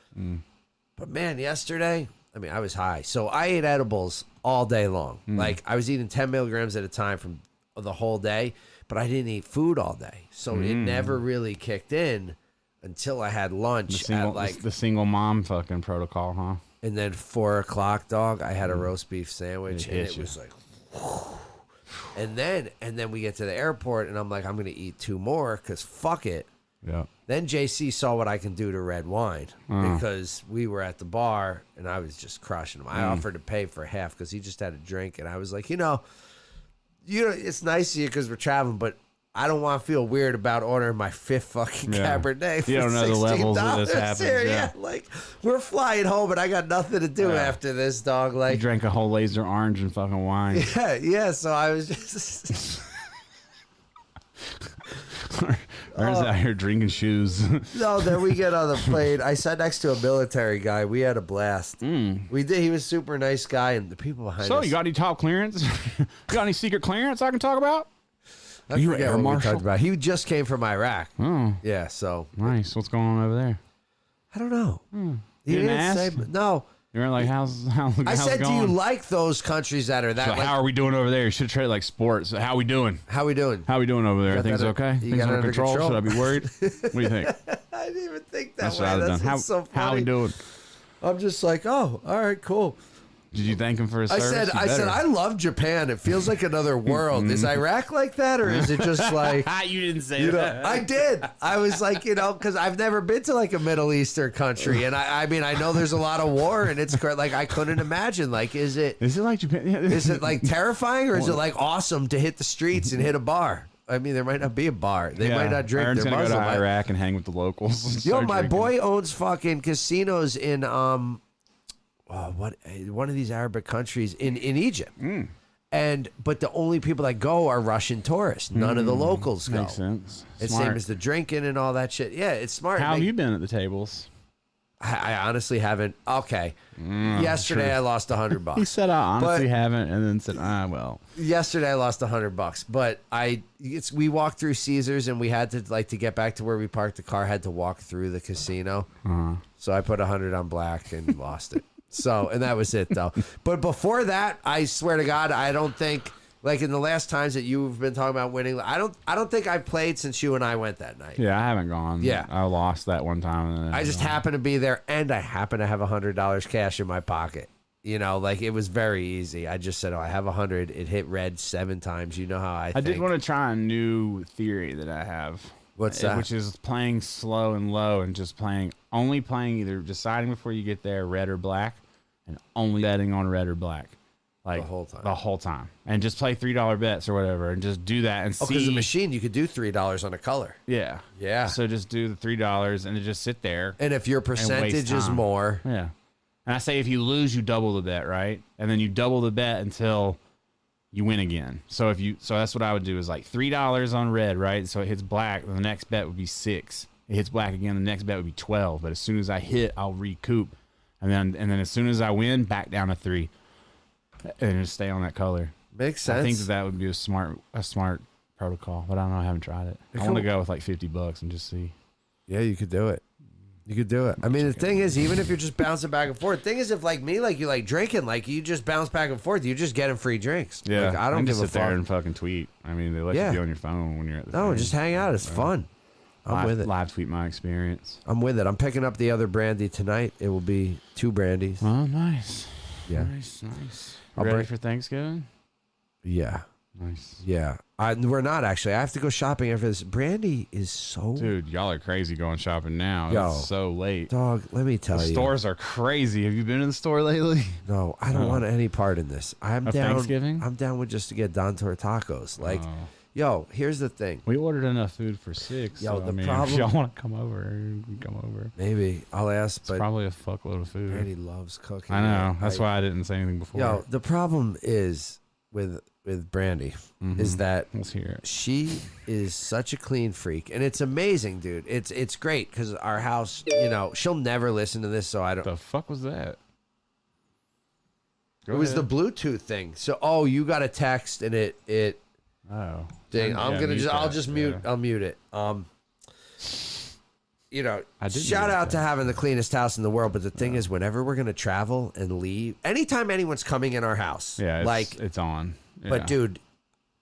Speaker 1: But man, yesterday, I mean, I was high. So I ate edibles all day long.
Speaker 2: Mm.
Speaker 1: Like I was eating 10 milligrams at a time from the whole day, but I didn't eat food all day. So it
Speaker 2: Mm.
Speaker 1: never really kicked in until I had lunch
Speaker 2: The single,
Speaker 1: at like,
Speaker 2: the single mom fucking protocol, huh?
Speaker 1: and then four o'clock, dog, I had a roast beef sandwich
Speaker 2: Mm. It
Speaker 1: and
Speaker 2: hit
Speaker 1: it
Speaker 2: you.
Speaker 1: was like, and then, and then we get to the airport and I'm like, I'm going to eat two more because fuck it.
Speaker 2: Yeah.
Speaker 1: Then JC saw what I can do to red wine
Speaker 2: Mm.
Speaker 1: because we were at the bar and I was just crushing him. I
Speaker 2: Mm.
Speaker 1: offered to pay for half because he just had a drink and I was like, you know, you know, it's nice of you because we're traveling, but I don't want to feel weird about ordering my fifth fucking
Speaker 2: Yeah.
Speaker 1: Cabernet. For
Speaker 2: You don't know the levels that this
Speaker 1: $16
Speaker 2: happens,
Speaker 1: Here.
Speaker 2: yeah.
Speaker 1: like we're flying home and I got nothing to do after this, dog.
Speaker 2: He
Speaker 1: Like,
Speaker 2: drank a whole laser orange and fucking wine.
Speaker 1: yeah, yeah. So I was just. Oh.
Speaker 2: Ernest out here drinking shoes.
Speaker 1: No, then we get on the plane. I sat next to a military guy. We had a blast. We did. He was super nice guy, and the people behind
Speaker 2: Hmm. so
Speaker 1: us.
Speaker 2: you got any top clearance? you got any secret clearance I can talk about?
Speaker 1: I
Speaker 2: you were
Speaker 1: forget
Speaker 2: air
Speaker 1: what we
Speaker 2: marshal?
Speaker 1: talked about. He just came from Iraq.
Speaker 2: Oh,
Speaker 1: Yeah, so
Speaker 2: nice. What's going on over there?
Speaker 1: I don't know.
Speaker 2: Hmm.
Speaker 1: He
Speaker 2: You didn't
Speaker 1: say
Speaker 2: ask?
Speaker 1: no.
Speaker 2: You're like, how's how's, how's
Speaker 1: I said, do
Speaker 2: it going?
Speaker 1: you like those countries that are that?
Speaker 2: so
Speaker 1: like,
Speaker 2: how
Speaker 1: how,
Speaker 2: are we doing over there? You should trade like sports. How we doing?
Speaker 1: we doing?
Speaker 2: How we doing over there?
Speaker 1: got
Speaker 2: Things
Speaker 1: that-
Speaker 2: okay?
Speaker 1: you
Speaker 2: Things
Speaker 1: got it
Speaker 2: under
Speaker 1: under
Speaker 2: control?
Speaker 1: control?
Speaker 2: Should I be worried? what do you think?
Speaker 1: I didn't even think that
Speaker 2: That's
Speaker 1: way.
Speaker 2: what I would
Speaker 1: That's
Speaker 2: have done. How,
Speaker 1: what's so funny.
Speaker 2: how we doing?
Speaker 1: I'm just like, oh, all right, cool.
Speaker 2: Did you thank him for his
Speaker 1: I
Speaker 2: service?
Speaker 1: said,
Speaker 2: You
Speaker 1: I said,
Speaker 2: better.
Speaker 1: I love Japan. It feels like another world. is Iraq like that, or is it just like?
Speaker 2: Ah, you didn't say
Speaker 1: You know,
Speaker 2: that.
Speaker 1: I did. I was like, you know, because I've never been to like a Middle Eastern country, and I, I mean, I know there's a lot of war, and it's cra- like I couldn't imagine. Like, is it
Speaker 2: Is it like Japan? Yeah,
Speaker 1: is it like terrifying, or is it like awesome to hit the streets and hit a bar? I mean, there might not be a bar. They might not drink.
Speaker 2: Aaron's
Speaker 1: They're
Speaker 2: gonna
Speaker 1: Muslim.
Speaker 2: go to
Speaker 1: I-
Speaker 2: Iraq and hang with the locals. and
Speaker 1: Yo,
Speaker 2: start
Speaker 1: my
Speaker 2: drinking.
Speaker 1: boy owns fucking casinos uh,
Speaker 2: Mm.
Speaker 1: in um, oh, what one of these Arabic countries in in Egypt, And but the only people that go are Russian tourists. None of the locals go.
Speaker 2: Mm. Makes sense.
Speaker 1: It's
Speaker 2: Smart.
Speaker 1: same as the drinking and all that shit. Yeah, it's smart. It
Speaker 2: How have
Speaker 1: make-
Speaker 2: you been at the tables?
Speaker 1: I, I honestly haven't. Okay, yesterday I lost a hundred bucks.
Speaker 2: Mm, He said, I honestly
Speaker 1: But-
Speaker 2: haven't, and then said, ah, well.
Speaker 1: yesterday I lost a hundred bucks, but I it's we walked through Caesars and we had to like to get back to where we parked the car. Had to walk through the casino,
Speaker 2: Mm-hmm.
Speaker 1: so I put a hundred on black and lost it. So and that was it though. But before that, I swear to God, I don't think like in the last times that you've been talking about winning, I don't I don't think I played since you and I went that night.
Speaker 2: Yeah, I haven't gone.
Speaker 1: Yeah.
Speaker 2: I lost that one time. And then
Speaker 1: I just happened to be there and I happen to have a hundred dollars cash in my pocket. You know, like it was very easy. I just said, "Oh, I have a hundred. It hit red seven times. You know how I.
Speaker 2: I
Speaker 1: think.
Speaker 2: did want to try a new theory that I have.
Speaker 1: What's
Speaker 2: eh,
Speaker 1: that?
Speaker 2: Which is playing slow and low and just playing, only playing either deciding before you get there red or black and only betting on red or black. Like
Speaker 1: whole time.
Speaker 2: The whole time. And just play $3 bets or whatever and just do that and
Speaker 1: Oh,
Speaker 2: see.
Speaker 1: because the machine, you could do three dollars on a color.
Speaker 2: Yeah.
Speaker 1: Yeah.
Speaker 2: So just do the $3 and just sit there.
Speaker 1: And if your percentage is
Speaker 2: time.
Speaker 1: more,
Speaker 2: Yeah. And I say if you lose, you double the bet, right? And then you double the bet until you win again. So if you so that's what I would do is like three dollars on red, right? So it hits black, then the next bet would be six. It hits black again, the next bet would be twelve. But as soon as I hit, I'll recoup. And then and then as soon as I win, back down to three. And just stay on that color.
Speaker 1: makes sense.
Speaker 2: I think that, that would be a smart a smart protocol, but I don't know, I haven't tried it. I want to go with like fifty bucks and just see.
Speaker 1: yeah, you could do it. You could do it. I mean, the thing is, even if you're just bouncing back and forth, thing is, if like me, like you like drinking, like you just bounce back and forth, you're just getting free drinks. like, I don't
Speaker 2: and
Speaker 1: give
Speaker 2: just
Speaker 1: a
Speaker 2: sit there
Speaker 1: fuck.
Speaker 2: and fucking tweet. I mean, they let
Speaker 1: Yeah.
Speaker 2: you be on your phone when you're at the.
Speaker 1: No,
Speaker 2: thing.
Speaker 1: just hang out. It's fun. I'm
Speaker 2: live,
Speaker 1: with it.
Speaker 2: Live tweet my experience.
Speaker 1: I'm with it. I'm picking up the other brandy tonight. It will be two brandies.
Speaker 2: Oh, nice.
Speaker 1: Yeah.
Speaker 2: Nice, nice.
Speaker 1: I'll
Speaker 2: Ready
Speaker 1: bring-
Speaker 2: for Thanksgiving?
Speaker 1: Yeah,
Speaker 2: Nice.
Speaker 1: yeah. I, we're not actually. I have to go shopping after this. Brandy is so
Speaker 2: Dude, y'all are crazy going shopping now.
Speaker 1: Yo.
Speaker 2: It's so late.
Speaker 1: dog. Let me tell
Speaker 2: The
Speaker 1: you,
Speaker 2: stores are crazy. Have you been in the store lately?
Speaker 1: No, I don't want any part in this. I'm
Speaker 2: Of
Speaker 1: down.
Speaker 2: Thanksgiving? Oh.
Speaker 1: I'm down with just to get Don Tor tacos. Like, yo, here's the thing.
Speaker 2: We ordered enough food for six.
Speaker 1: Yo,
Speaker 2: so,
Speaker 1: the
Speaker 2: I mean,
Speaker 1: problem-
Speaker 2: if y'all want to come over, you can come over.
Speaker 1: Maybe I'll ask,
Speaker 2: It's
Speaker 1: but
Speaker 2: probably a fuckload of food.
Speaker 1: Brandy loves cooking.
Speaker 2: I know.
Speaker 1: Like,
Speaker 2: That's why I didn't say anything before.
Speaker 1: Yo, the problem is with with Brandy is
Speaker 2: Mm-hmm.
Speaker 1: that
Speaker 2: Let's hear it.
Speaker 1: she is such a clean freak, and it's amazing, dude. It's it's great because our house, you know, she'll never listen to this, so I don't.
Speaker 2: The fuck was that?
Speaker 1: It was the Bluetooth thing. So, oh, you got a text, and it it
Speaker 2: Oh.
Speaker 1: Dang,
Speaker 2: Yeah,
Speaker 1: I'm gonna
Speaker 2: mute
Speaker 1: just I'll
Speaker 2: that,
Speaker 1: just mute
Speaker 2: yeah.
Speaker 1: I'll mute it. Um you know,
Speaker 2: I did
Speaker 1: shout
Speaker 2: mute
Speaker 1: out to
Speaker 2: that.
Speaker 1: having the cleanest house in the world, but the thing is whenever we're gonna travel and leave anytime anyone's coming in our house,
Speaker 2: Yeah, it's,
Speaker 1: like
Speaker 2: it's on.
Speaker 1: but
Speaker 2: Yeah.
Speaker 1: dude,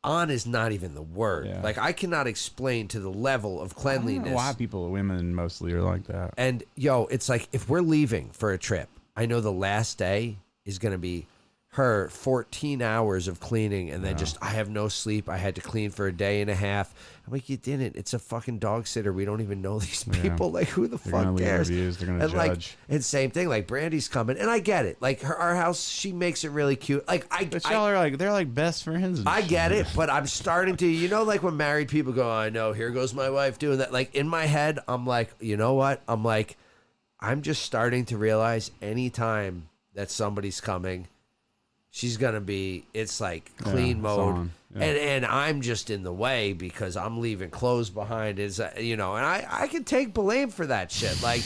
Speaker 1: on is not even the word.
Speaker 2: Yeah.
Speaker 1: Like I cannot explain to the level of
Speaker 2: I don't know
Speaker 1: cleanliness.
Speaker 2: why people, women mostly, are like that.
Speaker 1: And yo, it's like if we're leaving for a trip, I know the last day is going to be her 14 hours of cleaning and then just I have no sleep. I had to clean for a day and a half. I'm like, you didn't. It's a fucking dog sitter. We don't even know these people. Like, who the
Speaker 2: They're gonna
Speaker 1: fuck
Speaker 2: leave
Speaker 1: cares?
Speaker 2: reviews. They're gonna
Speaker 1: and
Speaker 2: judge.
Speaker 1: like, and same thing. Like Brandy's coming, and I get it. Like her, our house, she makes it really cute. Like I,
Speaker 2: But
Speaker 1: I-
Speaker 2: y'all are like they're like best friends. and
Speaker 1: I
Speaker 2: shit.
Speaker 1: get it, but I'm starting to, you know, like when married people go, I know, here goes my wife doing that. Like in my head, I'm like, you know what? I'm like, I'm just starting to realize anytime that somebody's coming, she's going to be, it's like clean
Speaker 2: it's
Speaker 1: mode.
Speaker 2: on. Yeah.
Speaker 1: And, and I'm just in the way because I'm leaving clothes behind. Is uh, you know, and I I can take blame for that shit. Like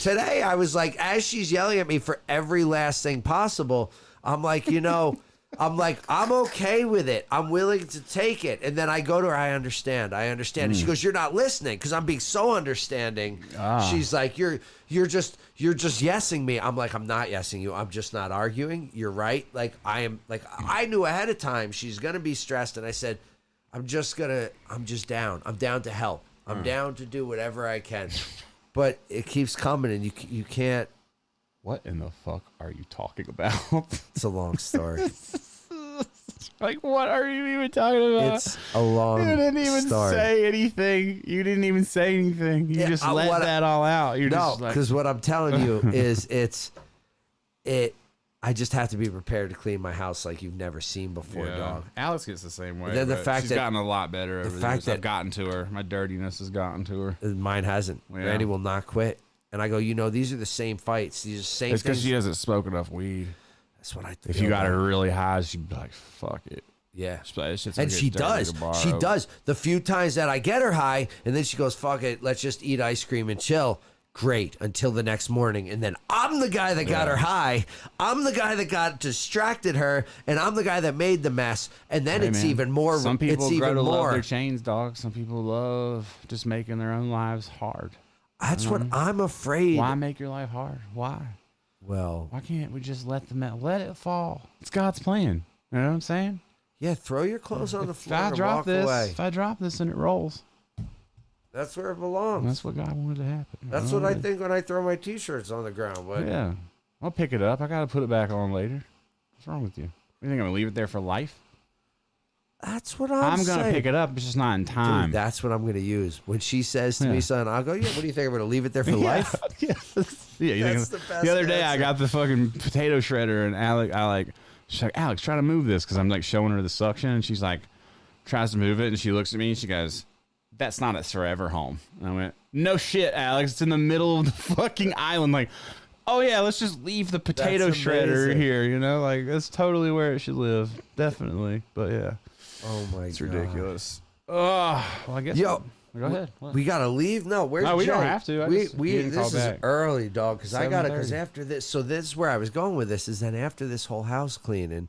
Speaker 1: today, I was like, as she's yelling at me for every last thing possible, I'm like, you know, I'm like, I'm okay with it. I'm willing to take it. And then I go to her. I understand. I understand. And
Speaker 2: Hmm.
Speaker 1: she goes, you're not listening because I'm being so understanding.
Speaker 2: Ah.
Speaker 1: She's like, you're you're just you're just yesing me. I'm like, I'm not yesing you. I'm just not arguing. You're right. Like I am. Like I knew ahead of time she's gonna be stressed, and I said. I'm just gonna I'm just down. I'm down to help. I'm
Speaker 2: Hmm.
Speaker 1: down to do whatever I can. But it keeps coming and you c- you can't
Speaker 2: What in the fuck are you talking about?
Speaker 1: it's a long story.
Speaker 2: like, what are you even talking about?
Speaker 1: it's a long
Speaker 2: you didn't even
Speaker 1: story.
Speaker 2: say anything. You didn't even say anything. You
Speaker 1: Yeah,
Speaker 2: just
Speaker 1: I-
Speaker 2: let
Speaker 1: what I-
Speaker 2: that all out. You're
Speaker 1: no,
Speaker 2: just like,
Speaker 1: because what I'm telling you is it's it I just have to be prepared to clean my house like you've never seen before,
Speaker 2: Yeah.
Speaker 1: dog.
Speaker 2: Alex gets the same way.
Speaker 1: Then the
Speaker 2: but
Speaker 1: fact
Speaker 2: she's
Speaker 1: that-
Speaker 2: gotten a lot better. over
Speaker 1: fact
Speaker 2: years. I've
Speaker 1: that-
Speaker 2: gotten to her. My dirtiness has gotten to her.
Speaker 1: And Uh, Mine hasn't.
Speaker 2: Yeah.
Speaker 1: Randy will not quit. And I go, you know, these are the same fights. These are the same
Speaker 2: It's
Speaker 1: things.
Speaker 2: because she hasn't smoked enough weed.
Speaker 1: That's what I.
Speaker 2: If
Speaker 1: feel
Speaker 2: you got
Speaker 1: about
Speaker 2: her really high, she'd be like, "Fuck it."
Speaker 1: yeah.
Speaker 2: Just like, this shit's
Speaker 1: And
Speaker 2: gonna
Speaker 1: she
Speaker 2: get dirty
Speaker 1: does.
Speaker 2: to borrow.
Speaker 1: She does. The few times that I get her high, and then she goes, "Fuck it, let's just eat ice cream and chill." Great until the next morning, and then I'm the guy that got her high. I'm the guy that got distracted her, and I'm the guy that made the mess. And then
Speaker 2: Hey,
Speaker 1: it's
Speaker 2: man,
Speaker 1: even more.
Speaker 2: Some people
Speaker 1: it's
Speaker 2: grow
Speaker 1: even
Speaker 2: to love
Speaker 1: more.
Speaker 2: their chains, dog. Some people love just making their own lives hard.
Speaker 1: That's what I'm afraid.
Speaker 2: Mm-hmm. Why make your life hard? Why?
Speaker 1: Well,
Speaker 2: Why can't we just let the ma- let it fall? It's God's plan. You know what I'm saying?
Speaker 1: yeah. Throw your clothes on the
Speaker 2: If
Speaker 1: floor
Speaker 2: I
Speaker 1: and
Speaker 2: drop
Speaker 1: walk
Speaker 2: this,
Speaker 1: away.
Speaker 2: if I drop this and it rolls,
Speaker 1: That's where it belongs.
Speaker 2: that's what God wanted to happen. You
Speaker 1: That's
Speaker 2: know
Speaker 1: what I think when I throw my t-shirts on the ground. But
Speaker 2: Yeah, I'll pick it up. I gotta put it back on later. What's wrong with you? You think I'm gonna leave it there for life?
Speaker 1: that's what
Speaker 2: I'm,
Speaker 1: I'm,
Speaker 2: gonna
Speaker 1: saying.
Speaker 2: pick it up. It's just not in
Speaker 1: Dude,
Speaker 2: time.
Speaker 1: that's what I'm going to use. When she says to
Speaker 2: Yeah.
Speaker 1: me, son, I'll go, yeah, what do you think? I'm going to leave it there for life?
Speaker 2: yeah, yeah. You
Speaker 1: That's
Speaker 2: think,
Speaker 1: the
Speaker 2: the,
Speaker 1: best
Speaker 2: other day, I
Speaker 1: answer.
Speaker 2: got the fucking potato shredder, and Alec, I like, she's like, Alex, try to move this because I'm like showing her the suction, and she's like, tries to move it, and she looks at me, and she goes, "That's not its forever home." And I went, "No shit, Alex. It's in the middle of the fucking island." Like, oh yeah, let's just leave the potato
Speaker 1: That's
Speaker 2: shredder
Speaker 1: amazing.
Speaker 2: here. You know, like that's totally where it should live, definitely. But yeah,
Speaker 1: Oh, my
Speaker 2: it's ridiculous. Oh, well, I guess.
Speaker 1: Yo,
Speaker 2: go ahead. What?
Speaker 1: We got to leave? No, where's
Speaker 2: No, we don't
Speaker 1: Jay?
Speaker 2: have to. I
Speaker 1: we,
Speaker 2: just-
Speaker 1: we,
Speaker 2: he didn't
Speaker 1: this
Speaker 2: call
Speaker 1: is
Speaker 2: back.
Speaker 1: early, dog, because I got to, because
Speaker 2: 7:30.
Speaker 1: after this, so this is where I was going with this, is then after this whole house cleaning,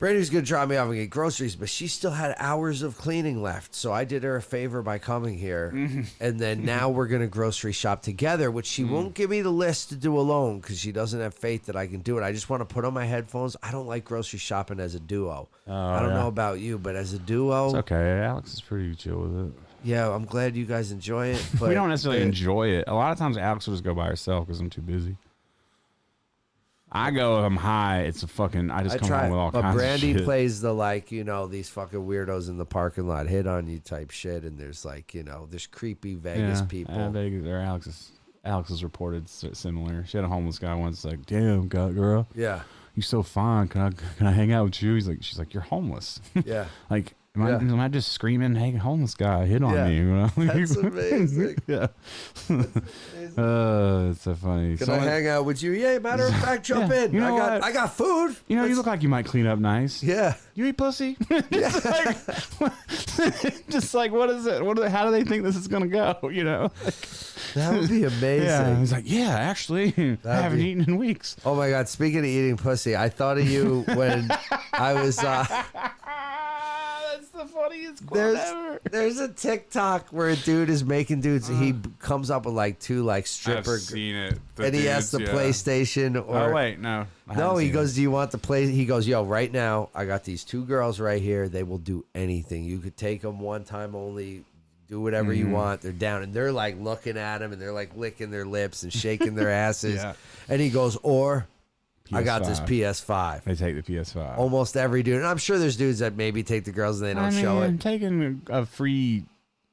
Speaker 1: Brandy's going to drop me off and get groceries, but she still had hours of cleaning left. So I did her a favor by coming here. And then now we're going to grocery shop together, which
Speaker 2: Mm.
Speaker 1: she won't give me the list to do alone because she doesn't have faith that I can do it. I just want to put on my headphones. I don't like grocery shopping as a duo. I don't
Speaker 2: Oh, yeah.
Speaker 1: know about you, but as a duo,
Speaker 2: It's okay. Alex is pretty chill with it.
Speaker 1: yeah, I'm glad you guys enjoy it. But
Speaker 2: we don't necessarily
Speaker 1: enjoy.
Speaker 2: enjoy it. A lot of times, Alex will just go by herself because I'm too busy. I go if I'm high. It's a fucking. I just
Speaker 1: I
Speaker 2: come
Speaker 1: try,
Speaker 2: home with all
Speaker 1: but
Speaker 2: kinds
Speaker 1: Brandy
Speaker 2: of shit.
Speaker 1: plays the like you know these fucking weirdos in the parking lot hit on you type shit, and there's like you know there's creepy Vegas
Speaker 2: yeah,
Speaker 1: people.
Speaker 2: yeah, Vegas or Alex is Alex is reported s- similar. She had a homeless guy once. Like, damn, God, girl,
Speaker 1: yeah,
Speaker 2: you so fine. Can I can I hang out with you? He's like, she's like, you're homeless.
Speaker 1: yeah.
Speaker 2: like, am I
Speaker 1: Yeah.
Speaker 2: am I just screaming? Hey, homeless guy, hit on
Speaker 1: Yeah.
Speaker 2: me. You know?
Speaker 1: That's amazing.
Speaker 2: yeah. uh, it's so funny.
Speaker 1: Can
Speaker 2: Someone-
Speaker 1: I hang out with you? Yeah, matter of fact, jump
Speaker 2: Yeah,
Speaker 1: in.
Speaker 2: you know
Speaker 1: I got
Speaker 2: what?
Speaker 1: I got food.
Speaker 2: you know, you
Speaker 1: Let's-
Speaker 2: look like you might clean up nice.
Speaker 1: yeah.
Speaker 2: you eat pussy? just, like, just like, what is it? What? do- How do they think this is gonna go? You know?
Speaker 1: That would be amazing.
Speaker 2: Yeah. He's like, yeah, actually, I haven't
Speaker 1: be-
Speaker 2: eaten in weeks.
Speaker 1: Oh my god! Speaking of eating pussy, I thought of you when I was. Uh,
Speaker 2: Ah, that's the funniest quote
Speaker 1: there's there's a TikTok where a dude is making dudes. He
Speaker 2: Uh-huh.
Speaker 1: b- comes up with like two like stripper, g-
Speaker 2: it.
Speaker 1: and he has the PlayStation or
Speaker 2: Oh wait, no. I
Speaker 1: No,
Speaker 2: haven't
Speaker 1: he
Speaker 2: seen
Speaker 1: goes, Do you want to play? He goes, Yo, right now, I got these two girls right here. They will do anything. You could take them one time only, do whatever
Speaker 2: Mm-hmm.
Speaker 1: you want. They're down. And they're like looking at him and they're like licking their lips and shaking their asses.
Speaker 2: Yeah.
Speaker 1: And he goes, Or I got this
Speaker 2: PS5.
Speaker 1: PS5.
Speaker 2: They take the PS5.
Speaker 1: Almost every dude. And I'm sure there's dudes that maybe take the girls and they don't
Speaker 2: I mean,
Speaker 1: show it.
Speaker 2: taking a free.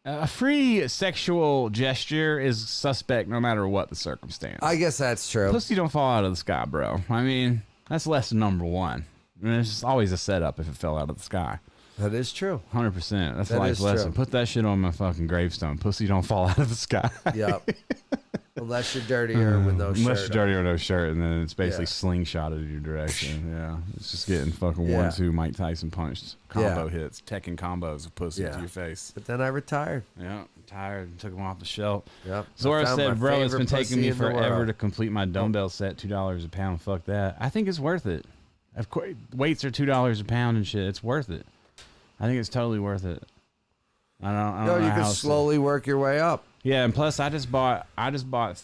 Speaker 2: A free sexual gesture is suspect no matter what the circumstance.
Speaker 1: I guess that's true.
Speaker 2: Pussy don't fall out of the sky, bro. I mean, that's lesson number one. I mean, it's just always a setup if it fell out of the sky.
Speaker 1: That is true.
Speaker 2: 100%. That's
Speaker 1: That
Speaker 2: life
Speaker 1: is
Speaker 2: lesson.
Speaker 1: true.
Speaker 2: Put that shit on my fucking gravestone. Pussy don't fall out of the sky.
Speaker 1: Yep. Unless you're dirtier with no
Speaker 2: Mm,
Speaker 1: shirt.
Speaker 2: Unless you're dirty or no shirt, and then it's basically
Speaker 1: Yeah.
Speaker 2: slingshotted in your direction. Yeah. It's just getting fucking
Speaker 1: Yeah.
Speaker 2: one, two Mike Tyson punched combo
Speaker 1: Yeah.
Speaker 2: hits, teching combos of pussy
Speaker 1: Yeah.
Speaker 2: to your face.
Speaker 1: But then I retired.
Speaker 2: Yeah. I'm tired. and Took them off the shelf.
Speaker 1: Yep. I
Speaker 2: Zora
Speaker 1: found my
Speaker 2: said, "Bro, it's
Speaker 1: favorite
Speaker 2: been taking
Speaker 1: pussy
Speaker 2: me
Speaker 1: in the
Speaker 2: forever
Speaker 1: world."
Speaker 2: to complete my dumbbell set, two dollars a pound. Fuck that. I think it's worth it. Of course, weights are two dollars a pound and shit. It's worth it. I think it's totally worth it. I don't. I don't
Speaker 1: No,
Speaker 2: know
Speaker 1: you
Speaker 2: how
Speaker 1: can
Speaker 2: it's-
Speaker 1: slowly work your way up.
Speaker 2: Yeah, and plus, I just bought. I just bought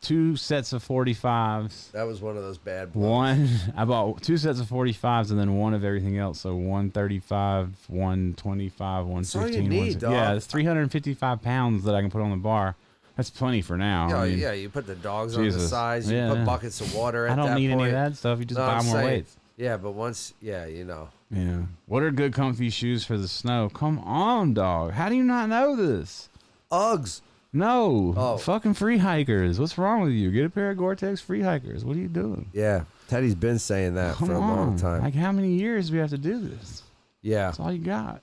Speaker 2: two sets of forty fives.
Speaker 1: That was one of those bad boys.
Speaker 2: One, I bought two sets of forty fives, and then one of everything else. So one thirty five, one twenty five, one
Speaker 1: all you
Speaker 2: fifteen.
Speaker 1: need,
Speaker 2: Yeah,
Speaker 1: dog.
Speaker 2: it's three hundred and fifty five pounds that I can put on the bar. That's plenty for now.
Speaker 1: Yeah,
Speaker 2: I mean,
Speaker 1: yeah, you put the dogs on the
Speaker 2: Jesus.
Speaker 1: size, you
Speaker 2: Yeah,
Speaker 1: put
Speaker 2: yeah.
Speaker 1: buckets of water at
Speaker 2: I don't
Speaker 1: that
Speaker 2: need
Speaker 1: point.
Speaker 2: any of that stuff. You just
Speaker 1: No,
Speaker 2: buy
Speaker 1: I'm
Speaker 2: more
Speaker 1: saying-
Speaker 2: weights.
Speaker 1: Yeah, but once, yeah, you know.
Speaker 2: Yeah. What are good comfy shoes for the snow? Come on, dog. How do you not know this?
Speaker 1: Uggs.
Speaker 2: No.
Speaker 1: Oh.
Speaker 2: Fucking free hikers. What's wrong with you? Get a pair of Gore-Tex free hikers. What are you doing?
Speaker 1: Yeah, Teddy's been saying that
Speaker 2: Come
Speaker 1: for a
Speaker 2: on.
Speaker 1: long time.
Speaker 2: Like how many years do we have to do this?
Speaker 1: yeah,
Speaker 2: That's all you got.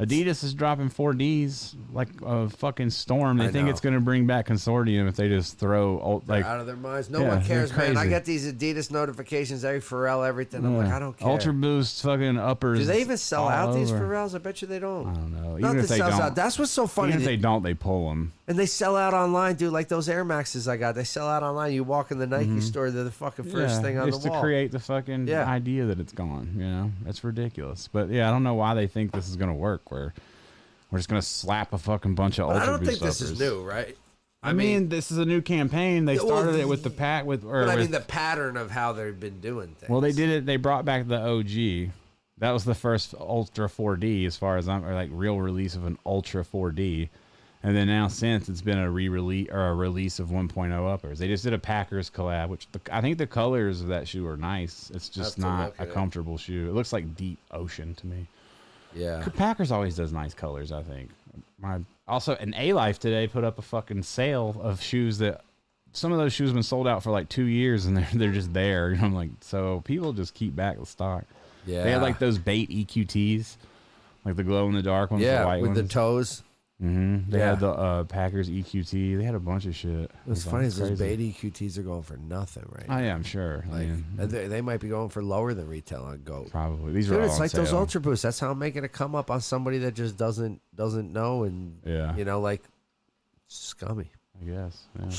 Speaker 2: Adidas is dropping four Ds like a fucking storm. They
Speaker 1: I
Speaker 2: think
Speaker 1: know.
Speaker 2: it's going to bring back consortium if they just throw old, like
Speaker 1: out of their minds. No
Speaker 2: Yeah,
Speaker 1: one
Speaker 2: they're
Speaker 1: cares, man. I
Speaker 2: crazy.
Speaker 1: get these Adidas notifications, every Pharrell, everything. I'm like,
Speaker 2: Yeah.
Speaker 1: I don't care.
Speaker 2: Ultra Boost fucking uppers.
Speaker 1: Do they even sell
Speaker 2: all
Speaker 1: out these
Speaker 2: over.
Speaker 1: Pharrells? I bet you they don't.
Speaker 2: I don't know.
Speaker 1: Not
Speaker 2: Even
Speaker 1: that
Speaker 2: if they
Speaker 1: sells
Speaker 2: don't,
Speaker 1: out. That's what's so funny.
Speaker 2: even if
Speaker 1: that-
Speaker 2: they don't, they pull them.
Speaker 1: and they sell out online, dude. Like those Air Maxes I got, they sell out online. You walk in the Nike store, they're the fucking first thing on
Speaker 2: Mm-hmm. just
Speaker 1: the wall.
Speaker 2: to create the fucking
Speaker 1: Yeah.
Speaker 2: idea that it's gone. You know, that's ridiculous. But yeah, I don't know why they think this is gonna work. Where we're just gonna slap a fucking bunch of.
Speaker 1: But
Speaker 2: Ultra
Speaker 1: I don't
Speaker 2: Boost
Speaker 1: think this is
Speaker 2: uppers.
Speaker 1: new, right?
Speaker 2: I mean, this is a new campaign. They
Speaker 1: Yeah, well,
Speaker 2: started it with the pack with. Or
Speaker 1: But I
Speaker 2: with-
Speaker 1: mean the pattern of how they've been doing things.
Speaker 2: well, they did it. They brought back the OG. That was the first Ultra 4D, as far as I'm, or like real release of an Ultra 4D. And then now since it's been a re-release or a release of 1.0 uppers. They just did a Packers collab, which the, I think the colors of that shoe are nice. It's just
Speaker 1: to
Speaker 2: not
Speaker 1: look
Speaker 2: a
Speaker 1: at it.
Speaker 2: comfortable shoe. It looks like deep ocean to me.
Speaker 1: Yeah.
Speaker 2: Packers always does nice colors, I think. My also an A Life today put up a fucking sale of shoes that some of those shoes have been sold out for like two years and they're they're just there. You know, I'm like, so people just keep back the stock.
Speaker 1: Yeah.
Speaker 2: They had like those bait EQTs, like the glow in the dark ones, the
Speaker 1: Yeah,
Speaker 2: white
Speaker 1: with the
Speaker 2: ones.
Speaker 1: toes.
Speaker 2: Mhm. They
Speaker 1: yeah.
Speaker 2: had the uh, Packers EQT. They had a bunch of shit.
Speaker 1: What's
Speaker 2: It was
Speaker 1: funny is those
Speaker 2: crazy.
Speaker 1: baby QTs are going for nothing right now.
Speaker 2: I am sure. I
Speaker 1: Like,
Speaker 2: mean,
Speaker 1: and they, they might be going for lower than retail on Goat.
Speaker 2: probably these are
Speaker 1: Dude,
Speaker 2: all
Speaker 1: it's
Speaker 2: on
Speaker 1: like those
Speaker 2: sale.
Speaker 1: Ultra Boosts. That's how I'm making a come up on somebody that just doesn't doesn't know and
Speaker 2: Yeah.
Speaker 1: you know like scummy.
Speaker 2: I guess. Yeah.
Speaker 1: It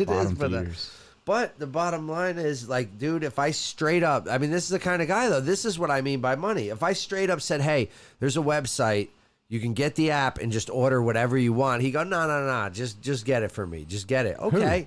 Speaker 1: is,
Speaker 2: Bottom
Speaker 1: but uh,
Speaker 2: feeders.
Speaker 1: but the bottom line is like, dude, if I straight up, I mean, this is the kind of guy though. This is what I mean by money. If I straight up said, hey, there's a website. You can get the app and just order whatever you want. He go, no, no, no, just just get it for me. Just get it. Okay.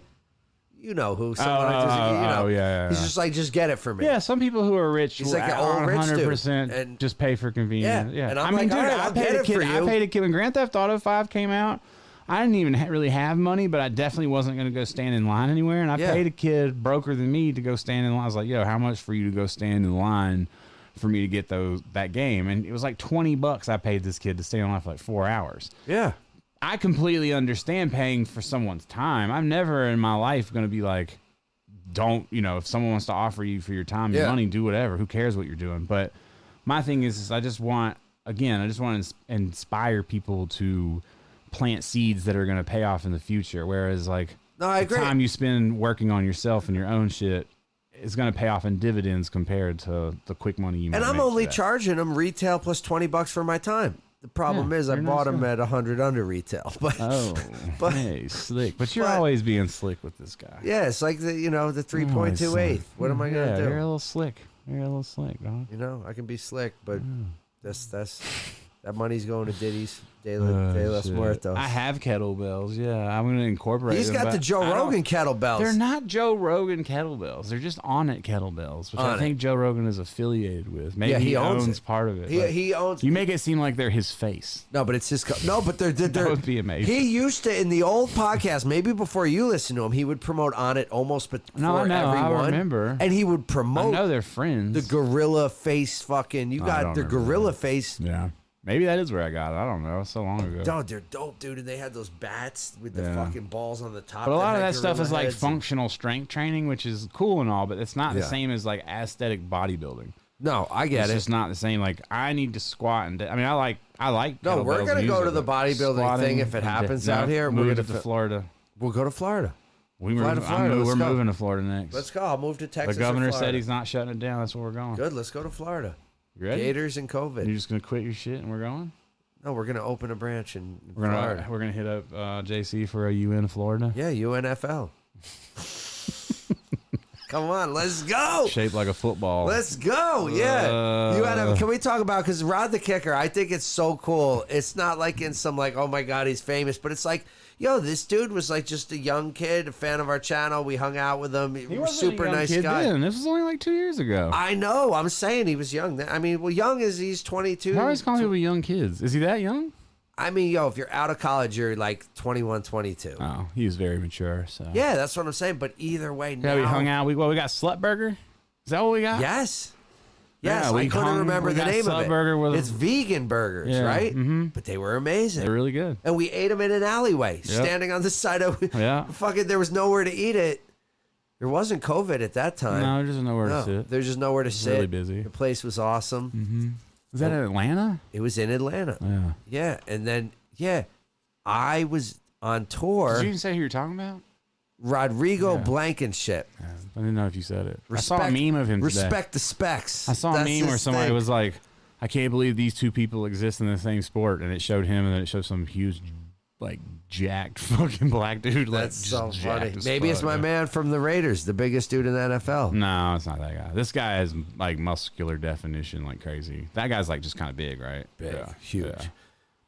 Speaker 1: You know who? Someone I just,
Speaker 2: oh,
Speaker 1: you know.
Speaker 2: oh, yeah, yeah,
Speaker 1: He's
Speaker 2: yeah.
Speaker 1: just like, just get it for me.
Speaker 2: Yeah, some people who are rich
Speaker 1: He's
Speaker 2: will
Speaker 1: like
Speaker 2: like
Speaker 1: an old rich dude,
Speaker 2: 100%
Speaker 1: and-
Speaker 2: just pay for convenience.
Speaker 1: Yeah,
Speaker 2: Yeah.
Speaker 1: and I'm
Speaker 2: I
Speaker 1: like,
Speaker 2: mean, dude,
Speaker 1: all right,
Speaker 2: I
Speaker 1: I'll get
Speaker 2: paid a
Speaker 1: it for
Speaker 2: kid. I
Speaker 1: you.
Speaker 2: paid a kid when Grand Theft Auto 5 came out. I didn't even ha- really have money, but I definitely wasn't going to go stand in line anywhere. And I
Speaker 1: Yeah.
Speaker 2: paid a kid broker than me to go stand in line. I was like, yo, how much for you to go stand in line for me to get those that game? And it was like 20 bucks I paid this kid to stay in line for like four hours.
Speaker 1: yeah.
Speaker 2: I completely understand paying for someone's time. I'm never in my life going to be like, don't, you know, if someone wants to offer you for your time and
Speaker 1: Yeah.
Speaker 2: money, do whatever. Who cares what you're doing? But my thing is, is I just want, again, I just want to ins- inspire people to plant seeds that are going to pay off in the future. Whereas, like,
Speaker 1: No, I
Speaker 2: the
Speaker 1: agree.
Speaker 2: time you spend working on yourself and your own shit is going to pay off in dividends compared to the quick money you
Speaker 1: And
Speaker 2: might
Speaker 1: I'm
Speaker 2: make
Speaker 1: only
Speaker 2: today.
Speaker 1: charging him retail plus 20 bucks for my time. The problem
Speaker 2: Yeah,
Speaker 1: is I
Speaker 2: very
Speaker 1: bought
Speaker 2: nice
Speaker 1: him at 100 under retail. But
Speaker 2: Oh,
Speaker 1: But-
Speaker 2: hey, slick. But you're
Speaker 1: but-
Speaker 2: always being slick with this guy.
Speaker 1: yeah, it's like the, you know, the
Speaker 2: Oh, my
Speaker 1: 3.28.
Speaker 2: son.
Speaker 1: What am I
Speaker 2: yeah,
Speaker 1: going to
Speaker 2: You're a
Speaker 1: do?
Speaker 2: little slick. You're a little slick, dog.
Speaker 1: You know, I can be slick, but that's that's that money's going to Diddy's De, la,
Speaker 2: Uh,
Speaker 1: de los
Speaker 2: shit.
Speaker 1: Muertos.
Speaker 2: I have kettlebells. Yeah, I'm gonna incorporate.
Speaker 1: He's
Speaker 2: them,
Speaker 1: got
Speaker 2: but
Speaker 1: the Joe
Speaker 2: I don't-
Speaker 1: Rogan kettlebells.
Speaker 2: They're not Joe Rogan kettlebells. They're just on it kettlebells, which
Speaker 1: On
Speaker 2: I
Speaker 1: it.
Speaker 2: think Joe Rogan is affiliated with. Maybe
Speaker 1: Yeah, he
Speaker 2: he
Speaker 1: owns
Speaker 2: owns,
Speaker 1: it.
Speaker 2: part of it.
Speaker 1: He,
Speaker 2: but
Speaker 1: he owns
Speaker 2: you make it seem like they're his face.
Speaker 1: No, but it's his. Co- no, but they're, they're,
Speaker 2: That would be amazing.
Speaker 1: He used to in the old podcast, maybe before you listened to him, he would promote on it almost, but
Speaker 2: No, I
Speaker 1: for
Speaker 2: know, I
Speaker 1: everyone.
Speaker 2: remember.
Speaker 1: and he would
Speaker 2: I
Speaker 1: promote
Speaker 2: know they're friends.
Speaker 1: the gorilla face. Fucking, you
Speaker 2: I
Speaker 1: got
Speaker 2: don't
Speaker 1: the
Speaker 2: remember
Speaker 1: gorilla face.
Speaker 2: yeah, maybe that is where I got it. I don't know. It's so long ago.
Speaker 1: Dog, they're dope, dude. And they had those bats with the
Speaker 2: Yeah.
Speaker 1: fucking balls on the top.
Speaker 2: But a lot of
Speaker 1: had
Speaker 2: that stuff
Speaker 1: gorilla
Speaker 2: is like
Speaker 1: heads.
Speaker 2: functional strength training, which is cool and all, but it's not
Speaker 1: Yeah.
Speaker 2: the same as like aesthetic bodybuilding.
Speaker 1: No, I get
Speaker 2: it's
Speaker 1: it.
Speaker 2: just not the same. Like I need to squat and di- I mean I like I like.
Speaker 1: No, we're
Speaker 2: kettlebells
Speaker 1: gonna
Speaker 2: and
Speaker 1: go
Speaker 2: use
Speaker 1: to
Speaker 2: it,
Speaker 1: the
Speaker 2: but
Speaker 1: bodybuilding
Speaker 2: squatting
Speaker 1: thing if it
Speaker 2: and di-
Speaker 1: happens out here, we're
Speaker 2: Moved
Speaker 1: gonna
Speaker 2: to
Speaker 1: fi-
Speaker 2: Florida.
Speaker 1: we'll go to Florida.
Speaker 2: We were,
Speaker 1: Fly to Florida,
Speaker 2: I'm,
Speaker 1: let's
Speaker 2: we're
Speaker 1: go.
Speaker 2: moving to Florida next.
Speaker 1: Let's go. I'll move to
Speaker 2: the
Speaker 1: Texas. or
Speaker 2: governor said
Speaker 1: Florida.
Speaker 2: he's not shutting it down. That's where we're going.
Speaker 1: good. Let's go to Florida.
Speaker 2: You ready?
Speaker 1: Gators and COVID.
Speaker 2: You're just gonna quit your shit and we're going.
Speaker 1: No, we're gonna open a branch in
Speaker 2: We're gonna
Speaker 1: Florida.
Speaker 2: we're gonna hit up uh, JC for a UN Florida.
Speaker 1: Yeah, UNFL. Come on, let's go.
Speaker 2: Shaped like a football.
Speaker 1: Let's go. Yeah.
Speaker 2: Uh,
Speaker 1: UNF can we talk about cuz Rod the kicker, I think it's so cool. It's not like in some like, "Oh my god, he's famous," but it's like, "Yo, this dude was like just a young kid, a fan of our channel. We hung out with him.
Speaker 2: he
Speaker 1: was
Speaker 2: wasn't a
Speaker 1: super
Speaker 2: young
Speaker 1: nice
Speaker 2: kid
Speaker 1: guy."
Speaker 2: Then. This was only like two years ago.
Speaker 1: I know. I'm saying he was young. then. I mean, well, young is he's 22.
Speaker 2: Why are always calling people young kids? Is he that young?
Speaker 1: I mean, yo, if you're out of college, you're like 21, 22.
Speaker 2: Oh, he was very mature. So
Speaker 1: yeah, that's what I'm saying. But either way, now
Speaker 2: Yeah, we hung out. We well, we got Slutburger. Is that what we got?
Speaker 1: Yes. Yes,
Speaker 2: Yeah,
Speaker 1: I
Speaker 2: we
Speaker 1: couldn't
Speaker 2: hung-
Speaker 1: remember
Speaker 2: we
Speaker 1: the
Speaker 2: got
Speaker 1: name of
Speaker 2: sub
Speaker 1: it.
Speaker 2: burger with-
Speaker 1: it's vegan burgers,
Speaker 2: Yeah,
Speaker 1: right?
Speaker 2: mhm.
Speaker 1: But they were amazing.
Speaker 2: they're really good.
Speaker 1: and we ate them in an alleyway, standing on the side of
Speaker 2: Yeah.
Speaker 1: fucking there was nowhere to eat it. There wasn't COVID at that time.
Speaker 2: No, there's nowhere to sit.
Speaker 1: there's just nowhere to sit.
Speaker 2: really busy.
Speaker 1: The place was awesome.
Speaker 2: Is that in Atlanta?
Speaker 1: It was in Atlanta.
Speaker 2: Yeah.
Speaker 1: Yeah, and then yeah, I was on tour.
Speaker 2: Did you even say who you're talking about?
Speaker 1: Rodrigo
Speaker 2: Yeah.
Speaker 1: Blankenship.
Speaker 2: I didn't know if you said it. I saw a meme of him today.
Speaker 1: Respect the specs.
Speaker 2: I saw a
Speaker 1: That's
Speaker 2: meme where
Speaker 1: his
Speaker 2: somebody
Speaker 1: thing.
Speaker 2: was like, "I can't believe these two people exist in the same sport," and it showed him, and then it showed some huge, like jacked fucking black dude. like,
Speaker 1: That's
Speaker 2: just
Speaker 1: so funny.
Speaker 2: jacked as
Speaker 1: Maybe it's
Speaker 2: fuck,
Speaker 1: my
Speaker 2: yeah.
Speaker 1: man from the Raiders, the biggest dude in the NFL.
Speaker 2: No, it's not that guy. This guy is like muscular definition, like crazy. That guy's like just kind of big, right?
Speaker 1: Big,
Speaker 2: Yeah,
Speaker 1: huge.
Speaker 2: yeah.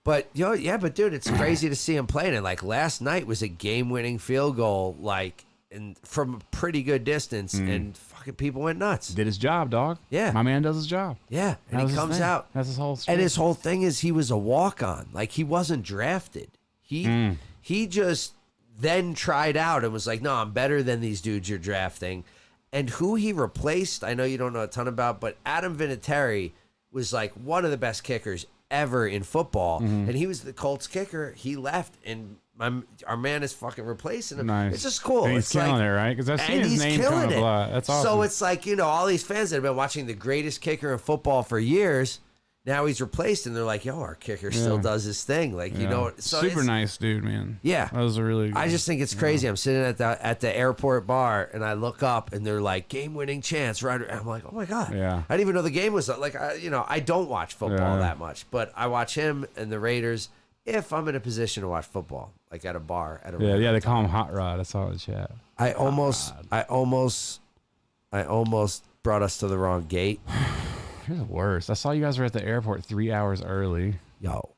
Speaker 1: But yo, yeah, but dude, it's crazy to see him playing. And like last night was a game-winning field goal, like and from a pretty good distance,
Speaker 2: Mm.
Speaker 1: and fucking people went nuts.
Speaker 2: Did his job, dog.
Speaker 1: Yeah.
Speaker 2: my man does his job.
Speaker 1: Yeah,
Speaker 2: That
Speaker 1: and
Speaker 2: was
Speaker 1: he
Speaker 2: his
Speaker 1: comes
Speaker 2: thing.
Speaker 1: out,
Speaker 2: That's his whole.
Speaker 1: and
Speaker 2: shtick.
Speaker 1: his whole thing is he was a walk-on, like he wasn't drafted. He
Speaker 2: Hmm.
Speaker 1: he just then tried out and was like, "No, I'm better than these dudes you're drafting." And who he replaced, I know you don't know a ton about, but Adam Vinatieri was like one of the best kickers ever in football,
Speaker 2: Mm-hmm.
Speaker 1: and he was the Colts kicker. He left, and my our man is fucking replacing him.
Speaker 2: Nice.
Speaker 1: It's just cool.
Speaker 2: And he's
Speaker 1: it's
Speaker 2: killing
Speaker 1: like,
Speaker 2: it, right? Because I've seen
Speaker 1: and
Speaker 2: his
Speaker 1: he's
Speaker 2: name come
Speaker 1: killing
Speaker 2: up a
Speaker 1: it.
Speaker 2: lot. That's
Speaker 1: So
Speaker 2: awesome.
Speaker 1: it's like you know, all these fans that have been watching the greatest kicker in football for years. Now he's replaced, and they're like, "Yo, our kicker still does his thing." Like you
Speaker 2: Yeah.
Speaker 1: know, so
Speaker 2: super
Speaker 1: it's-
Speaker 2: nice dude, man.
Speaker 1: Yeah.
Speaker 2: that was a really.
Speaker 1: I
Speaker 2: good-
Speaker 1: just think it's crazy. I'm sitting at the at the airport bar, and I look up, and they're like, "Game winning chance, right?" I'm like, "Oh my god!"
Speaker 2: Yeah.
Speaker 1: I didn't even know the game was like, I, you know, I don't watch football
Speaker 2: Yeah.
Speaker 1: that much, but I watch him and the Raiders if I'm in a position to watch football, like at a bar at a
Speaker 2: yeah, yeah. They call him Hot Rod. I saw it in the chat.
Speaker 1: I almost, I almost, I almost brought us to the wrong gate.
Speaker 2: You're the worst. I saw you guys were at the airport three hours early.
Speaker 1: Yo,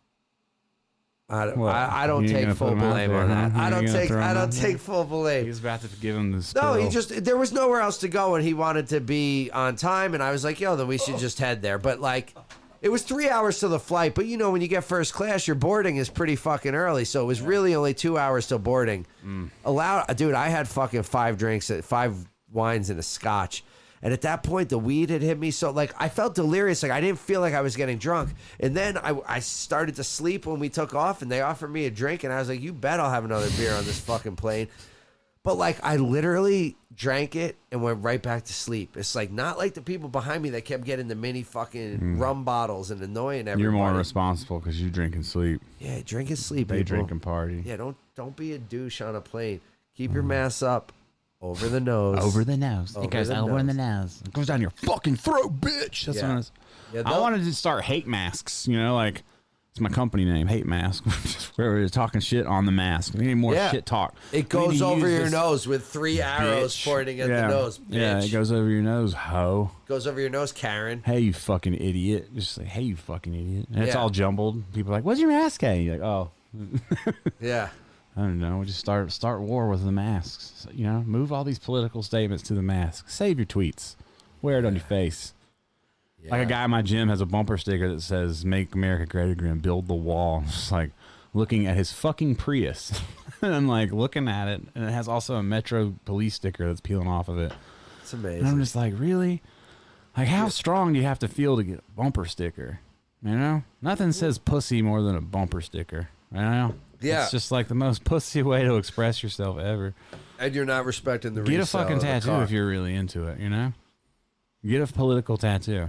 Speaker 1: I, don't-
Speaker 2: What?
Speaker 1: I, I don't
Speaker 2: You ain't
Speaker 1: take
Speaker 2: gonna put
Speaker 1: full
Speaker 2: him out
Speaker 1: blame
Speaker 2: there,
Speaker 1: on that.
Speaker 2: huh? You
Speaker 1: I
Speaker 2: ain't
Speaker 1: don't
Speaker 2: gonna
Speaker 1: take,
Speaker 2: throw him
Speaker 1: I
Speaker 2: out
Speaker 1: don't
Speaker 2: there?
Speaker 1: take full blame.
Speaker 2: He's about to give him the
Speaker 1: No, he just there was nowhere else to go, and he wanted to be on time. And I was like, yo, then we should just head there. But like, it was three hours to the flight. But you know, when you get first class, your boarding is pretty fucking early. So it was really only two hours till boarding. Allow, dude, I had fucking five drinks, five wines, and a scotch. And at that point, the weed had hit me. So, like, I felt delirious. Like, I didn't feel like I was getting drunk. And then I, I started to sleep when we took off, and they offered me a drink. And I was like, you bet I'll have another beer on this fucking plane. But like I literally drank it and went right back to sleep. It's like not like the people behind me that kept getting the mini fucking rum bottles and annoying everybody.
Speaker 2: Mm. You're more responsible because you drink and sleep.
Speaker 1: Yeah, drink and sleep.
Speaker 2: They
Speaker 1: people.
Speaker 2: drink and party.
Speaker 1: Yeah, don't don't be a douche on a plane. Keep your mask up over the nose.
Speaker 2: Mm. Over the nose.
Speaker 1: Over
Speaker 2: it goes
Speaker 1: the
Speaker 2: over the nose. It goes down your fucking throat, bitch. That's
Speaker 1: Yeah.
Speaker 2: what it is.
Speaker 1: Yeah,
Speaker 2: I
Speaker 1: don't-
Speaker 2: wanted to start hate masks. You know, like it's my company name, hate mask. Just Where we're talking shit on the mask. We need more
Speaker 1: Yeah.
Speaker 2: shit talk. We
Speaker 1: It
Speaker 2: need to
Speaker 1: goes over
Speaker 2: use
Speaker 1: your
Speaker 2: this
Speaker 1: nose with three arrows
Speaker 2: bitch.
Speaker 1: pointing at
Speaker 2: Yeah.
Speaker 1: the nose. Bitch.
Speaker 2: Yeah, it goes over your nose, hoe.
Speaker 1: Goes over your nose, Karen.
Speaker 2: Hey, you fucking idiot. Just like, hey, you fucking idiot. And it's
Speaker 1: Yeah.
Speaker 2: all jumbled. People are like, what's your mask at? And you're like, oh,
Speaker 1: Yeah.
Speaker 2: I don't know. We just start start war with the masks. So, you know, move all these political statements to the mask. Save your tweets. Wear it on your face. Like a guy in my gym has a bumper sticker that says "Make America Great Again, Build the Wall." Just like looking at his fucking Prius, and I'm like looking at it, and it has also a Metro police sticker that's peeling off of it.
Speaker 1: It's
Speaker 2: And I'm
Speaker 1: amazing.
Speaker 2: just like, really? Like, how strong do you have to feel to get a bumper sticker? You know, nothing says pussy more than a bumper sticker. You know,
Speaker 1: Yeah.
Speaker 2: it's just like the most pussy way to express yourself ever.
Speaker 1: And you're not respecting the
Speaker 2: Get a
Speaker 1: resale
Speaker 2: fucking
Speaker 1: of the
Speaker 2: tattoo
Speaker 1: car.
Speaker 2: if you're really into it. You know, get a political tattoo.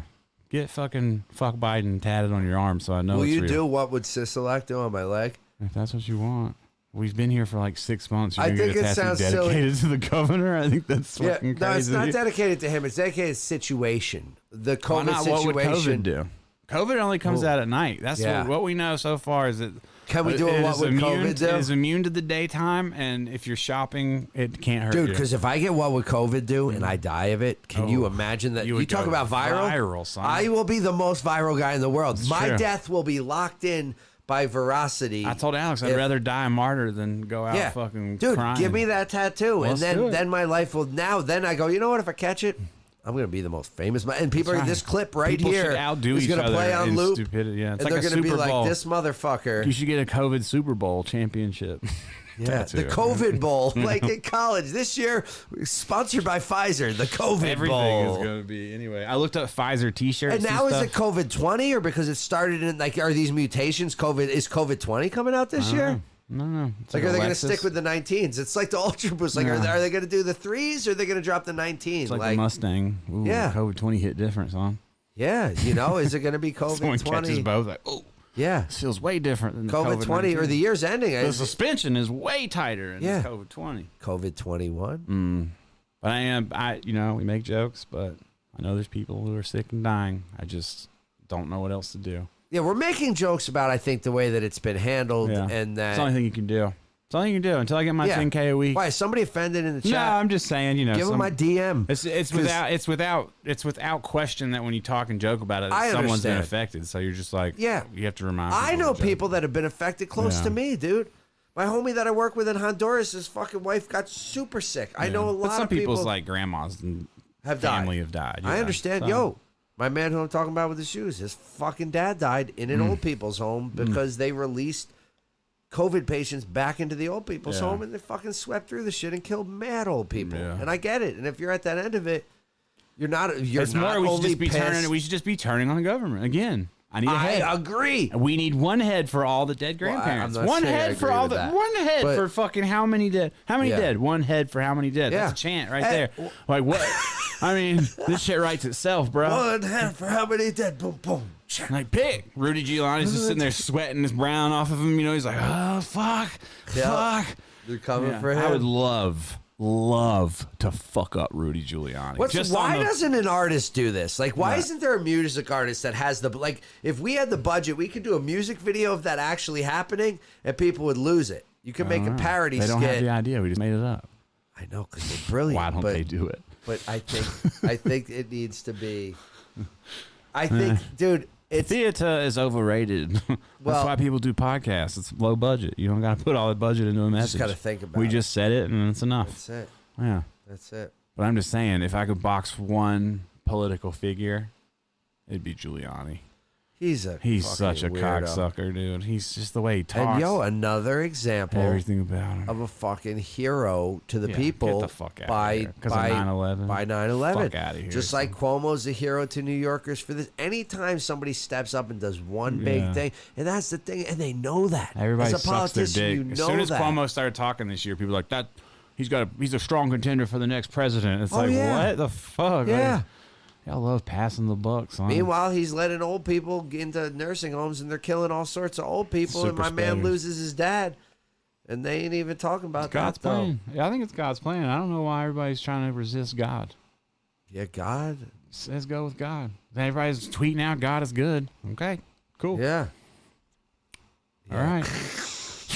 Speaker 2: Get fucking fuck Biden tatted on your arm so I know
Speaker 1: Will
Speaker 2: it's
Speaker 1: you
Speaker 2: real.
Speaker 1: do what would Sisalak do on my leg?
Speaker 2: If that's what you want. We've been here for like six months. You're
Speaker 1: I
Speaker 2: gonna
Speaker 1: think
Speaker 2: get a
Speaker 1: it
Speaker 2: tattoo
Speaker 1: sounds silly.
Speaker 2: dedicated to the governor. I think that's
Speaker 1: Yeah,
Speaker 2: fucking crazy.
Speaker 1: no, it's not dedicated to him. It's dedicated to situation. The
Speaker 2: Why
Speaker 1: COVID
Speaker 2: not?
Speaker 1: situation.
Speaker 2: What would COVID do? COVID only comes out at night. That's
Speaker 1: Yeah.
Speaker 2: what, what we know so far is that
Speaker 1: Can we do a
Speaker 2: it
Speaker 1: what
Speaker 2: is
Speaker 1: would
Speaker 2: immune,
Speaker 1: COVID do?
Speaker 2: It is immune to the daytime, and if you're shopping, it can't hurt
Speaker 1: Dude,
Speaker 2: you.
Speaker 1: because if I get what would COVID do and I die of it, can you
Speaker 2: Mm-hmm. Oh,
Speaker 1: imagine that?
Speaker 2: you
Speaker 1: You,
Speaker 2: would
Speaker 1: talk
Speaker 2: go
Speaker 1: about viral?
Speaker 2: viral, son.
Speaker 1: I will be the most viral guy in the world. My
Speaker 2: true.
Speaker 1: death will be locked in by veracity.
Speaker 2: I told Alex I'd
Speaker 1: If-
Speaker 2: rather die a martyr than go out
Speaker 1: yeah,
Speaker 2: fucking
Speaker 1: dude,
Speaker 2: crying.
Speaker 1: give me that tattoo, and
Speaker 2: Let's do
Speaker 1: then
Speaker 2: it.
Speaker 1: then my life will. Now, then I go. You know what? If I catch it, I'm gonna be the most famous. man. And people, are
Speaker 2: That's
Speaker 1: this
Speaker 2: right.
Speaker 1: clip right
Speaker 2: People should
Speaker 1: here
Speaker 2: outdo
Speaker 1: is
Speaker 2: each
Speaker 1: gonna
Speaker 2: other
Speaker 1: play on
Speaker 2: in
Speaker 1: loop.
Speaker 2: stupidity. Yeah, it's
Speaker 1: and
Speaker 2: like
Speaker 1: they're
Speaker 2: a
Speaker 1: gonna be
Speaker 2: Super Bowl.
Speaker 1: like, "This motherfucker."
Speaker 2: You should get a COVID Super Bowl championship.
Speaker 1: Yeah,
Speaker 2: tattoo.
Speaker 1: the COVID Bowl, like in college this year, sponsored by Pfizer. The COVID
Speaker 2: Everything
Speaker 1: Bowl,
Speaker 2: is going to be anyway. I looked up Pfizer T-shirts.
Speaker 1: and now is
Speaker 2: stuff.
Speaker 1: it COVID twenty or because it started in like are these mutations COVID is COVID twenty coming out this year?
Speaker 2: no, no. It's
Speaker 1: Like, are they going to
Speaker 2: Alexis.
Speaker 1: stick with the 19s? It's like the Ultra Boost. Like, are they, are they going to do the threes or are they going to drop the 19?
Speaker 2: It's like, the Mustang? Ooh,
Speaker 1: Yeah.
Speaker 2: COVID twenty hit different, son.
Speaker 1: Yeah, you know, is it going to be
Speaker 2: Someone
Speaker 1: COVID
Speaker 2: catches
Speaker 1: twenty?
Speaker 2: both. Like, oh,
Speaker 1: Yeah,
Speaker 2: this feels way different than
Speaker 1: COVID twenty or the year's ending.
Speaker 2: The
Speaker 1: Is
Speaker 2: suspension is way tighter in
Speaker 1: Yeah.
Speaker 2: COVID twenty.
Speaker 1: COVID twenty one?
Speaker 2: Mm. But I am, I you know, we make jokes, but I know there's people who are sick and dying. I just don't know what else to do.
Speaker 1: Yeah, we're making jokes about I think the way that it's been handled
Speaker 2: Yeah,
Speaker 1: and
Speaker 2: it's
Speaker 1: that.
Speaker 2: the only thing you can do. It's the only thing you can do until I get my
Speaker 1: yeah.
Speaker 2: 10k a week.
Speaker 1: Why is somebody offended in the
Speaker 2: No,
Speaker 1: chat?
Speaker 2: I'm just saying, you know,
Speaker 1: Give them
Speaker 2: some-
Speaker 1: my DM.
Speaker 2: It's it's
Speaker 1: 'Cause-
Speaker 2: without it's without it's without question that when you talk and joke about it,
Speaker 1: I
Speaker 2: someone's been
Speaker 1: understand.
Speaker 2: affected. So you're just like,
Speaker 1: Yeah.
Speaker 2: you have to remind.
Speaker 1: I
Speaker 2: people
Speaker 1: know
Speaker 2: to joke.
Speaker 1: people that have been affected close
Speaker 2: Yeah.
Speaker 1: to me, dude. My homie that I work with in Honduras, his fucking wife got super sick. I know a lot
Speaker 2: but some
Speaker 1: of people
Speaker 2: people's like grandmas and
Speaker 1: have died.
Speaker 2: family have died.
Speaker 1: I
Speaker 2: yeah.
Speaker 1: understand.
Speaker 2: So-
Speaker 1: Yo, my man who I'm talking about with the shoes, his fucking dad died in
Speaker 2: Mm.
Speaker 1: an old people's home because they released COVID patients back into the old people's
Speaker 2: Yeah.
Speaker 1: home and they fucking swept through the shit and killed mad old people.
Speaker 2: Yeah.
Speaker 1: And I get it. And if you're at that end of it, you're not. You're
Speaker 2: it's
Speaker 1: not
Speaker 2: more. We should
Speaker 1: only
Speaker 2: just be
Speaker 1: pissed.
Speaker 2: turning. We should just be turning on the government again. I need a
Speaker 1: I
Speaker 2: head.
Speaker 1: agree.
Speaker 2: we need one head for all the dead
Speaker 1: Well, I- I'm
Speaker 2: grandparents.
Speaker 1: not
Speaker 2: one
Speaker 1: saying I
Speaker 2: head for
Speaker 1: agree
Speaker 2: all
Speaker 1: with
Speaker 2: the
Speaker 1: that,
Speaker 2: one head
Speaker 1: but-
Speaker 2: for fucking how many dead? How many
Speaker 1: Yeah.
Speaker 2: dead? One head for how many dead?
Speaker 1: Yeah.
Speaker 2: That's a chant right
Speaker 1: Hey,
Speaker 2: there.
Speaker 1: w-
Speaker 2: Like what? I mean, this shit writes itself, bro.
Speaker 1: One hand for how many dead? Boom, boom. Check.
Speaker 2: Like pick. Rudy Giuliani's just sitting there sweating his brown off of him. You know, he's like, oh fuck,
Speaker 1: Yeah.
Speaker 2: fuck.
Speaker 1: They're coming
Speaker 2: Yeah.
Speaker 1: for him.
Speaker 2: I would love, love to fuck up Rudy Giuliani.
Speaker 1: What's,
Speaker 2: Just on
Speaker 1: why
Speaker 2: the-
Speaker 1: doesn't an artist do this? Like, why isn't there a music artist that has the like? If we had the budget, we could do a music video of that actually happening, and people would lose it. You could make a parody
Speaker 2: They don't have
Speaker 1: skit.
Speaker 2: the idea. We just made it up.
Speaker 1: I know because they're brilliant.
Speaker 2: Why don't
Speaker 1: but,
Speaker 2: they do it?
Speaker 1: But I think I think it needs to be. I
Speaker 2: Eh.
Speaker 1: think, dude, it's
Speaker 2: Theater is overrated. That's
Speaker 1: Well-
Speaker 2: why people do podcasts. It's low budget. You don't got to put all the budget into a message.
Speaker 1: gotta think about
Speaker 2: We
Speaker 1: it.
Speaker 2: just said it, and it's enough.
Speaker 1: that's it.
Speaker 2: yeah.
Speaker 1: That's it.
Speaker 2: But I'm just saying, if I could box one political figure, it'd be Giuliani.
Speaker 1: He's a
Speaker 2: He's
Speaker 1: fucking
Speaker 2: such a
Speaker 1: weirdo.
Speaker 2: cocksucker, dude. He's just the way he talks.
Speaker 1: And yo, another example
Speaker 2: everything about him.
Speaker 1: of a fucking hero to the
Speaker 2: Yeah, get
Speaker 1: people
Speaker 2: the fuck outta
Speaker 1: by
Speaker 2: here. 'Cause of
Speaker 1: by
Speaker 2: 9/11?
Speaker 1: By 9/11.
Speaker 2: Fuck outta here,
Speaker 1: Just
Speaker 2: son.
Speaker 1: like Cuomo's a hero to New Yorkers for this. Anytime somebody steps up and does one
Speaker 2: Yeah.
Speaker 1: big thing, and that's the thing, and they know that.
Speaker 2: Everybody
Speaker 1: as a
Speaker 2: sucks their
Speaker 1: politician,
Speaker 2: dick.
Speaker 1: you know
Speaker 2: as soon as
Speaker 1: that.
Speaker 2: Cuomo started talking this year, people were like that. He's got a he's a strong contender for the next president. It's
Speaker 1: Oh,
Speaker 2: like
Speaker 1: yeah.
Speaker 2: what the fuck? Like,
Speaker 1: Yeah.
Speaker 2: y'all love passing the buck, son.
Speaker 1: Meanwhile, he's letting old people get into nursing homes, and they're killing all sorts of old people. and
Speaker 2: Super
Speaker 1: my man
Speaker 2: spreaders.
Speaker 1: loses his dad, and they ain't even talking about
Speaker 2: God's
Speaker 1: that. though.
Speaker 2: plan. Yeah, I think it's God's plan. I don't know why everybody's trying to resist God.
Speaker 1: Yeah, God.
Speaker 2: Let's- Let's go with God. Everybody's tweeting out God is good. Okay, cool.
Speaker 1: Yeah.
Speaker 2: All right.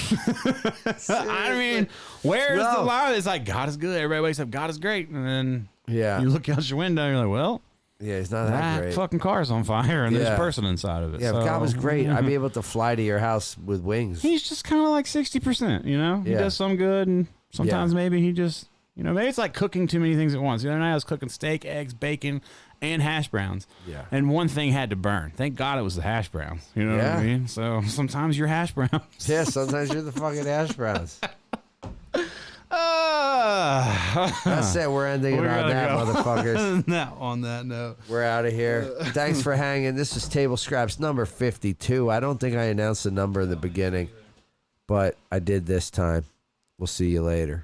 Speaker 2: I mean, where's the
Speaker 1: No.
Speaker 2: line? It's like God is good. Everybody wakes up, God is great, and then
Speaker 1: Yeah.
Speaker 2: you look out your window. You're like, well,
Speaker 1: yeah, he's not that,
Speaker 2: that
Speaker 1: great.
Speaker 2: fucking car's on fire, and there's
Speaker 1: Yeah.
Speaker 2: a person inside of it.
Speaker 1: Yeah, if
Speaker 2: so-
Speaker 1: God was great, I'd be able to fly to your house with wings.
Speaker 2: He's just kind of like sixty percent. You know, he
Speaker 1: Yeah.
Speaker 2: does some good, and sometimes
Speaker 1: Yeah.
Speaker 2: maybe he just, you know, maybe it's like cooking too many things at once. The other night I was cooking steak, eggs, bacon, and hash browns.
Speaker 1: Yeah.
Speaker 2: and one thing had to burn. Thank God it was the hash browns. You know what
Speaker 1: Yeah.
Speaker 2: I mean? So sometimes your hash browns.
Speaker 1: Yeah, sometimes you're the fucking hash browns.
Speaker 2: Ah.
Speaker 1: That's it. We're ending it
Speaker 2: We
Speaker 1: on
Speaker 2: gotta
Speaker 1: that,
Speaker 2: go.
Speaker 1: motherfuckers.
Speaker 2: now on that note.
Speaker 1: We're out of here. Thanks for hanging. This is Table Scraps number 52. I don't think I announced the number in the beginning, but I did this time. We'll see you later.